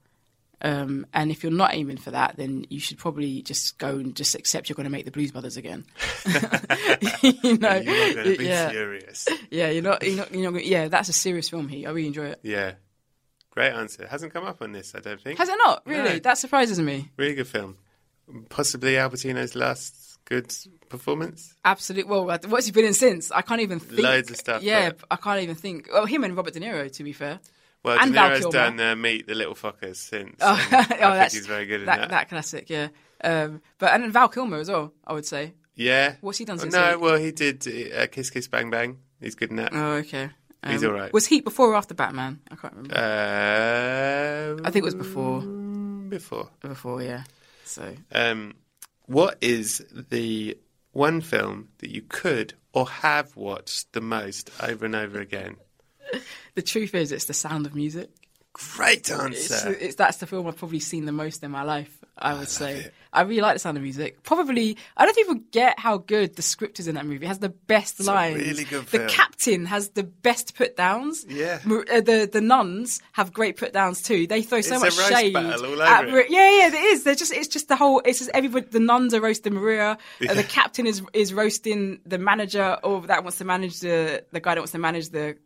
[SPEAKER 2] Um, and if you're not aiming for that, then you should probably just go and just accept you're going to make the Blues Brothers again. you know,
[SPEAKER 1] You are going to be
[SPEAKER 2] Uh, yeah,
[SPEAKER 1] furious.
[SPEAKER 2] yeah, you're not, you're not, you're not. gonna- Yeah, that's a serious film. He, I really enjoy it.
[SPEAKER 1] Yeah. Great answer. Hasn't come up on this, I don't think.
[SPEAKER 2] Has it not really?
[SPEAKER 1] No.
[SPEAKER 2] That surprises me.
[SPEAKER 1] Really good film. Possibly Albertino's last good performance.
[SPEAKER 2] Absolutely. Well, what's he been in since? I can't even think.
[SPEAKER 1] Loads of stuff,
[SPEAKER 2] Yeah,
[SPEAKER 1] but-
[SPEAKER 2] I can't even think. Well, him and Robert De Niro, to be fair.
[SPEAKER 1] Well,
[SPEAKER 2] And
[SPEAKER 1] De
[SPEAKER 2] Val
[SPEAKER 1] Niro's
[SPEAKER 2] Kilmer.
[SPEAKER 1] done uh, Meet the Little Fuckers since.
[SPEAKER 2] Oh,
[SPEAKER 1] and
[SPEAKER 2] oh,
[SPEAKER 1] I think
[SPEAKER 2] that's
[SPEAKER 1] he's very good in
[SPEAKER 2] that,
[SPEAKER 1] that.
[SPEAKER 2] classic. Yeah. Um, but and then Val Kilmer as well. I would say.
[SPEAKER 1] Yeah. Oh,
[SPEAKER 2] What's he done since
[SPEAKER 1] No,
[SPEAKER 2] Heat?
[SPEAKER 1] well, he did uh, Kiss Kiss Bang Bang. He's good in that.
[SPEAKER 2] Oh, okay. Um,
[SPEAKER 1] He's all right.
[SPEAKER 2] Was Heat before or after Batman? I can't remember.
[SPEAKER 1] Uh,
[SPEAKER 2] I think it was before.
[SPEAKER 1] Before.
[SPEAKER 2] Before, yeah. So
[SPEAKER 1] Um, what is the one film that you could or have watched the most over and over again?
[SPEAKER 2] The truth is, it's the sound of music.
[SPEAKER 1] Great
[SPEAKER 2] It's, uh,
[SPEAKER 1] answer.
[SPEAKER 2] it's that's the film I've probably seen the most in my life. I would say I really like the sound of music. Probably I don't think people get how good the script is in that movie. It has the best lines.
[SPEAKER 1] really good
[SPEAKER 2] the
[SPEAKER 1] film.
[SPEAKER 2] captain has the best put downs.
[SPEAKER 1] Yeah.
[SPEAKER 2] uh, the the nuns have great put downs too. They throw
[SPEAKER 1] It's
[SPEAKER 2] so
[SPEAKER 1] a
[SPEAKER 2] much
[SPEAKER 1] roast
[SPEAKER 2] shade.
[SPEAKER 1] battle all
[SPEAKER 2] at
[SPEAKER 1] over
[SPEAKER 2] Ri-
[SPEAKER 1] it.
[SPEAKER 2] Yeah, yeah, it is. They're just it's just the whole. It's just everybody. The nuns are roasting Maria. uh, the captain is is roasting the manager or that wants to manage the the guy that wants to manage the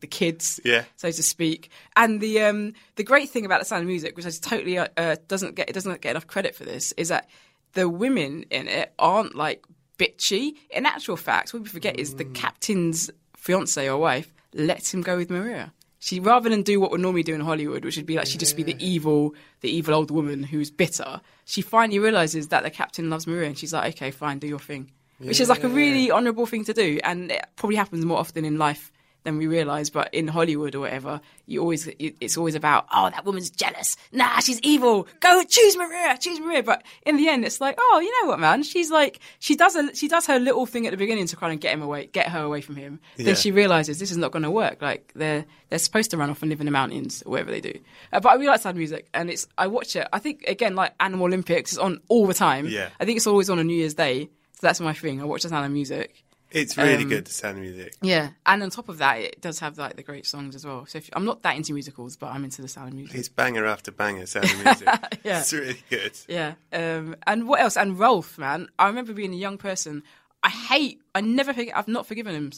[SPEAKER 2] the kids
[SPEAKER 1] Yeah.
[SPEAKER 2] so to speak. And the um, the great thing about the sound of music, which I just totally uh, uh, doesn't get it doesn't get enough credit for this, is that the women in it aren't like bitchy. In actual fact, what we forget is the captain's fiance or wife lets him go with Maria. She rather than do what we normally do in Hollywood, which would be like she'd just be the evil, the evil old woman who's bitter. She finally realizes that the captain loves Maria, and she's like, "Okay, fine, do your thing," which is like a really honourable thing to do, and it probably happens more often in life than we realize. But in Hollywood or whatever, you always it- it's always about oh that woman's jealous. Nah, she's evil. Go choose Maria, choose Maria. But in the end, it's like oh you know what man, she's like she does a, she does her little thing at the beginning to kind of get him away, get her away from him.
[SPEAKER 1] Yeah.
[SPEAKER 2] Then she realizes this is not going to work. Like they're they're supposed to run off and live in the mountains or whatever they do. Uh, but I really like sad music, and it's I watch it. I think again like Animal Olympics is on all the time.
[SPEAKER 1] Yeah.
[SPEAKER 2] I think it's always on a New Year's Day. So that's my thing. I watch the sound of music.
[SPEAKER 1] It's
[SPEAKER 2] Um,
[SPEAKER 1] really good, the sound of music.
[SPEAKER 2] Yeah, and on top of that, it does have like the great songs as well. So if, I'm not that into musicals, but I'm into the sound of music.
[SPEAKER 1] It's banger after banger sound of music.
[SPEAKER 2] Yeah.
[SPEAKER 1] It's really good.
[SPEAKER 2] Yeah, um, and what else? And Rolf, man, I remember being a young person. I hate. I never. forg- I've not forgiven him.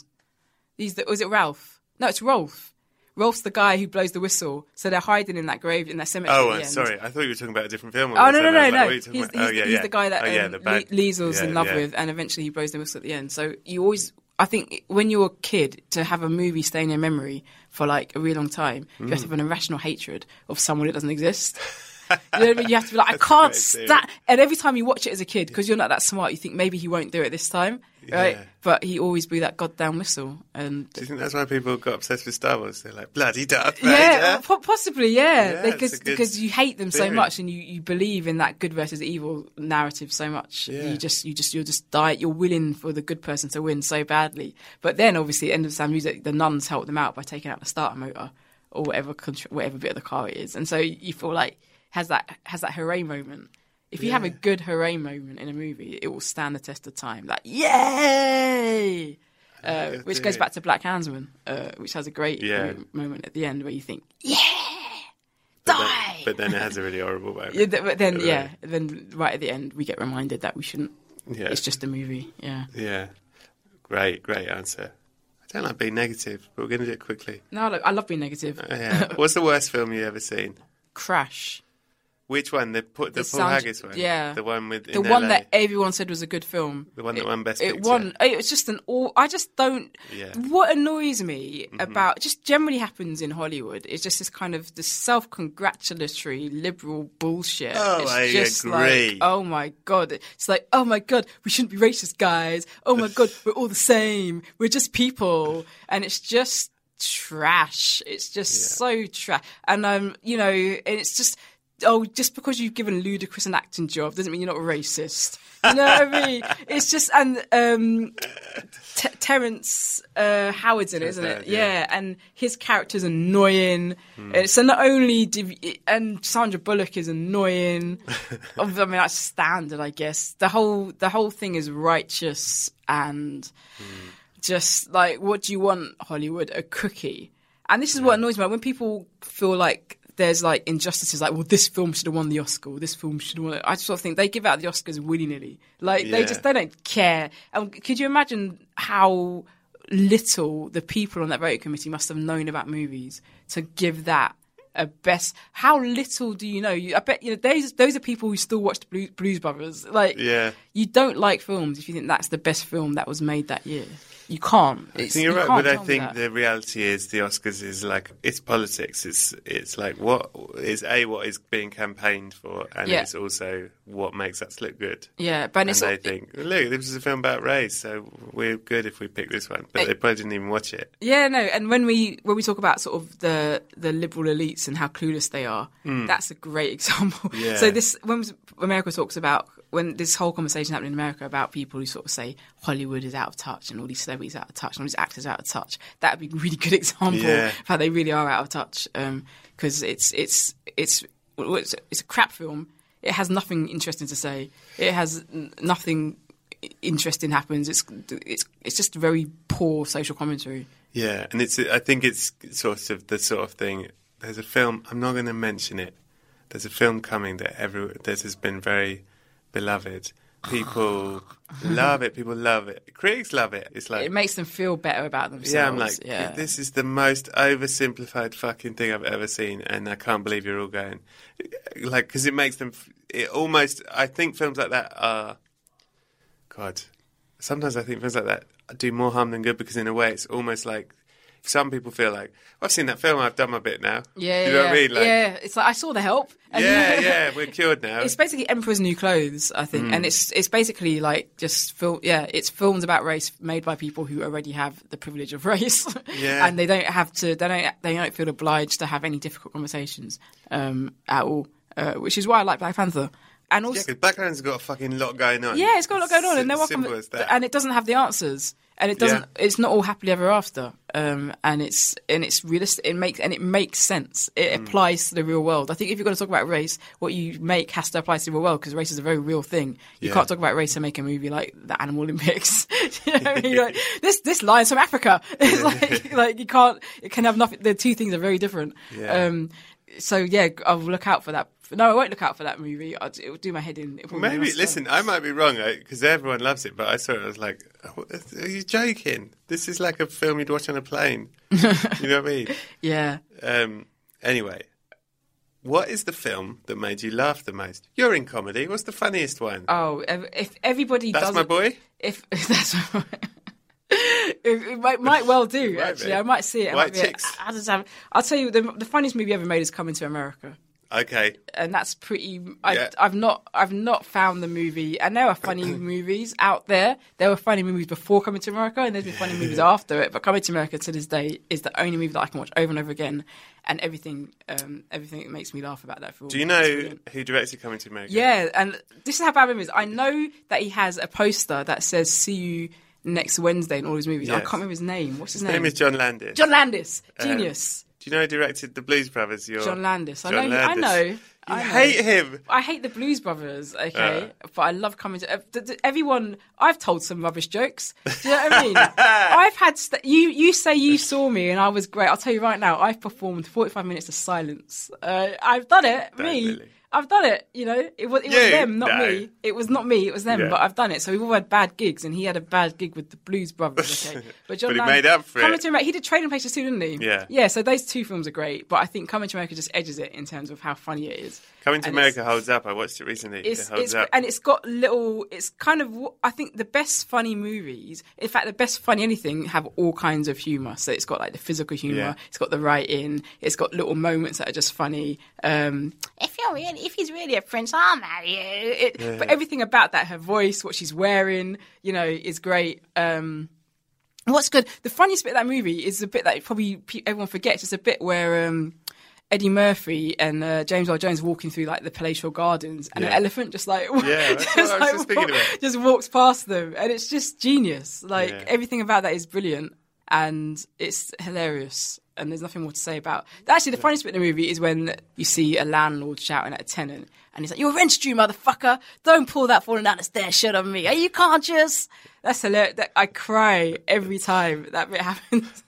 [SPEAKER 2] He's the, was it Ralph? No, it's Rolf. Rolf's the guy who blows the whistle, so they're hiding in that grave in that cemetery.
[SPEAKER 1] Oh,
[SPEAKER 2] at the
[SPEAKER 1] I'm
[SPEAKER 2] end.
[SPEAKER 1] sorry. I thought you were talking about a different film.
[SPEAKER 2] Oh
[SPEAKER 1] I
[SPEAKER 2] no
[SPEAKER 1] said-
[SPEAKER 2] no
[SPEAKER 1] I
[SPEAKER 2] no
[SPEAKER 1] was like,
[SPEAKER 2] no!
[SPEAKER 1] what are you
[SPEAKER 2] he's
[SPEAKER 1] talking
[SPEAKER 2] he's,
[SPEAKER 1] about? Oh, yeah,
[SPEAKER 2] he's
[SPEAKER 1] yeah.
[SPEAKER 2] the guy that
[SPEAKER 1] Oh, yeah,
[SPEAKER 2] um,
[SPEAKER 1] the bad-
[SPEAKER 2] Le- Liesl's
[SPEAKER 1] yeah,
[SPEAKER 2] in love
[SPEAKER 1] yeah.
[SPEAKER 2] with, and eventually he blows the whistle at the end. So you always, I think, when you're a kid, to have a movie stay in your memory for like a really long time, you have to have
[SPEAKER 1] Mm.
[SPEAKER 2] an irrational hatred of someone that doesn't exist. you, know what I mean? You have to be like, I
[SPEAKER 1] That's a
[SPEAKER 2] can't
[SPEAKER 1] great theory.
[SPEAKER 2] stand. And every time you watch it as a kid, because you're not that smart, you think maybe he won't do it this time. right?
[SPEAKER 1] Yeah.
[SPEAKER 2] But he always blew that goddamn whistle, and
[SPEAKER 1] Do you think that's why people got obsessed with Star Wars? They're like, bloody Darth Vader.
[SPEAKER 2] yeah, po- possibly, yeah,
[SPEAKER 1] Yeah,
[SPEAKER 2] because
[SPEAKER 1] it's a good
[SPEAKER 2] because you hate them so
[SPEAKER 1] theory.
[SPEAKER 2] much, and you, you believe in that good versus evil narrative so much.
[SPEAKER 1] Yeah.
[SPEAKER 2] You just you just you'll just die. You're willing for the good person to win so badly. But then, obviously, at the end of Sam Music, the nuns help them out by taking out the starter motor or whatever contr- whatever bit of the car it is, and so you feel like has that has that hooray moment. If you have a good hooray moment in a movie, it will stand the test of time. Like yay! Uh, which goes
[SPEAKER 1] theory.
[SPEAKER 2] back to Black Handsman, uh, which has a great
[SPEAKER 1] Yeah.
[SPEAKER 2] mo- moment at the end where you think,
[SPEAKER 1] But then-
[SPEAKER 2] die.
[SPEAKER 1] But then it has a really horrible moment.
[SPEAKER 2] Yeah, th- but then,
[SPEAKER 1] Right.
[SPEAKER 2] yeah, then right at the end, we get reminded that we shouldn't.
[SPEAKER 1] Yeah.
[SPEAKER 2] It's just a movie. Yeah.
[SPEAKER 1] Yeah. Great, great answer. I don't like being negative, but we're going to do it quickly. Oh,
[SPEAKER 2] No, look, I love being negative.
[SPEAKER 1] Uh, Yeah. What's the worst film you ever seen?
[SPEAKER 2] Crash,
[SPEAKER 1] Which one? The, Pu- the,
[SPEAKER 2] The
[SPEAKER 1] Paul
[SPEAKER 2] sound-
[SPEAKER 1] Haggis one?
[SPEAKER 2] yeah.
[SPEAKER 1] The one with.
[SPEAKER 2] the
[SPEAKER 1] in
[SPEAKER 2] one
[SPEAKER 1] LA.
[SPEAKER 2] that everyone said was a good film,
[SPEAKER 1] The one that
[SPEAKER 2] It-
[SPEAKER 1] won Best
[SPEAKER 2] It
[SPEAKER 1] Picture.
[SPEAKER 2] won. It was just an all. I just don't.
[SPEAKER 1] Yeah. Mm-hmm.
[SPEAKER 2] What annoys me about just generally happens in Hollywood is just this kind of this self-congratulatory liberal bullshit.
[SPEAKER 1] Oh,
[SPEAKER 2] it's
[SPEAKER 1] I
[SPEAKER 2] just
[SPEAKER 1] agree.
[SPEAKER 2] Like, oh my god, it's like oh my god, we shouldn't be racist, guys. Oh my god, we're all the same. We're just people, and it's just trash. It's just so trash, and um, you know, and it's just. Oh, just because you've given Ludacris an acting job doesn't mean you're not racist. You know what I mean? It's just and um, T- Terrence uh, Howard's in it, isn't it?
[SPEAKER 1] Howard, yeah. Hmm.
[SPEAKER 2] Yeah. and his character's annoying. Uh, So not only div- and Sandra Bullock is annoying. I mean, that's standard, I guess. The whole the whole thing is righteous and just like, what do you want, Hollywood? A cookie? And this is what annoys me when people feel like there's like injustices, like, well, this film should have won the Oscar, or this film should have won. it. I just sort of think they give out the Oscars willy nilly. Like they
[SPEAKER 1] Yeah.
[SPEAKER 2] just they don't care. And could you imagine how little the people on that voting committee must have known about movies to give that? A best. How little do you know? You, I bet you know those. Those are people who still watched Blues, Blues Brothers. Like,
[SPEAKER 1] Yeah.
[SPEAKER 2] you don't like films if you think that's the best film that was made that year. You can't.
[SPEAKER 1] I
[SPEAKER 2] It's-
[SPEAKER 1] think you're
[SPEAKER 2] you
[SPEAKER 1] right,
[SPEAKER 2] can't
[SPEAKER 1] but I
[SPEAKER 2] tell me
[SPEAKER 1] think
[SPEAKER 2] that.
[SPEAKER 1] the reality is the Oscars is like it's politics. It's it's like what is a what is being campaigned for, and
[SPEAKER 2] Yeah.
[SPEAKER 1] it's also what makes us look good.
[SPEAKER 2] yeah, but
[SPEAKER 1] And
[SPEAKER 2] it's
[SPEAKER 1] they think, look, this is a film about race, so we're good if we pick this one. But they probably didn't even watch it.
[SPEAKER 2] yeah, no. And when we when we talk about sort of the the liberal elites and how clueless they are, that's a great example.
[SPEAKER 1] Mm. Yeah.
[SPEAKER 2] So this when was- America talks about when this whole conversation happened in America about people who sort of say Hollywood is out of touch and all these celebrities out of touch and all these actors out of touch, that would be a really good example
[SPEAKER 1] Yeah.
[SPEAKER 2] of how they really are out of touch because it's it's it's well, it's it's a crap film. It has nothing interesting to say. It has n- nothing i- interesting happens. It's it's it's just very poor social commentary.
[SPEAKER 1] Yeah, and it's I think it's sort of the sort of thing. There's a film I'm not going to mention it. There's a film coming that every that has been very beloved. People love it. People love it. Critics love it. It's like
[SPEAKER 2] It makes them feel better about themselves.
[SPEAKER 1] yeah, I'm like
[SPEAKER 2] yeah.
[SPEAKER 1] this is the most oversimplified fucking thing I've ever seen, and I can't believe you're all going like because it makes them. f- It almost I think films like that are God. Sometimes I think films like that do more harm than good because in a way it's almost like. Some people feel like I've seen that film. I've done my bit now.
[SPEAKER 2] yeah,
[SPEAKER 1] you know
[SPEAKER 2] yeah.
[SPEAKER 1] what I mean. Like,
[SPEAKER 2] yeah, it's like I saw the help. And-
[SPEAKER 1] yeah, Mm. yeah, we're cured now.
[SPEAKER 2] It's basically Emperor's New Clothes, I think, and it's it's basically like just film. Yeah, it's films about race made by people who already have the privilege of race,
[SPEAKER 1] Yeah.
[SPEAKER 2] and they don't have to. They don't. They don't feel obliged to have any difficult conversations um, at all, uh, which is why I like Black Panther. And also,
[SPEAKER 1] yeah, 'cause Black Panther's got a fucking lot going on.
[SPEAKER 2] yeah, it's got a lot going on,
[SPEAKER 1] Si-
[SPEAKER 2] and they're welcome.
[SPEAKER 1] Simple as that.
[SPEAKER 2] And it doesn't have the answers, and it doesn't. It's not all happily ever after. Um, and it's and it's realistic. It makes and it makes sense. It
[SPEAKER 1] Mm.
[SPEAKER 2] applies to the real world. I think if you're going to talk about race, what you make has to apply to the real world because race is a very real thing. You
[SPEAKER 1] Yeah.
[SPEAKER 2] can't talk about race and make a movie like the Animal Olympics. you know what I mean? Like, this this lion's from Africa. It's like like you can't. It can have nothing. The two things are very different.
[SPEAKER 1] Yeah.
[SPEAKER 2] Um, so yeah, I'll look out for that. No, I won't look out for that movie. I'll, it'll do my head in. It'll probably
[SPEAKER 1] Maybe
[SPEAKER 2] mess up.
[SPEAKER 1] listen, I might be wrong because everyone loves it, but I saw it. I was like, "Oh, "Are you joking? This is like a film you'd watch on a plane." you know what I mean?
[SPEAKER 2] Yeah.
[SPEAKER 1] Um, anyway, what is the film that made you laugh the most? You're in comedy. What's the funniest one?
[SPEAKER 2] Oh, ev- if everybody
[SPEAKER 1] That's
[SPEAKER 2] does
[SPEAKER 1] my boy.
[SPEAKER 2] If that's my boy. It, it might, might well do,
[SPEAKER 1] Might
[SPEAKER 2] actually.
[SPEAKER 1] be.
[SPEAKER 2] I might see it. I
[SPEAKER 1] White
[SPEAKER 2] might be-
[SPEAKER 1] chicks.
[SPEAKER 2] I, I just have, I'll tell you, the, the funniest movie ever made is Coming to America.
[SPEAKER 1] Okay.
[SPEAKER 2] and that's pretty. I,
[SPEAKER 1] Yeah.
[SPEAKER 2] I've not, I've not found the movie. And there are funny movies out there. There were funny movies before Coming to America, and there's been funny movies after it. But Coming to America to this day is the only movie that I can watch over and over again, and everything, um, everything makes me laugh about that film.
[SPEAKER 1] Do you
[SPEAKER 2] It's
[SPEAKER 1] know
[SPEAKER 2] brilliant.
[SPEAKER 1] who directed Coming to America?
[SPEAKER 2] Yeah, and this is how bad memory is. I know that he has a poster that says "See you next Wednesday" in all his movies. I
[SPEAKER 1] Yes.
[SPEAKER 2] can't remember his name. What's his,
[SPEAKER 1] His name is John Landis. Um,
[SPEAKER 2] John Landis, genius.
[SPEAKER 1] Do you know who directed The Blues Brothers? Your
[SPEAKER 2] John Landis. I
[SPEAKER 1] John
[SPEAKER 2] know- I
[SPEAKER 1] Landis.
[SPEAKER 2] know.
[SPEAKER 1] You
[SPEAKER 2] I know.
[SPEAKER 1] hate him.
[SPEAKER 2] I hate the Blues Brothers, okay, but I love coming to uh, th- th- everyone. I've told some rubbish jokes. Do you know what I mean? I've had st- you. You say you saw me and I was great. I'll tell you right now. I've performed forty-five minutes of silence. Uh, I've done it. me.
[SPEAKER 1] really.
[SPEAKER 2] I've done it, you know. It was it was
[SPEAKER 1] You?
[SPEAKER 2] them, not
[SPEAKER 1] No.
[SPEAKER 2] me. It was not me. It was them.
[SPEAKER 1] Yeah.
[SPEAKER 2] But I've done it. So we've all had bad gigs, and he had a bad gig with the Blues Brothers. Okay, but John
[SPEAKER 1] But he
[SPEAKER 2] Landis-
[SPEAKER 1] made up for
[SPEAKER 2] Coming
[SPEAKER 1] it.
[SPEAKER 2] to America, he did Trading Places too, didn't he?
[SPEAKER 1] Yeah.
[SPEAKER 2] Yeah. So those two films are great, but I think Coming to America just edges it in terms of how funny it is.
[SPEAKER 1] Coming to
[SPEAKER 2] And it's-
[SPEAKER 1] America holds up. I watched it recently.
[SPEAKER 2] it's,
[SPEAKER 1] it holds
[SPEAKER 2] it's
[SPEAKER 1] up.
[SPEAKER 2] and it's got little. It's kind of wh- I think the best funny movies. In fact, the best funny anything have all kinds of humor. So it's got like the physical humor.
[SPEAKER 1] Yeah.
[SPEAKER 2] It's got the writing. It's got little moments that are just funny. Um, if you're really, if he's really a prince, I'll marry you. It, But everything about that, her voice, what she's wearing, you know, is great. Um, What's good? The funniest bit of that movie is the bit that probably pe- everyone forgets. It's a bit where um, Eddie Murphy and uh, James Earl Jones walking through like the palatial gardens, and an
[SPEAKER 1] Yeah.
[SPEAKER 2] elephant just like
[SPEAKER 1] that's what I was just thinking about.
[SPEAKER 2] just walks past them, and it's just genius. Like
[SPEAKER 1] Yeah.
[SPEAKER 2] everything about that is brilliant, and it's hilarious. And there's nothing more to say about. Actually, the funniest bit in the movie is when you see a landlord shouting at a tenant, and he's like, "Your rent's due, motherfucker! Don't pull that falling down the stairs shit on me. Are you conscious?" That's hilarious. That- I cry every time that bit happens.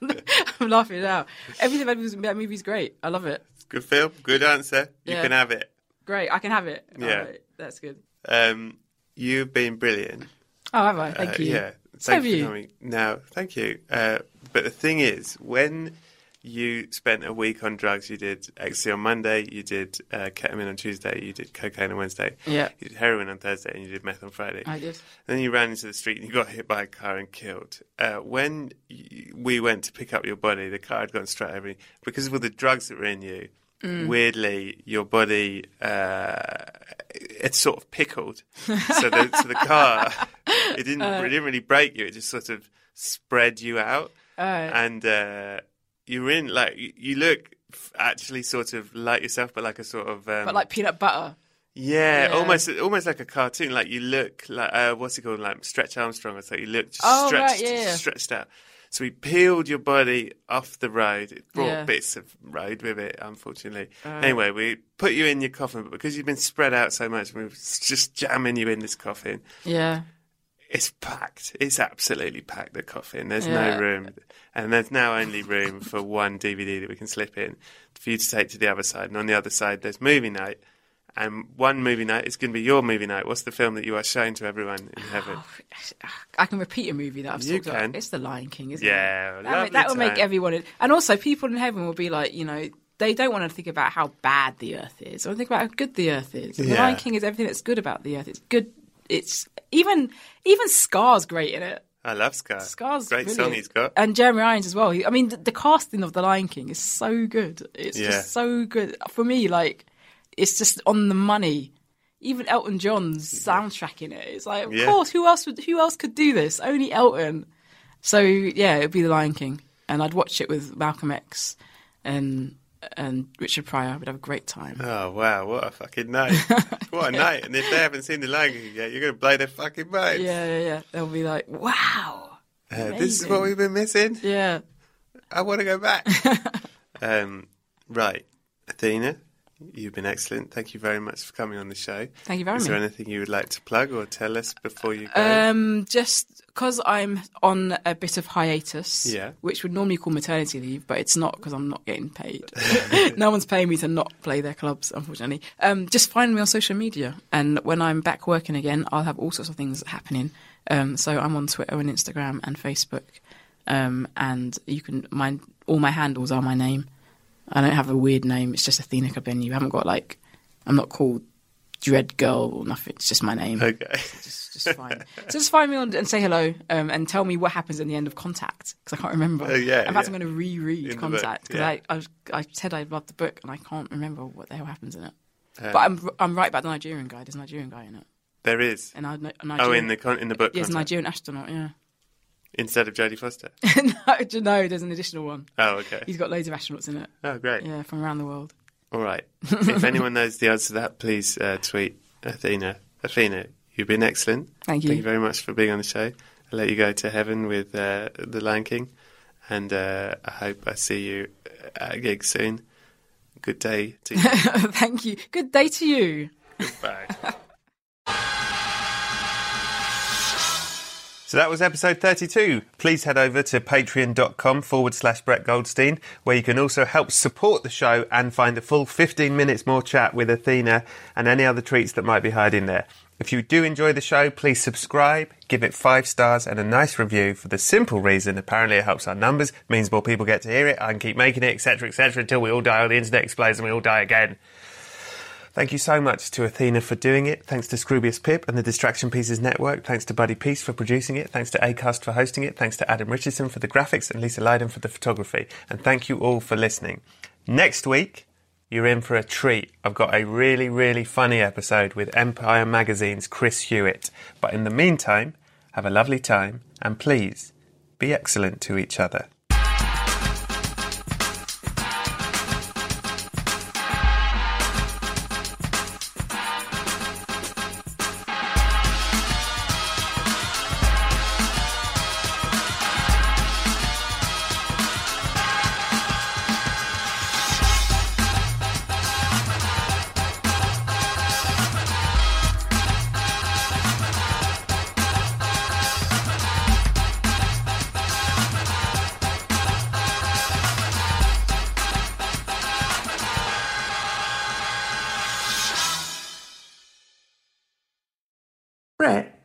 [SPEAKER 2] I'm laughing now. Everything about that movie's great. I love it.
[SPEAKER 1] Good film. Good answer. You
[SPEAKER 2] Yeah.
[SPEAKER 1] can have it.
[SPEAKER 2] Great. I can have it.
[SPEAKER 1] Yeah.
[SPEAKER 2] All right. that's good.
[SPEAKER 1] Um, you've been brilliant.
[SPEAKER 2] Oh, have I? Thank
[SPEAKER 1] Uh,
[SPEAKER 2] you.
[SPEAKER 1] Yeah.
[SPEAKER 2] So
[SPEAKER 1] Thank
[SPEAKER 2] have
[SPEAKER 1] you
[SPEAKER 2] you.
[SPEAKER 1] for coming. No, thank you. Uh, but the thing is, when you spent a week on drugs, you did ecstasy on Monday, you did uh, ketamine on Tuesday, you did cocaine on Wednesday,
[SPEAKER 2] Yeah.
[SPEAKER 1] you did heroin on Thursday, and you did meth on Friday.
[SPEAKER 2] I did.
[SPEAKER 1] Then you ran into the street and you got hit by a car and killed. Uh, when y we went to pick up your body, the car had gone straight over you. Because of all the drugs that were in you,
[SPEAKER 2] Mm.
[SPEAKER 1] weirdly, your body, uh, it's sort of pickled. So the, so the car, it didn't,
[SPEAKER 2] Uh.
[SPEAKER 1] it didn't really break you, it just sort of spread you out. and uh, you were in, like, you, you look f- actually sort of like yourself, but like a sort of. Um,
[SPEAKER 2] But like peanut butter.
[SPEAKER 1] yeah,
[SPEAKER 2] Yeah.
[SPEAKER 1] almost almost like a cartoon. Like you look like uh, what's it called? Like Stretch Armstrong or something. You look just
[SPEAKER 2] Oh, right,
[SPEAKER 1] stretched,
[SPEAKER 2] yeah, yeah.
[SPEAKER 1] stretched out. So we peeled your body off the road. It brought
[SPEAKER 2] Yeah.
[SPEAKER 1] bits of road with it, unfortunately. anyway, we put you in your coffin, but because you've been spread out so much, we were just jamming you in this coffin.
[SPEAKER 2] Yeah.
[SPEAKER 1] It's packed. It's absolutely packed. The coffin. There's
[SPEAKER 2] Yeah.
[SPEAKER 1] no room, and there's now only room for one DVD that we can slip in for you to take to the other side. And on the other side, there's movie night, and one movie night is going to be your movie night. What's the film that you are showing to everyone in heaven?
[SPEAKER 2] I can repeat a movie that I've
[SPEAKER 1] You
[SPEAKER 2] talked about.
[SPEAKER 1] can.
[SPEAKER 2] It's The Lion King, isn't
[SPEAKER 1] Yeah,
[SPEAKER 2] it?
[SPEAKER 1] lovely
[SPEAKER 2] that, that will make
[SPEAKER 1] time.
[SPEAKER 2] everyone. And also, people in heaven will be like, you know, they don't want to think about how bad the earth is, or think about how good the earth is. And The
[SPEAKER 1] Yeah.
[SPEAKER 2] Lion King is everything that's good about the earth. It's good. It's even even Scar's great in it.
[SPEAKER 1] I love Scar.
[SPEAKER 2] Scar's
[SPEAKER 1] great
[SPEAKER 2] brilliant. Uh,
[SPEAKER 1] song he's got.
[SPEAKER 2] and Jeremy Irons as well. He- I mean, the, the casting of The Lion King is so good. It's
[SPEAKER 1] Yeah.
[SPEAKER 2] just so good for me. Like, it's just on the money. Even Elton John's soundtrack in it. It's like, of
[SPEAKER 1] Yeah.
[SPEAKER 2] course, who else would who else could do this? Only Elton. So yeah, it'd be The Lion King, and I'd watch it with Malcolm X and and Richard Pryor. We'd have a great time.
[SPEAKER 1] Oh wow! What a fucking night! What a night! And if they haven't seen the Lion King yet, you're going to blow their fucking minds.
[SPEAKER 2] Yeah, yeah, yeah. They'll be like, wow.
[SPEAKER 1] Uh, this is what we've been missing.
[SPEAKER 2] Yeah.
[SPEAKER 1] I want to go back. um, right, Athena, you've been excellent. Thank you very much for coming on the show.
[SPEAKER 2] Thank you very
[SPEAKER 1] Is there
[SPEAKER 2] much.
[SPEAKER 1] anything you would like to plug or tell us before you go?
[SPEAKER 2] Um, just because I'm on a bit of hiatus,
[SPEAKER 1] Yeah.
[SPEAKER 2] which would normally call maternity leave, but it's not because I'm not getting paid. no one's paying me to not play their clubs, unfortunately. Um, just find me on social media, and when I'm back working again, I'll have all sorts of things happening. Um, so I'm on Twitter and Instagram and Facebook, um, and you can my all my handles are my name. I don't have a weird name; it's just Athena Cabin. You haven't got like I'm not called Dread Girl or nothing. It's just my name.
[SPEAKER 1] Okay.
[SPEAKER 2] Just, just find. so just find me on and say hello um, and tell me what happens in the end of Contact because I can't remember.
[SPEAKER 1] Oh, yeah,
[SPEAKER 2] In fact,
[SPEAKER 1] yeah.
[SPEAKER 2] I'm going to reread
[SPEAKER 1] In the book,
[SPEAKER 2] Contact because
[SPEAKER 1] yeah.
[SPEAKER 2] I, I I said I loved the book and I can't remember what the hell happens in it.
[SPEAKER 1] Um,
[SPEAKER 2] but I'm I'm right about the Nigerian guy. There's a Nigerian guy in it.
[SPEAKER 1] There is.
[SPEAKER 2] And I, a Nigerian,
[SPEAKER 1] Oh, in the con- in the book
[SPEAKER 2] yeah, it's a
[SPEAKER 1] contract.
[SPEAKER 2] Nigerian astronaut. Yeah.
[SPEAKER 1] instead of Jodie Foster.
[SPEAKER 2] no, d- no, there's an additional one.
[SPEAKER 1] Oh, okay.
[SPEAKER 2] He's got loads of astronauts in it.
[SPEAKER 1] Oh, great.
[SPEAKER 2] Yeah, from around the world.
[SPEAKER 1] All right. if anyone knows the answer to that, please uh, tweet Athena. Athena, you've been excellent. Thank
[SPEAKER 2] Thank you.
[SPEAKER 1] you very much for being on the show. I'll let you go to heaven with uh, the Lion King, and uh, I hope I see you uh, at a gig soon. Good day to you.
[SPEAKER 2] Thank you. Good day to you.
[SPEAKER 1] Goodbye. So that was episode 32. Please head over to patreon.com forward slash Brett Goldstein, where you can also help support the show and find a full 15 minutes more chat with Athena and any other treats that might be hiding there. If you do enjoy the show, please subscribe, give it five stars and a nice review for the simple reason apparently it helps our numbers, means more people get to hear it, I can keep making it, etc., etc., until we all die or the internet explodes and we all die again. Thank you so much to Athena for doing it. Thanks to Scroobius Pip and the Distraction Pieces Network. Thanks to Buddy Peace for producing it. Thanks to Acast for hosting it. Thanks to Adam Richardson for the graphics and Lisa Lydon for the photography. And thank you all for listening. Next week, you're in for a treat. I've got a really, really funny episode with Empire Magazine's Chris Hewitt. But in the meantime, have a lovely time and please be excellent to each other. Brett,